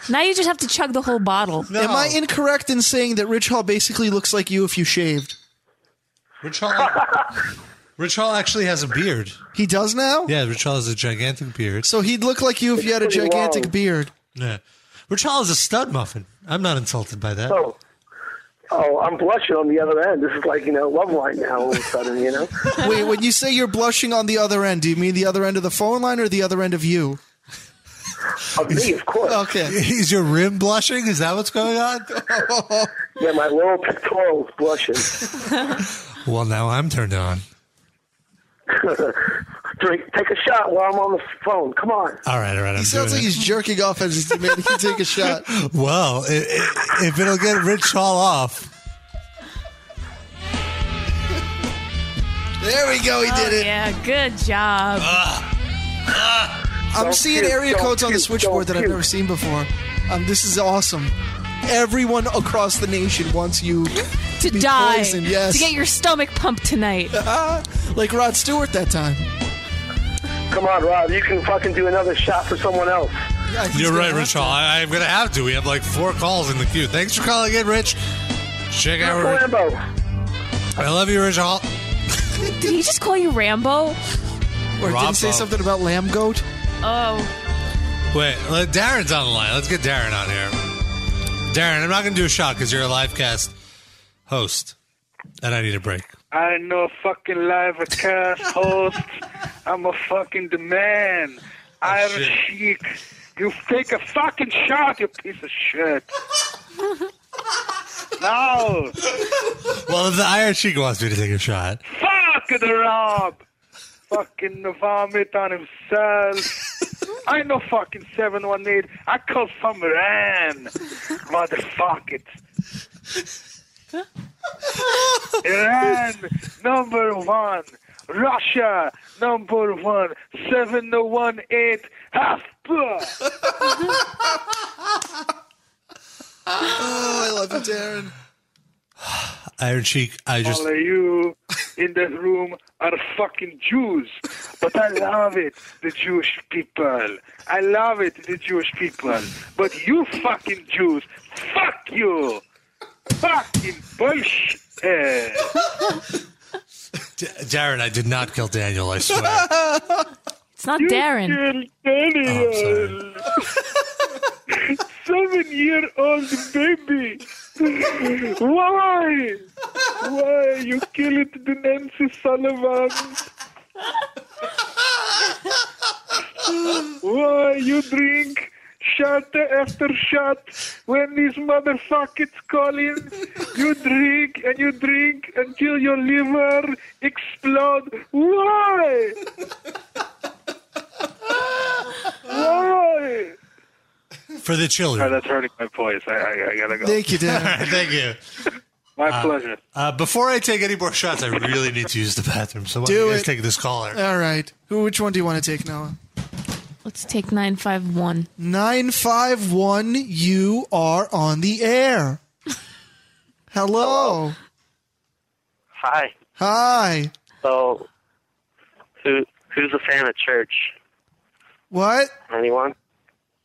S3: Now you just have to chug the whole bottle.
S4: Am I incorrect in saying that Rich Hall basically looks like you if you shaved?
S2: Rich Hall. Rich Hall actually has a beard.
S4: He does now.
S2: Yeah, Rich Hall has a gigantic beard.
S4: So he'd look like you if you had a
S2: Pretty
S4: gigantic
S2: long.
S4: beard.
S2: Yeah. Rich Hall is a stud muffin. I'm not insulted by that.
S15: Oh. Oh, I'm blushing on the other end. This is like, you know, love line now all of a sudden, you know?
S4: Wait, when you say you're blushing on the other end, do you mean the other end of the phone line or the other end of you?
S15: Oh, Of me, of course.
S4: Okay.
S2: Is your rim blushing? Is that what's going on?
S15: yeah, my little pectorals blushing.
S2: Well, now I'm turned on.
S15: Drink, take a shot while I'm on the phone. Come on.
S2: All right, all right. I'm
S4: He sounds like
S2: doing
S4: he's jerking off as he's demanding you take a shot.
S2: it. Well, i- i- if it'll get Rich Hall off,
S4: There we go. He
S3: Oh,
S4: did it. Ah,
S3: Yeah, good job.
S4: I'm
S3: Ah. Don't
S4: seeing
S3: puke,
S4: area
S3: don't
S4: codes on the
S3: puke,
S4: switchboard that
S3: don't
S4: I've
S3: puke.
S4: never seen before. Um, this is awesome. Everyone across the nation wants you
S3: To
S4: be
S3: die.
S4: poisoned, yes. Ah,
S3: To get your stomach pumped tonight.
S4: like Rod Stewart that time.
S15: Come on, Rob. You can fucking do another shot for someone else.
S2: You're right, Rich Hall. I, I'm going to have to. We have like four calls in the queue. Thanks for calling in, Rich. Check out Rich.
S15: Rambo.
S2: I love you, Rich Hall.
S3: Did he just call you Rambo?
S4: Or did he say
S2: Rambo.
S4: something about lamb goat?
S3: Oh,
S2: Wait, let- Darren's on the line. Let's get Darren on here. Darren, I'm not going to do a shot because you're a live cast host, and I need a break.
S11: I ain't no fucking live or cast host. I'm a fucking the man. Iron Sheik. You take a fucking shot, you piece of shit. no.
S2: Well, if the Iron Sheik wants me to take a shot,
S11: Fuck the Rob. Fucking vomit on himself. I know fucking 718. I call some Iran. Motherfuck it. Iran, number one. Russia, number one. 7018. Hafpa.
S4: Oh, I love you, Darren.
S2: Iron Sheik, I just.
S11: All of you in that room are fucking Jews. But I love it, the Jewish people. I love it, the Jewish people. But you fucking Jews, fuck you! Fucking bullshit!
S2: D- Darren, I did not kill Daniel, I swear.
S3: it's not Darren.
S2: Oh,
S11: Daniel! Seven year old baby! Why? Why you kill it the Nancy Sullivan? Why you drink shot after shot when these motherfuckers call in, you drink and you drink until your liver explode. Why? Why?
S2: for the children.
S11: that's hurting my voice. I, I, I gotta go.
S2: All right, thank you.
S11: My
S2: Uh,
S11: pleasure.
S2: Uh, before I take any more shots, I really need to use the bathroom. So why
S4: Do
S2: do you guys
S4: it.
S2: take this caller?
S4: All right. Who? Which one do you want to take, Noah?
S3: Let's take 951.
S4: 951, you are on the air. Hello.
S5: Hi.
S4: Hi.
S5: So, who who's a fan of church?
S4: What?
S5: Anyone?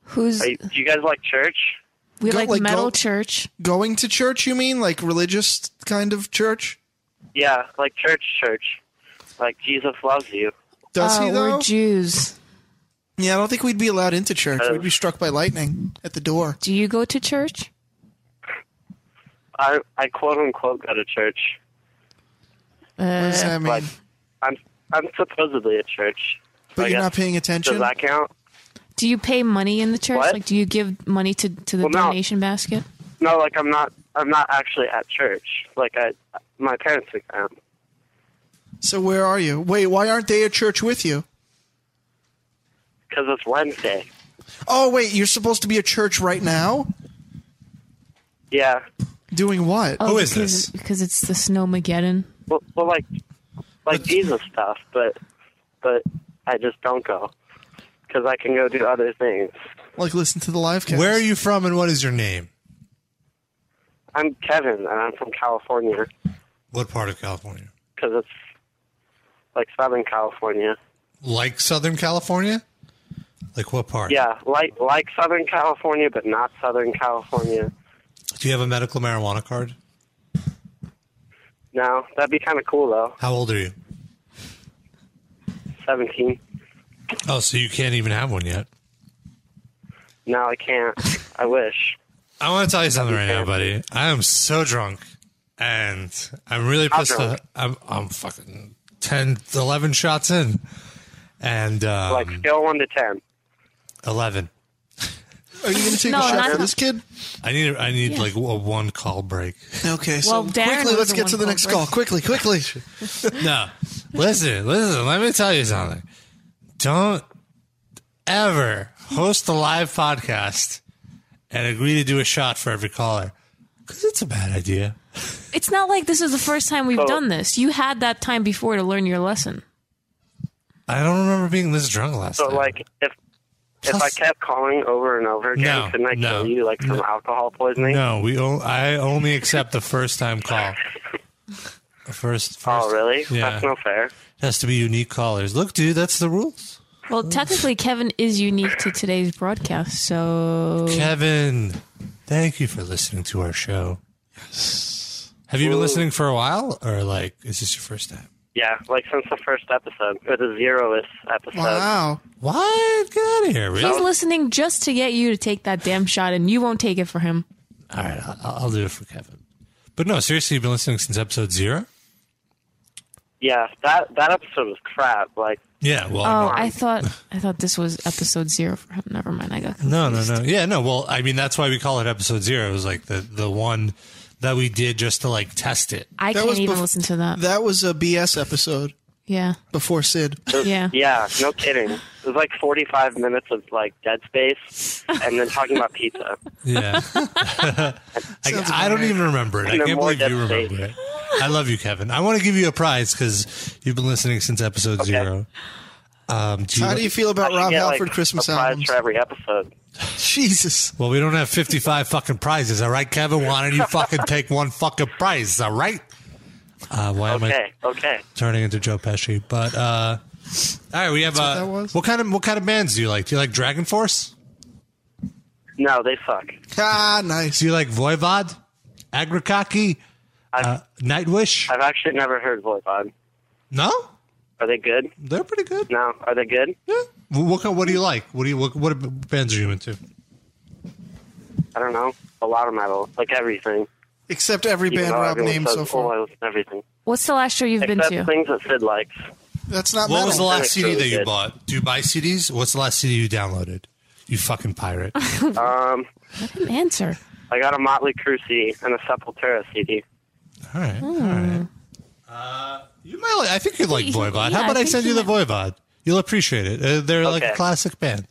S3: Who's
S5: Are you- do you guys like church?
S3: We
S5: like metal
S3: church.
S4: Going to church, you mean? Like religious kind of church?
S5: Yeah, like church, church. Like Jesus loves you.
S4: Does
S5: Uh,
S4: he,
S5: we're
S4: though?
S3: Oh, Jews.
S4: Yeah, I don't think we'd be allowed into church. We'd be struck by lightning at the door.
S3: Do you go to church?
S5: I I quote unquote go to church.
S4: what does
S3: Uh,
S4: that mean?
S5: Like, I'm I'm supposedly at church.
S4: But
S5: I
S4: you're
S5: guess.
S4: not paying attention?
S5: Does that count?
S3: Do you pay money in the church? Like, do you give money to, to the donation basket?
S5: No, like I'm not I'm not actually at church. Like I my parents um, think I am.
S4: So where are you? Wait, why aren't they at church with you?
S5: Because it's Wednesday.
S4: Oh, wait, you're supposed to be at church right now?
S5: Yeah.
S4: Doing what?
S3: Oh, because, Because it's the Snowmageddon.
S5: Well, well like like Jesus stuff, but but I just don't go because I can go do other things.
S4: Like, listen to the live cast.
S2: Where are you from and what is your name?
S5: I'm Kevin and I'm from California
S2: What part of California?
S5: because it's like Southern California.
S2: Like Southern California? Like what part?
S5: Yeah, like like Southern California, but not Southern California.
S2: Do you have a medical marijuana card?
S5: No, that'd be kind of cool though.
S2: How old are you?
S5: Seventeen.
S2: Oh, so you can't even have one yet.
S5: No, I can't. I wish.
S2: I want to tell you something right now, buddy. I am so drunk, and I'm really
S5: How
S2: pissed.
S5: drunk?
S2: Off. I'm I'm fucking 10, 11 shots in, and um,
S5: Like scale one to ten.
S2: eleven.
S4: Are you going to take
S5: No,
S4: a shot
S5: not-
S4: for this kid?
S2: I need I need
S4: Yeah.
S2: like a one call break.
S4: Okay, so
S2: Well, Darren
S4: quickly,
S2: was
S4: let's
S2: the
S4: get to
S2: one
S4: the next
S2: culprit.
S4: call. Quickly, quickly.
S2: no, listen, listen. Let me tell you something. Don't ever host a live podcast and agree to do a shot for every caller because it's a bad idea.
S3: It's not like this is the first time we've
S2: So-
S3: done this. You had that time before to learn your lesson.
S2: I don't remember being this drunk last
S5: So
S2: time.
S5: like if if I kept calling over and over again,
S2: No,
S5: couldn't I
S2: no,
S5: kill you like from
S2: no.
S5: alcohol poisoning?
S2: No, we. O- I only accept the first time call. First, first.
S5: Oh really?
S2: Yeah.
S5: That's no fair.
S2: has to be unique callers. Look, dude, that's the rules.
S3: Well, technically, Kevin is unique to today's broadcast, so.
S2: Kevin, thank you for listening to our show. Yes. Have you been listening for a while, or like, is this your first time?
S5: Yeah, like since the first episode or the zeroth episode.
S4: Oh.
S2: What? Get out of here, really?
S3: He's listening just to get you to take that damn shot, and you won't take it for him.
S2: All right, I'll, I'll do it for Kevin. But no, seriously, you've been listening since episode zero.
S5: Yeah, that that episode was crap. Like
S2: Yeah. Well,
S3: oh, I thought I thought this was episode zero for him. Never mind, I got confused.
S2: No, no, no. Yeah, no. Well, I mean, that's why we call it episode zero. It was like the the one that we did just to like test it.
S3: I
S4: That was
S3: can't even
S4: bef-
S3: listen to that.
S4: That was a BS episode
S3: Yeah,
S4: before Sid.
S3: yeah.
S5: Yeah, no kidding. It was like 45 minutes of like dead space and then talking about pizza.
S2: Yeah. I, I don't even remember it. I
S5: And then
S2: can't
S5: more
S2: believe you remember it. I love you, Kevin. I want to give you a prize because you've been listening since episode zero. Um, do
S4: How do you feel about
S5: I should
S4: Rob
S5: get, like,
S4: Halford Christmas
S5: a prize
S4: albums?
S5: for every episode.
S4: Jesus.
S2: Well, we don't have 55 fucking prizes, all right, Kevin? Why don't you fucking take one fucking prize, all right? Uh, why am I
S5: Okay, okay.
S2: turning into Joe Pesci? But, uh, all right, we have,
S5: That's
S2: uh,
S5: what that
S2: what kind of, what kind of bands do you like? Do you like Dragon Force?
S5: No, they suck.
S4: Ah, nice.
S2: Do you like Voivod, Agrikaki, uh, Nightwish?
S5: I've actually never heard Voivod.
S2: No?
S5: Are they good?
S2: They're pretty good.
S5: No, are they good?
S2: Yeah. Wh- What kind, what do you like? What do you what, what bands are you into?
S5: I don't know. A lot of metal, like everything.
S4: Except every
S5: Even
S4: band
S5: though
S4: Rob
S5: everyone
S4: named
S5: says,
S4: so
S5: "Oh, I
S4: far.
S5: listen to everything.
S3: What's the last show you've
S5: Except
S3: been to?
S5: things that Sid likes.
S4: That's not
S2: What was
S4: metal.
S2: the last CD that
S5: really
S2: you
S5: good.
S2: bought? Do you buy CDs? What's the last CD you downloaded? You fucking pirate.
S5: um,
S3: Let him answer.
S5: I got a Motley Crue CD and a Sepultura CD.
S2: All right. All
S3: Hmm.
S2: right. You might. Like, I think you'd like Voivod.
S5: yeah,
S2: How about
S5: I
S2: I,
S5: think
S2: send you the Voivod? You'll appreciate it. Uh, they're like a
S5: Okay.
S2: classic band.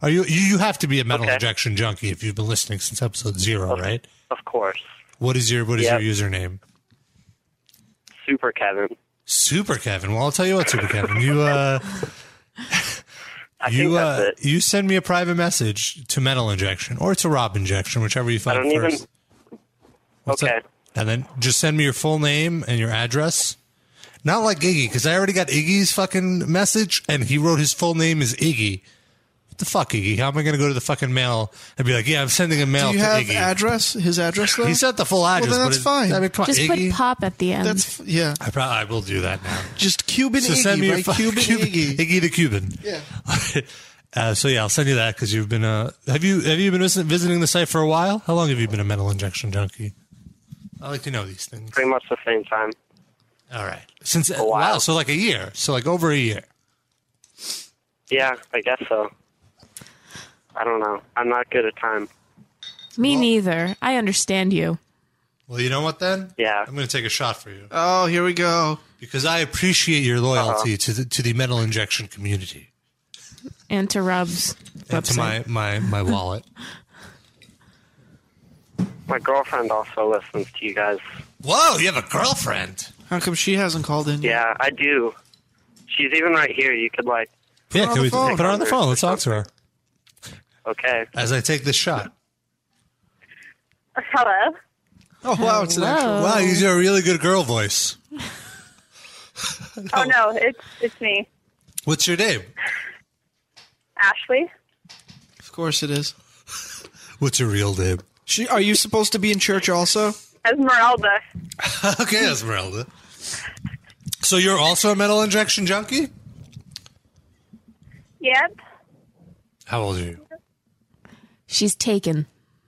S2: Are you? You you have to be a metal injection junkie if you've been listening since episode zero, right?
S5: Of course.
S2: What is your What is
S5: Yep.
S2: your username?
S5: Super Kevin.
S2: Super Kevin. Well, I'll tell you what, Super Kevin. You uh, you uh, you send me a private message to Metal Injection or to Rob Injection, whichever you find
S5: I don't
S2: first.
S5: even.
S2: What's
S5: okay.
S2: And then just send me your full name and your address. Not like Iggy, because I already got Iggy's fucking message, and he wrote his full name is Iggy. What the fuck, Iggy? How am I going to go to the fucking mail and be like, yeah, I'm sending a mail
S4: Do you
S2: to
S4: have
S2: Iggy?
S4: address? His address though.
S2: He sent the full address,
S4: Well,
S2: but
S4: then that's
S2: it-
S4: fine.
S2: I mean, come on,
S3: Just
S2: Iggy.
S3: put pop at the end.
S4: That's f- yeah.
S2: I probably I will do that now.
S4: Just Cuban
S2: So
S4: Iggy,
S2: send me your
S4: right?
S2: fu-
S4: Cuban,
S2: Iggy. Iggy the Cuban.
S4: Yeah.
S2: uh, so yeah, I'll send you that because you've been uh, have you have you been visit- visiting the site for a while? How long have you been a metal injection junkie? I like to know these things.
S5: Pretty much the same time.
S2: All right. Since a while. wow, so like a year, so like over a year.
S5: Yeah, I guess so. I don't know. I'm not good at time.
S3: Me neither. I understand you.
S2: Well, you know what then?
S5: Yeah.
S2: I'm going to take a shot for you
S4: Oh, here we go.
S2: because I appreciate your loyalty
S5: Uh-huh.
S2: to the to the metal injection community
S3: And to Rob's
S2: and to my
S3: website.
S2: my my wallet.
S5: My girlfriend also listens to you guys.
S2: Whoa, you have a girlfriend.
S4: How come she hasn't called in?
S5: Yeah, I do. She's even right here. You could like.
S4: Put her
S2: yeah,
S4: on
S2: can
S4: the
S2: we
S4: phone.
S2: put her on the phone? Let's talk to her
S5: Okay.
S2: as I take this shot.
S12: Hello.
S4: Oh wow, it's an actual.
S2: Wow, you do a really good girl voice.
S12: Oh no, it's it's me,
S2: What's your name?
S12: Ashley.
S4: Of course it is.
S2: What's your real name?
S4: She, are you supposed to be in church also?
S12: Esmeralda.
S2: okay, Esmeralda. So you're also a metal injection junkie?
S12: Yep,
S2: How old are you?
S3: She's taken.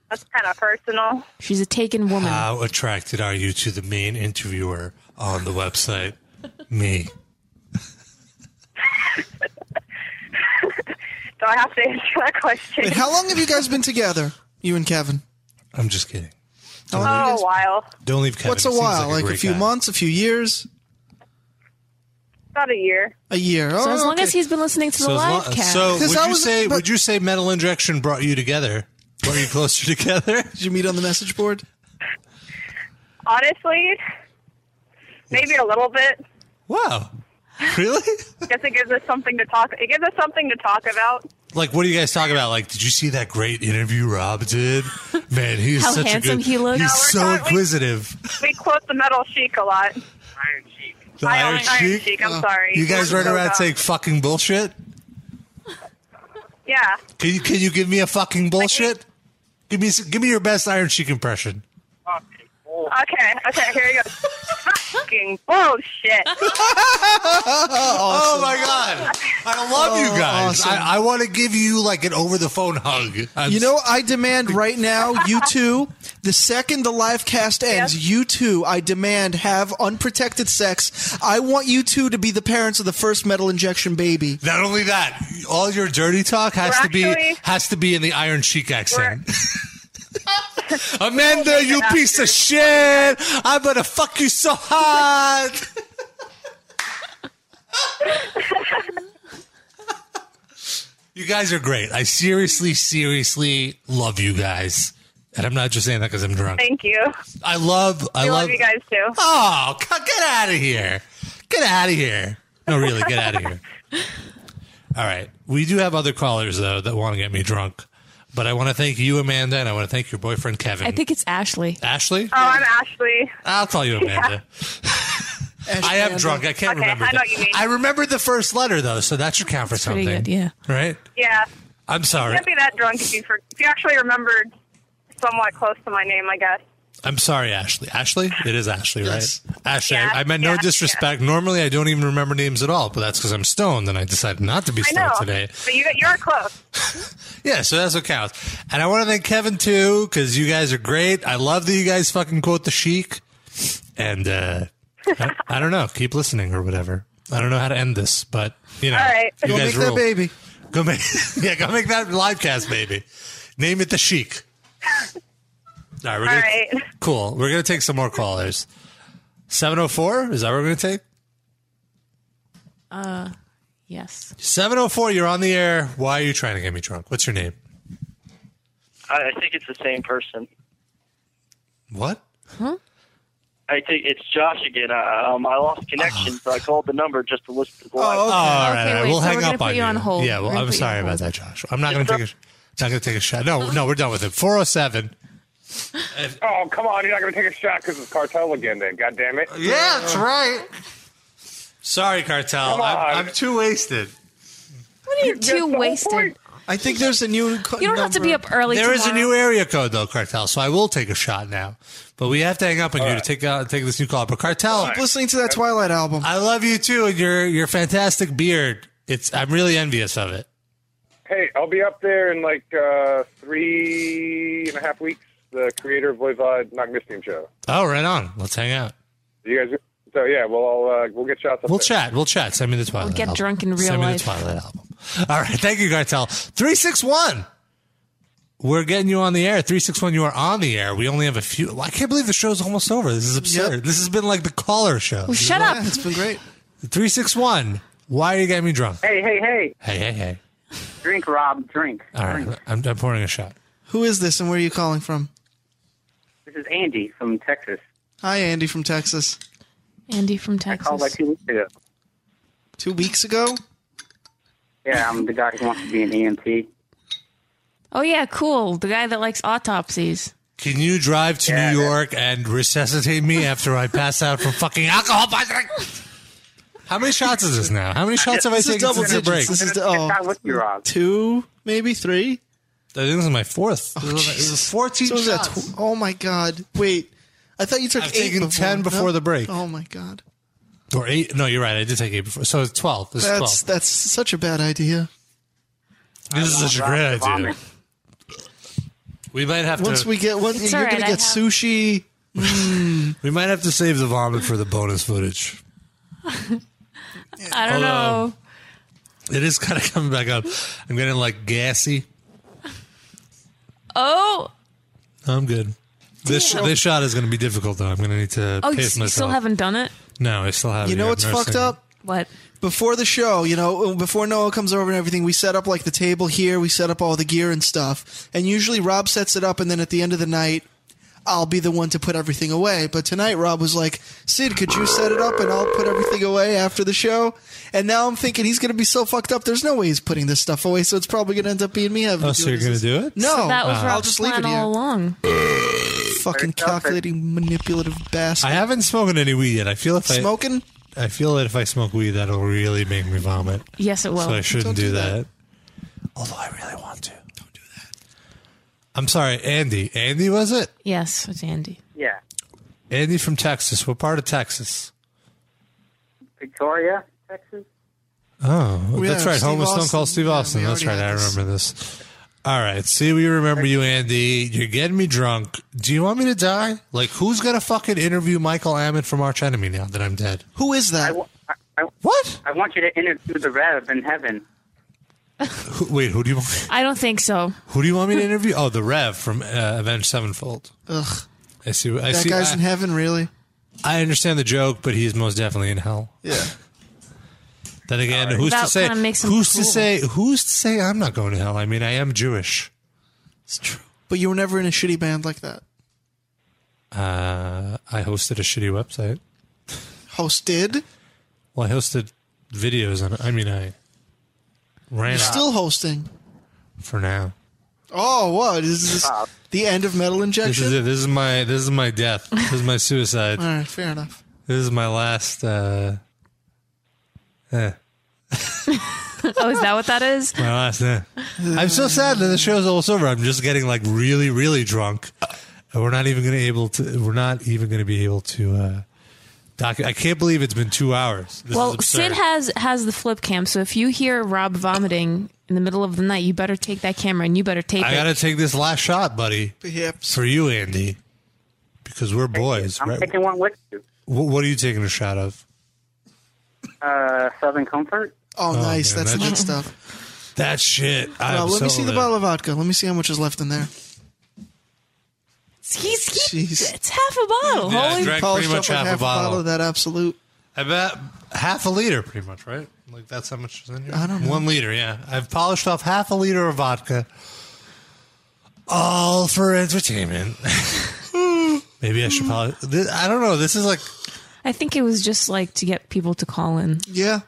S12: that's kind of personal.
S3: She's a taken woman.
S2: How attracted are you to the main interviewer on the website? Me.
S12: Do I have to answer that question?
S4: Wait, how long have you guys been together? You and Kevin.
S2: I'm just kidding.
S4: How long
S12: Oh,
S4: have
S12: a
S4: you guys-
S12: while.
S2: Don't leave Kevin.
S4: What's a
S2: He seems
S4: while?
S2: Like
S4: Like,
S2: a,
S4: a,
S2: great
S4: few
S2: guy.
S4: months, a few years,
S12: About a year.
S4: a year.
S3: so
S4: Oh,
S3: as long
S4: okay.
S3: as he's been listening to the
S2: So, as
S3: live
S2: long-
S3: cast.
S2: so would
S4: 'Cause I
S2: you
S4: was-
S2: say
S4: but-
S2: would you say metal injection brought you together? Brought you closer together?
S4: Did you meet on the message board?
S12: Honestly, maybe a little bit.
S2: Wow. Really?
S12: I guess it gives us something to talk. It gives us something to talk about.
S2: Like, what do you guys talk about? Like, did you see that great interview Rob did? Man, he's
S12: How
S2: such a
S12: handsome
S2: good.
S12: he looked.
S2: He's
S12: No, we're
S2: so
S12: not- we-
S2: inquisitive.
S12: We quote the metal chic a lot. Iron chic.
S2: The
S12: Iron,
S2: Iron Sheik?
S12: chic.
S4: Oh.
S12: I'm sorry.
S2: You guys run
S12: So
S2: around
S12: dumb.
S2: saying fucking bullshit.
S12: Yeah.
S2: Can you can you give me a fucking bullshit? Give me s- give me your best Iron Sheik impression.
S12: Okay. Okay. Here you go. Fucking bullshit.
S2: Oh my god! I love you
S4: Oh,
S2: guys.
S4: awesome.
S2: I, I want to give you like an over the phone hug. I'm
S4: you know, I demand right now, you two, the second the live cast ends, you two, I demand have unprotected sex. I want you two to be the parents of the first metal injection baby.
S2: Not only that, all your dirty talk has
S12: We're
S2: to be
S12: actually-
S2: has to be in the Iron Sheik accent. Amanda, you piece of shit! I'm gonna fuck you so hard. you guys are great. I seriously, seriously love you guys, and I'm not just saying that because I'm drunk.
S12: Thank you.
S2: I love, I
S12: we love,
S2: love,
S12: you guys too.
S2: Oh, c- get out of here. Get out of here. No, really, get out of here. All right. We do have other callers, though, that want to get me drunk. But I want to thank you, Amanda, and I want to thank your boyfriend, Kevin.
S3: I think it's Ashley.
S2: Ashley?
S12: Oh, I'm Ashley.
S2: I'll call you Amanda. I am drunk. I can't
S12: Okay,
S2: remember.
S12: I know
S2: that.
S12: what you mean.
S2: I remember the first letter, though, so that should count for
S3: pretty
S2: something.
S3: good, yeah.
S2: Right?
S12: Yeah.
S2: I'm
S12: You
S2: sorry.
S12: can't be that drunk if you for, if you actually remembered somewhat close to my name. I guess.
S2: I'm sorry, Ashley. Ashley? It is Ashley, right? Ashley, I-
S12: Yeah,
S2: I meant no
S12: yeah,
S2: disrespect. Normally, I don't even remember names at all, but that's because I'm stoned and I decided not to be
S12: I
S2: stoned
S12: know.
S2: today.
S12: But you you're close.
S2: Yeah, so that's what counts. And I want to thank Kevin too, because you guys are great. I love that you guys fucking quote the Sheik. And uh, I, I don't know, keep listening or whatever. I don't know how to end this, but you know,
S12: All right.
S2: you
S12: Go
S2: guys
S12: make that
S2: rule.
S4: baby.
S2: Go make yeah, go make that live cast, baby. Name it the Chic. All right, we're
S14: All
S2: gonna,
S14: right.
S2: cool. We're gonna take some more callers. Seven oh four. Is that what we're gonna take?
S3: Uh, yes.
S2: Seven oh four. You're on the air. Why are you trying to get me drunk? What's your name?
S12: I, I think it's the same person.
S2: What?
S12: I think it's Josh again. I, um, I lost connection, so I called the number just to listen to the live.
S2: Oh, all right.
S12: Okay,
S2: all right.
S12: wait,
S2: we'll
S12: so
S2: hang
S12: we're gonna
S2: up
S12: put
S2: on
S12: you on hold.
S2: Yeah.
S12: We're
S2: Well,
S12: gonna
S2: I'm
S12: put you
S2: sorry
S12: on
S2: about that,
S12: hold.
S2: Josh. I'm not gonna take a. Not gonna take a shot. No, no, we're done with it. Four oh seven.
S7: Oh, come on. You're not going to take a shot because it's cartel again, then. God damn it.
S2: Yeah, that's right. Sorry, cartel.
S7: Come on.
S2: I'm, I'm too wasted.
S3: What are you too wasted?
S4: I think there's a new.
S3: You don't have to be up early.
S2: There is a
S3: tomorrow.
S2: new area code though, Cartel. So I will take a shot now. But we have to hang up on you to take out take this new call. But Cartel,
S4: Keep listening to that Twilight album.
S2: I love you too, and your your fantastic beard. It's I'm really envious of it.
S7: Hey, I'll be up there in like uh, three and a half weeks. The creator of Voivod Nagmistium show.
S2: Oh, right on. Let's hang out.
S7: You guys. So yeah, we'll all uh, we'll get shots. Up
S2: We'll
S7: there.
S2: chat. We'll chat. Send me the Twilight.
S3: get
S2: album.
S3: drunk in real
S2: Send
S3: life.
S2: me the Twilight album. All right. Thank you, Cartel. Three six one. We're getting you on the air. Three six one. You are on the air. We only have a few. I can't believe the show's almost over. This is absurd. This has been like the caller show.
S3: Well, shut up.
S4: It's been great.
S2: Three six one. Why are you getting me drunk?
S16: Hey, hey, hey.
S2: Hey, hey, hey.
S16: Drink, Rob, drink.
S2: All right. I'm, I'm pouring a shot.
S4: Who is this, and where are you calling from?
S16: This is Andy from Texas.
S4: Hi, Andy from Texas.
S3: Andy from Texas.
S16: Called like two weeks ago.
S4: Two weeks ago?
S16: Yeah, I'm the guy who wants to be an E EMT.
S3: Oh yeah, cool. The guy that likes autopsies.
S2: Can you drive to New York and resuscitate me after I pass out from fucking alcohol? by drink? How many shots is this now? How many shots have I
S4: This is
S2: taken
S4: double
S2: since the break?
S4: digits. This is the, oh, two, maybe three.
S2: I think this is my fourth.
S4: Oh,
S2: This is- this is
S4: Jesus.
S2: 14
S4: So is that
S2: shots.
S4: tw- oh my god! Wait, I thought you took
S2: I've
S4: eight
S2: taken 10 before
S4: No?
S2: the break.
S4: Oh my god,
S2: or eight. No, you're right. I did take eight before. So it's 12. This is
S4: that's
S2: 12.
S4: that's such a bad idea.
S2: This is such a great idea. We might have
S4: Once
S2: to.
S4: we get one,
S3: It's
S4: you're
S3: all right,
S4: gonna
S3: I have-
S4: get sushi. Mm.
S2: we might have to save the vomit for the bonus footage.
S3: I don't
S2: Although-
S3: know.
S2: It is kind of coming back up. I'm getting like gassy.
S3: Oh,
S2: I'm good. This
S3: Damn.
S2: this shot is going to be difficult though. I'm going to need to
S3: oh, you,
S2: pace
S3: you
S2: myself.
S3: still haven't done it.
S2: no, I still have.
S4: You know what's fucked up?
S3: What?
S4: Before the show, you know, before Noah comes over and everything, we set up like the table here. We set up all the gear and stuff. And usually Rob sets it up, and then at the end of the night, I'll be the one to put everything away. But tonight, Rob was like, Sid, could you set it up and I'll put everything away after the show? And now I'm thinking he's going to be so fucked up. There's no way he's putting this stuff away, so it's probably going to end up being me having
S2: Oh,
S4: to do
S2: so you're
S4: this.
S2: going to do it? Ah.
S4: No,
S3: So that was
S4: I'll
S3: Rob's
S4: just leave
S3: plan
S4: it here.
S3: all along.
S4: Fucking calculating, manipulative bastard.
S2: I haven't smoked any weed yet. I feel if I
S4: Smoking?
S2: I feel that if I smoke weed, that'll really make me vomit.
S3: Yes, it will.
S2: So I shouldn't
S3: Don't
S2: do,
S3: do
S2: that. Although I really want to. Don't do that. I'm sorry, Andy. Andy was it?
S3: Yes, it's Andy.
S16: Yeah.
S2: Andy from Texas. What part of Texas?
S16: Victoria, Texas.
S2: Oh,
S16: Yeah,
S2: that's right.
S16: Steve
S2: Home with Stone
S16: Austin.
S2: Cold Steve
S16: Yeah,
S2: Austin.
S16: we
S2: that's right.
S16: already
S2: I
S16: had this.
S2: remember this. All right. See, we remember you, Andy. You're getting me drunk. Do you want me to die? Like, who's going to fucking interview Michael Ammon from Arch Enemy now that I'm dead?
S4: Who is that?
S2: what?
S16: I want you to interview the Rev in heaven.
S2: Who, wait, who do you want?
S3: I don't think so.
S2: Who do you want me to interview? Oh, the Rev from uh, Avenged Sevenfold.
S4: Ugh.
S2: I see. I
S4: that
S2: see.
S4: guy's
S2: I,
S4: in heaven, really?
S2: I understand the joke, but he's most definitely in hell.
S4: Yeah.
S2: Then again, who's to
S3: That
S2: say?
S3: kinda makes him
S2: who's
S3: cool.
S2: to say? Who's to say I'm not going to hell? I mean, I am Jewish.
S4: But you were never in a shitty band like that.
S2: Uh, I hosted a shitty website.
S4: Hosted?
S2: Well, I hosted videos on. I mean, I ran
S4: You're
S2: out
S4: still hosting.
S2: for now.
S4: Oh, what is this? The end of metal
S2: This is
S4: injection?
S2: it. This is my. This is my death. This is my suicide.
S4: All right, fair enough.
S2: This is my last. Uh, eh,
S3: oh, is that what that is?
S2: my last. Eh. I'm so sad that the show's almost over. I'm just getting like really, really drunk, and we're not even going to able to. We're not even going to be able to. Uh, doc- I can't believe it's been two hours. This is
S3: well,
S2: absurd.
S3: Sid has has the flip cam, so if you hear Rob vomiting in the middle of the night, you better take that camera and you better tape
S2: I
S3: it.
S2: gotta take this last shot, buddy.
S4: Perhaps
S2: for you, Andy, because we're boys,
S16: I'm
S2: right?
S16: taking one with you.
S2: What, what are you taking a shot of?
S16: Uh, Southern Comfort.
S4: Oh, nice.
S2: man,
S4: That's
S2: that-
S4: good stuff.
S2: That shit. I
S4: Well,
S2: am
S4: let me
S2: so
S4: see the
S2: lit.
S4: bottle of vodka. Let me see how much is left in there.
S3: It's half a bottle.
S2: Yeah, I
S3: Holy
S2: drank pretty much half a bottle.
S4: of that absolute.
S2: I bet half a liter, pretty much, right? Like that's how much is in here.
S4: I don't know.
S2: One liter, yeah. I've polished off half a liter of vodka, all for entertainment. Maybe I should polish. This, I don't know. This is like
S3: I think it was just like to get people to call in.
S4: Yeah.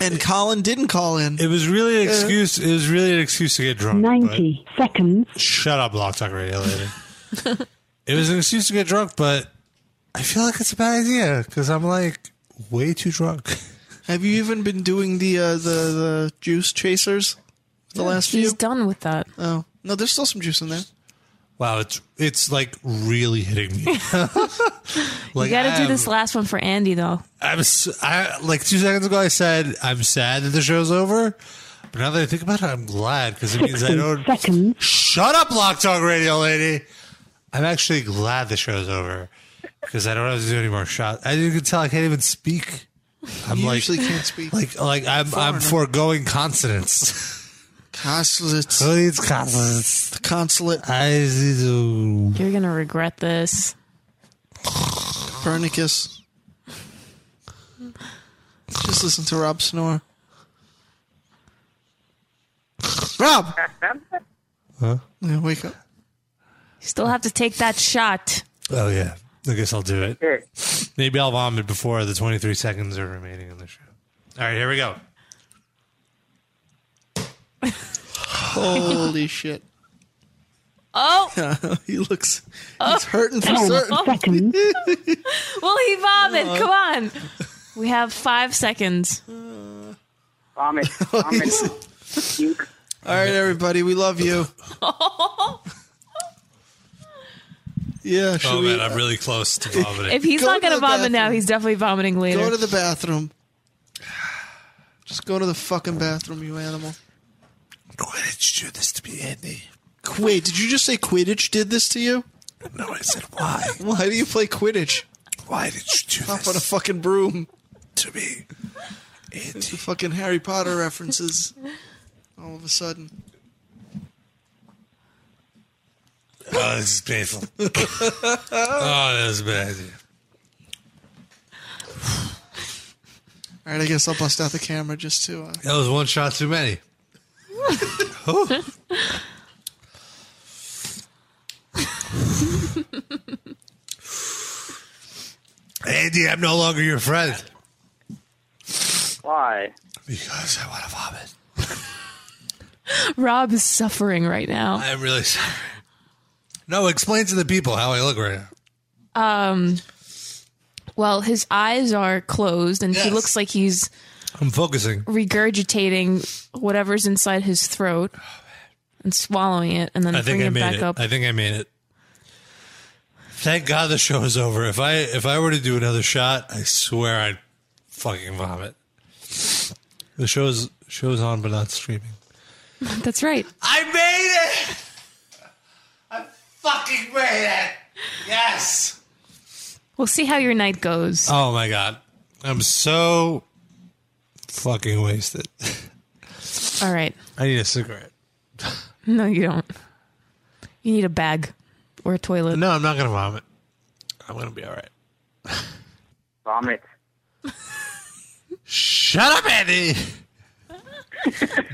S4: And Colin didn't call in.
S2: It was really
S4: Uh,
S2: an excuse. It was really an excuse to get drunk. but-
S4: seconds.
S2: Shut up, Block Talk Radio lady. it was an excuse to get drunk, but I feel like it's a bad idea because I'm like way too drunk.
S4: Have you even been doing the uh, the the juice chasers? The
S3: Yeah,
S4: last few.
S3: he's done with that.
S4: Oh no, there's still some juice in there.
S2: Wow, it's it's like really hitting me.
S3: you got to do
S2: I'm-
S3: this last one for Andy though.
S2: I'm s- I like two seconds ago. I said I'm sad that the show's over, but now that I think about it, I'm glad because it means I don't.
S6: seconds.
S2: Shut up, Block Talk Radio lady. I'm actually glad the show's over because I don't have to do any more shots. As you can tell, I can't even speak. I'm
S4: You
S2: like
S4: usually can't speak.
S2: Like like I'm I'm
S4: Foreigner.
S2: foregoing consonants.
S4: Consulates.
S2: Who needs consulates? The
S4: consulate.
S2: I do.
S3: You're gonna regret this.
S4: Copernicus. Just listen to Rob snore. Rob.
S2: Huh?
S4: Yeah, wake up.
S3: You still have to take that shot.
S2: Oh yeah, I guess I'll do it. Maybe I'll vomit before the 23 seconds are remaining in the show. All right, here we go.
S4: Holy shit.
S3: Oh,
S4: he looks.
S3: Oh.
S4: He's hurting for certain.
S3: Seconds. Will he vomit?
S4: Uh-huh.
S3: Come on. We have five seconds.
S16: Vomit. Vomit.
S4: All right, everybody, we love you. Yeah. should
S2: Oh
S4: we-
S2: man, I'm really close to vomiting.
S3: If he's
S4: Go
S3: not
S4: to
S3: gonna
S4: the
S3: vomit now,
S4: bathroom.
S3: he's definitely vomiting later.
S4: Go to the bathroom. Just go to the fucking bathroom, you animal.
S2: Quidditch do this to me, Andy.
S4: Wait, did you just say Quidditch did this to you?
S2: No, I said why.
S4: Why do you play Quidditch?
S2: Why did you do
S4: Up on a fucking broom. To me. It's the fucking Harry Potter references. All of a sudden.
S2: Oh, this is painful. oh, that was a bad idea.
S4: All right, I guess I'll bust out the camera just to. Uh,
S2: That was one shot too many. Andy, I'm no longer your friend.
S16: Why?
S2: Because I want to vomit.
S3: Rob is suffering right now.
S2: I'm really sorry. No, explain to the people how I look right now.
S3: Um, well, his eyes are closed, and he
S2: Yes.
S3: looks like he's
S2: I'm focusing.
S3: regurgitating whatever's inside his throat and swallowing it, and then
S2: I think
S3: bringing
S2: I
S3: it back
S2: made it.
S3: up.
S2: I think I made it. Thank God the show is over. If I if I were to do another shot, I swear I'd fucking vomit. The show's show's on but not streaming.
S3: That's right.
S2: I made it. Fucking made it. Yes.
S3: We'll see how your night goes.
S2: Oh my god. I'm so fucking wasted.
S3: All right.
S2: I need a cigarette.
S3: No, you don't. You need a bag or a toilet.
S2: No, I'm not gonna vomit. I'm gonna be all right.
S16: Vomit.
S2: Shut up, Andy.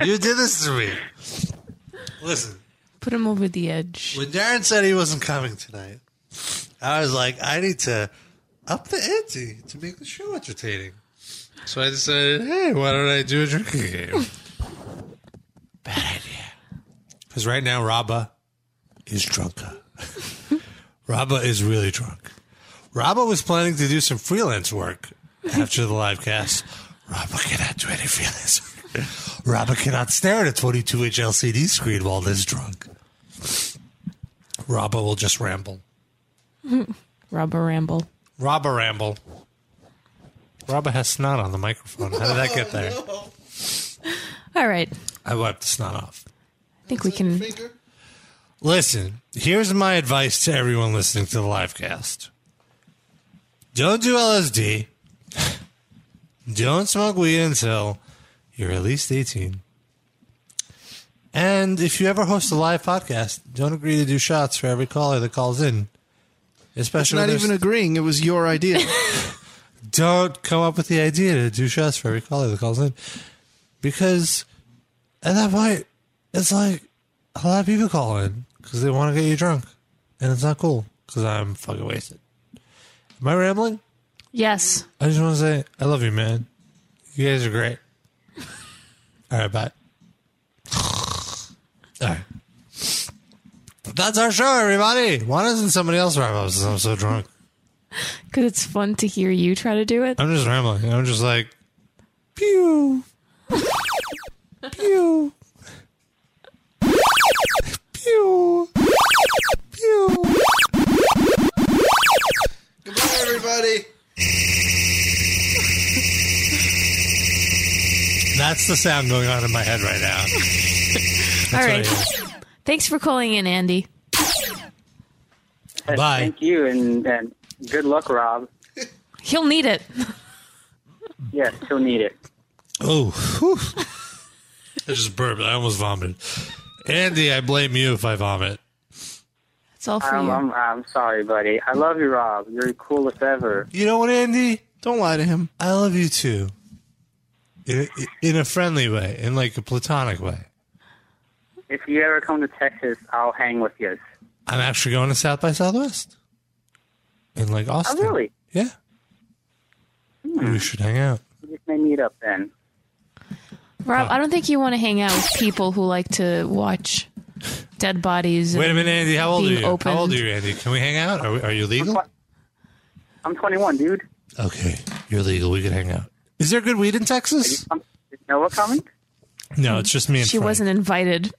S2: you did this to me. Listen,
S3: Put him over the edge.
S2: when Darren said he wasn't coming tonight, I was like, I need to up the ante to make the show entertaining. So I decided, hey, why don't I do a drinking game? Bad idea. Because right now, Rabba is drunk. Rabba is really drunk. Rabba was planning to do some freelance work after the live cast. Rabba cannot do any freelance work. Rabba cannot stare at a 22 inch LCD screen while this drunk. Rabba will just ramble.
S3: Robber ramble.
S2: Rabba ramble. Rabba has snot on the microphone. How did that get there?
S3: All right.
S2: I wiped the snot off.
S3: I think we can.
S2: Listen, here's my advice to everyone listening to the live cast. Don't do LSD. Don't smoke weed until you're at least 18. And if you ever host a live podcast, don't agree to do shots for every caller that calls in.
S4: It's
S2: Especially
S4: not
S2: when
S4: even
S2: there's-
S4: agreeing. It was your idea.
S2: don't come up with the idea to do shots for every caller that calls in. Because at that point, it's like a lot of people call in because they want to get you drunk. And it's not cool because I'm fucking wasted. Am I rambling?
S3: Yes.
S2: I just want to say, I love you, man. You guys are great. All right, bye. All right. That's our show, everybody. Why doesn't somebody else wrap up since I'm so drunk?
S3: Because it's fun to hear you try to do it.
S2: I'm just rambling. I'm just like,
S3: Pew.
S2: Pew. Pew. Pew.
S4: Goodbye, everybody.
S2: that's the sound going on in my head right now. That's
S3: All
S2: what I
S3: right.
S2: hear.
S3: Thanks for calling in, Andy.
S2: Bye.
S16: Thank you, and, and good luck, Rob.
S3: He'll need it.
S16: Yes, he'll need it.
S2: Oh, whew. I just burped. I almost vomited. Andy, I blame you if I vomit.
S3: It's all
S16: for I'm, you. I'm, I'm sorry, buddy. I love you, Rob. You're the coolest ever.
S2: You know what, Andy?
S4: Don't lie to him.
S2: I love you too. In, in a friendly way, in like a platonic way.
S16: If you ever come to Texas, I'll hang with you.
S2: I'm actually going to South by Southwest in like Austin.
S16: Oh, really?
S2: Yeah. Maybe We should hang out.
S16: We just may meet up then.
S3: Rob, I don't think you want to hang out with people who like to watch dead bodies.
S2: Wait a
S3: and
S2: minute, Andy. How old are
S3: being
S2: you?
S3: Opened.
S2: How old are you, Andy? Can we hang out? Are, we, are you legal?
S16: I'm 21, dude.
S2: Okay, you're legal. We can hang out. Is there good weed in Texas?
S16: Is Noah coming?
S2: No, it's just me and
S3: She
S2: Frank.
S3: wasn't invited.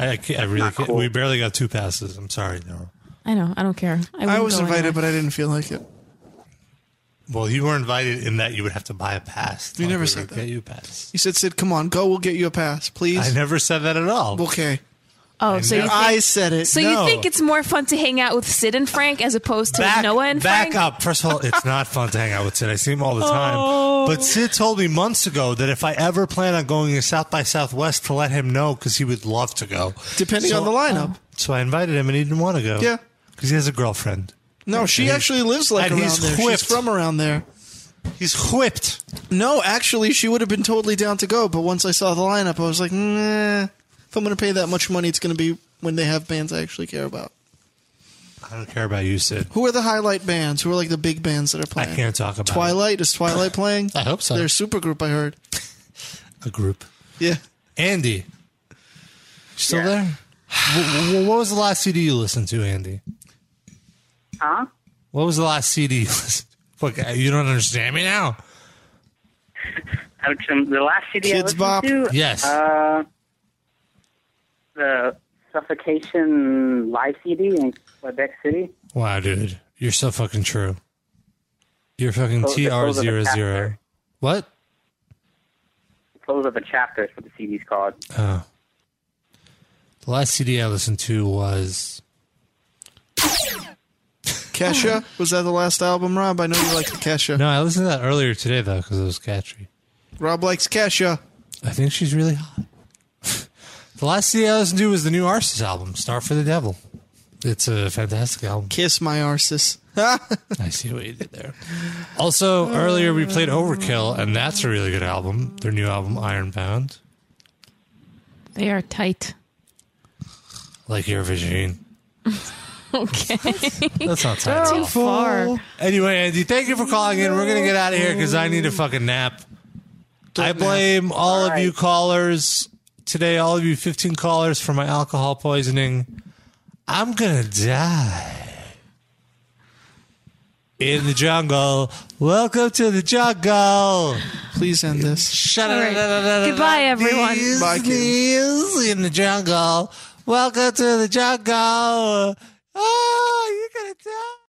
S2: I, I, can't, I really can't. We barely got two passes. I'm sorry, no.
S3: I know. I don't care. I,
S4: I
S3: wouldn't
S4: was
S3: go
S4: invited,
S3: anyway.
S4: but I didn't feel like it.
S2: Well, you were invited in that you would have to buy a pass. You never said that. Get you a pass.
S4: You said, "Sid, come on, go. We'll get you a pass, please."
S2: I never said that at all.
S4: Okay.
S3: Oh, so you think,
S4: I said it.
S3: So
S2: No.
S3: you think it's more fun to hang out with Sid and Frank as opposed to
S2: Back,
S3: Noah and
S2: back
S3: Frank?
S2: up. First of all, it's not fun to hang out with Sid. I see him all the time.
S3: Oh.
S2: But Sid told me months ago that if I ever plan on going to South by Southwest, to let him know because he would love to go.
S4: Depending on the lineup.
S2: So I invited him and he didn't want to go.
S4: Yeah.
S2: Because he has a girlfriend.
S4: No, she
S2: And he-
S4: actually lives like
S2: and
S4: around
S2: he's
S4: there.
S2: whipped.
S4: She's from around there.
S2: He's whipped.
S4: No, actually, she would have been totally down to go, but once I saw the lineup, I was like, nah. If I'm going to pay that much money, it's going to be when they have bands I actually care about.
S2: I don't care about you, Sid.
S4: Who are the highlight bands? Who are like the big bands that are playing?
S2: I can't talk about
S4: Twilight is Twilight playing?
S2: I hope so.
S4: They're a super group. I heard.
S2: a group.
S4: Yeah.
S2: Andy, you still there? Wh- wh- what was the last CD you listened to, Andy?
S16: Huh?
S2: What was the last CD you listened to? Look, uh, you don't understand me now.
S16: Alex, um, the last CD
S2: Kids
S16: I
S2: Bop.
S16: listened to,
S2: Yes.
S16: uh, the Suffocation live CD in Quebec City.
S2: Wow, dude. You're so fucking true. You're fucking
S16: Close it, close it,
S2: TR00. What?
S16: Close of a chapter is what the CD's called.
S2: Oh. The last CD I listened to was. Oh.
S4: Kesha? Was that the last album, Rob? I know you liked Kesha.
S2: No, I listened to that earlier today, though, because it was catchy.
S4: Rob likes Kesha.
S2: I think she's really hot. The last CD I listened to was the new Arsis album, Star for the Devil. It's a fantastic album.
S4: Kiss my arses.
S2: I see what you did there. Also, earlier we played Overkill, and that's a really good album. Their new album, Ironbound.
S3: They are tight.
S2: Like your Virgin.
S3: Okay.
S2: That's not tight at
S3: Too
S2: all.
S3: far.
S2: Anyway, Andy, thank you for calling in. We're going to get out of here because I need a fucking nap. I blame all of you callers today, all of you 15 callers for my alcohol poisoning. I'm going to die. In the jungle. Welcome to the jungle.
S4: Please end this.
S2: Shut
S3: All
S2: up.
S3: right. Goodbye, everyone.
S2: Bye, in the jungle. Welcome to the jungle. Oh, you're going to die.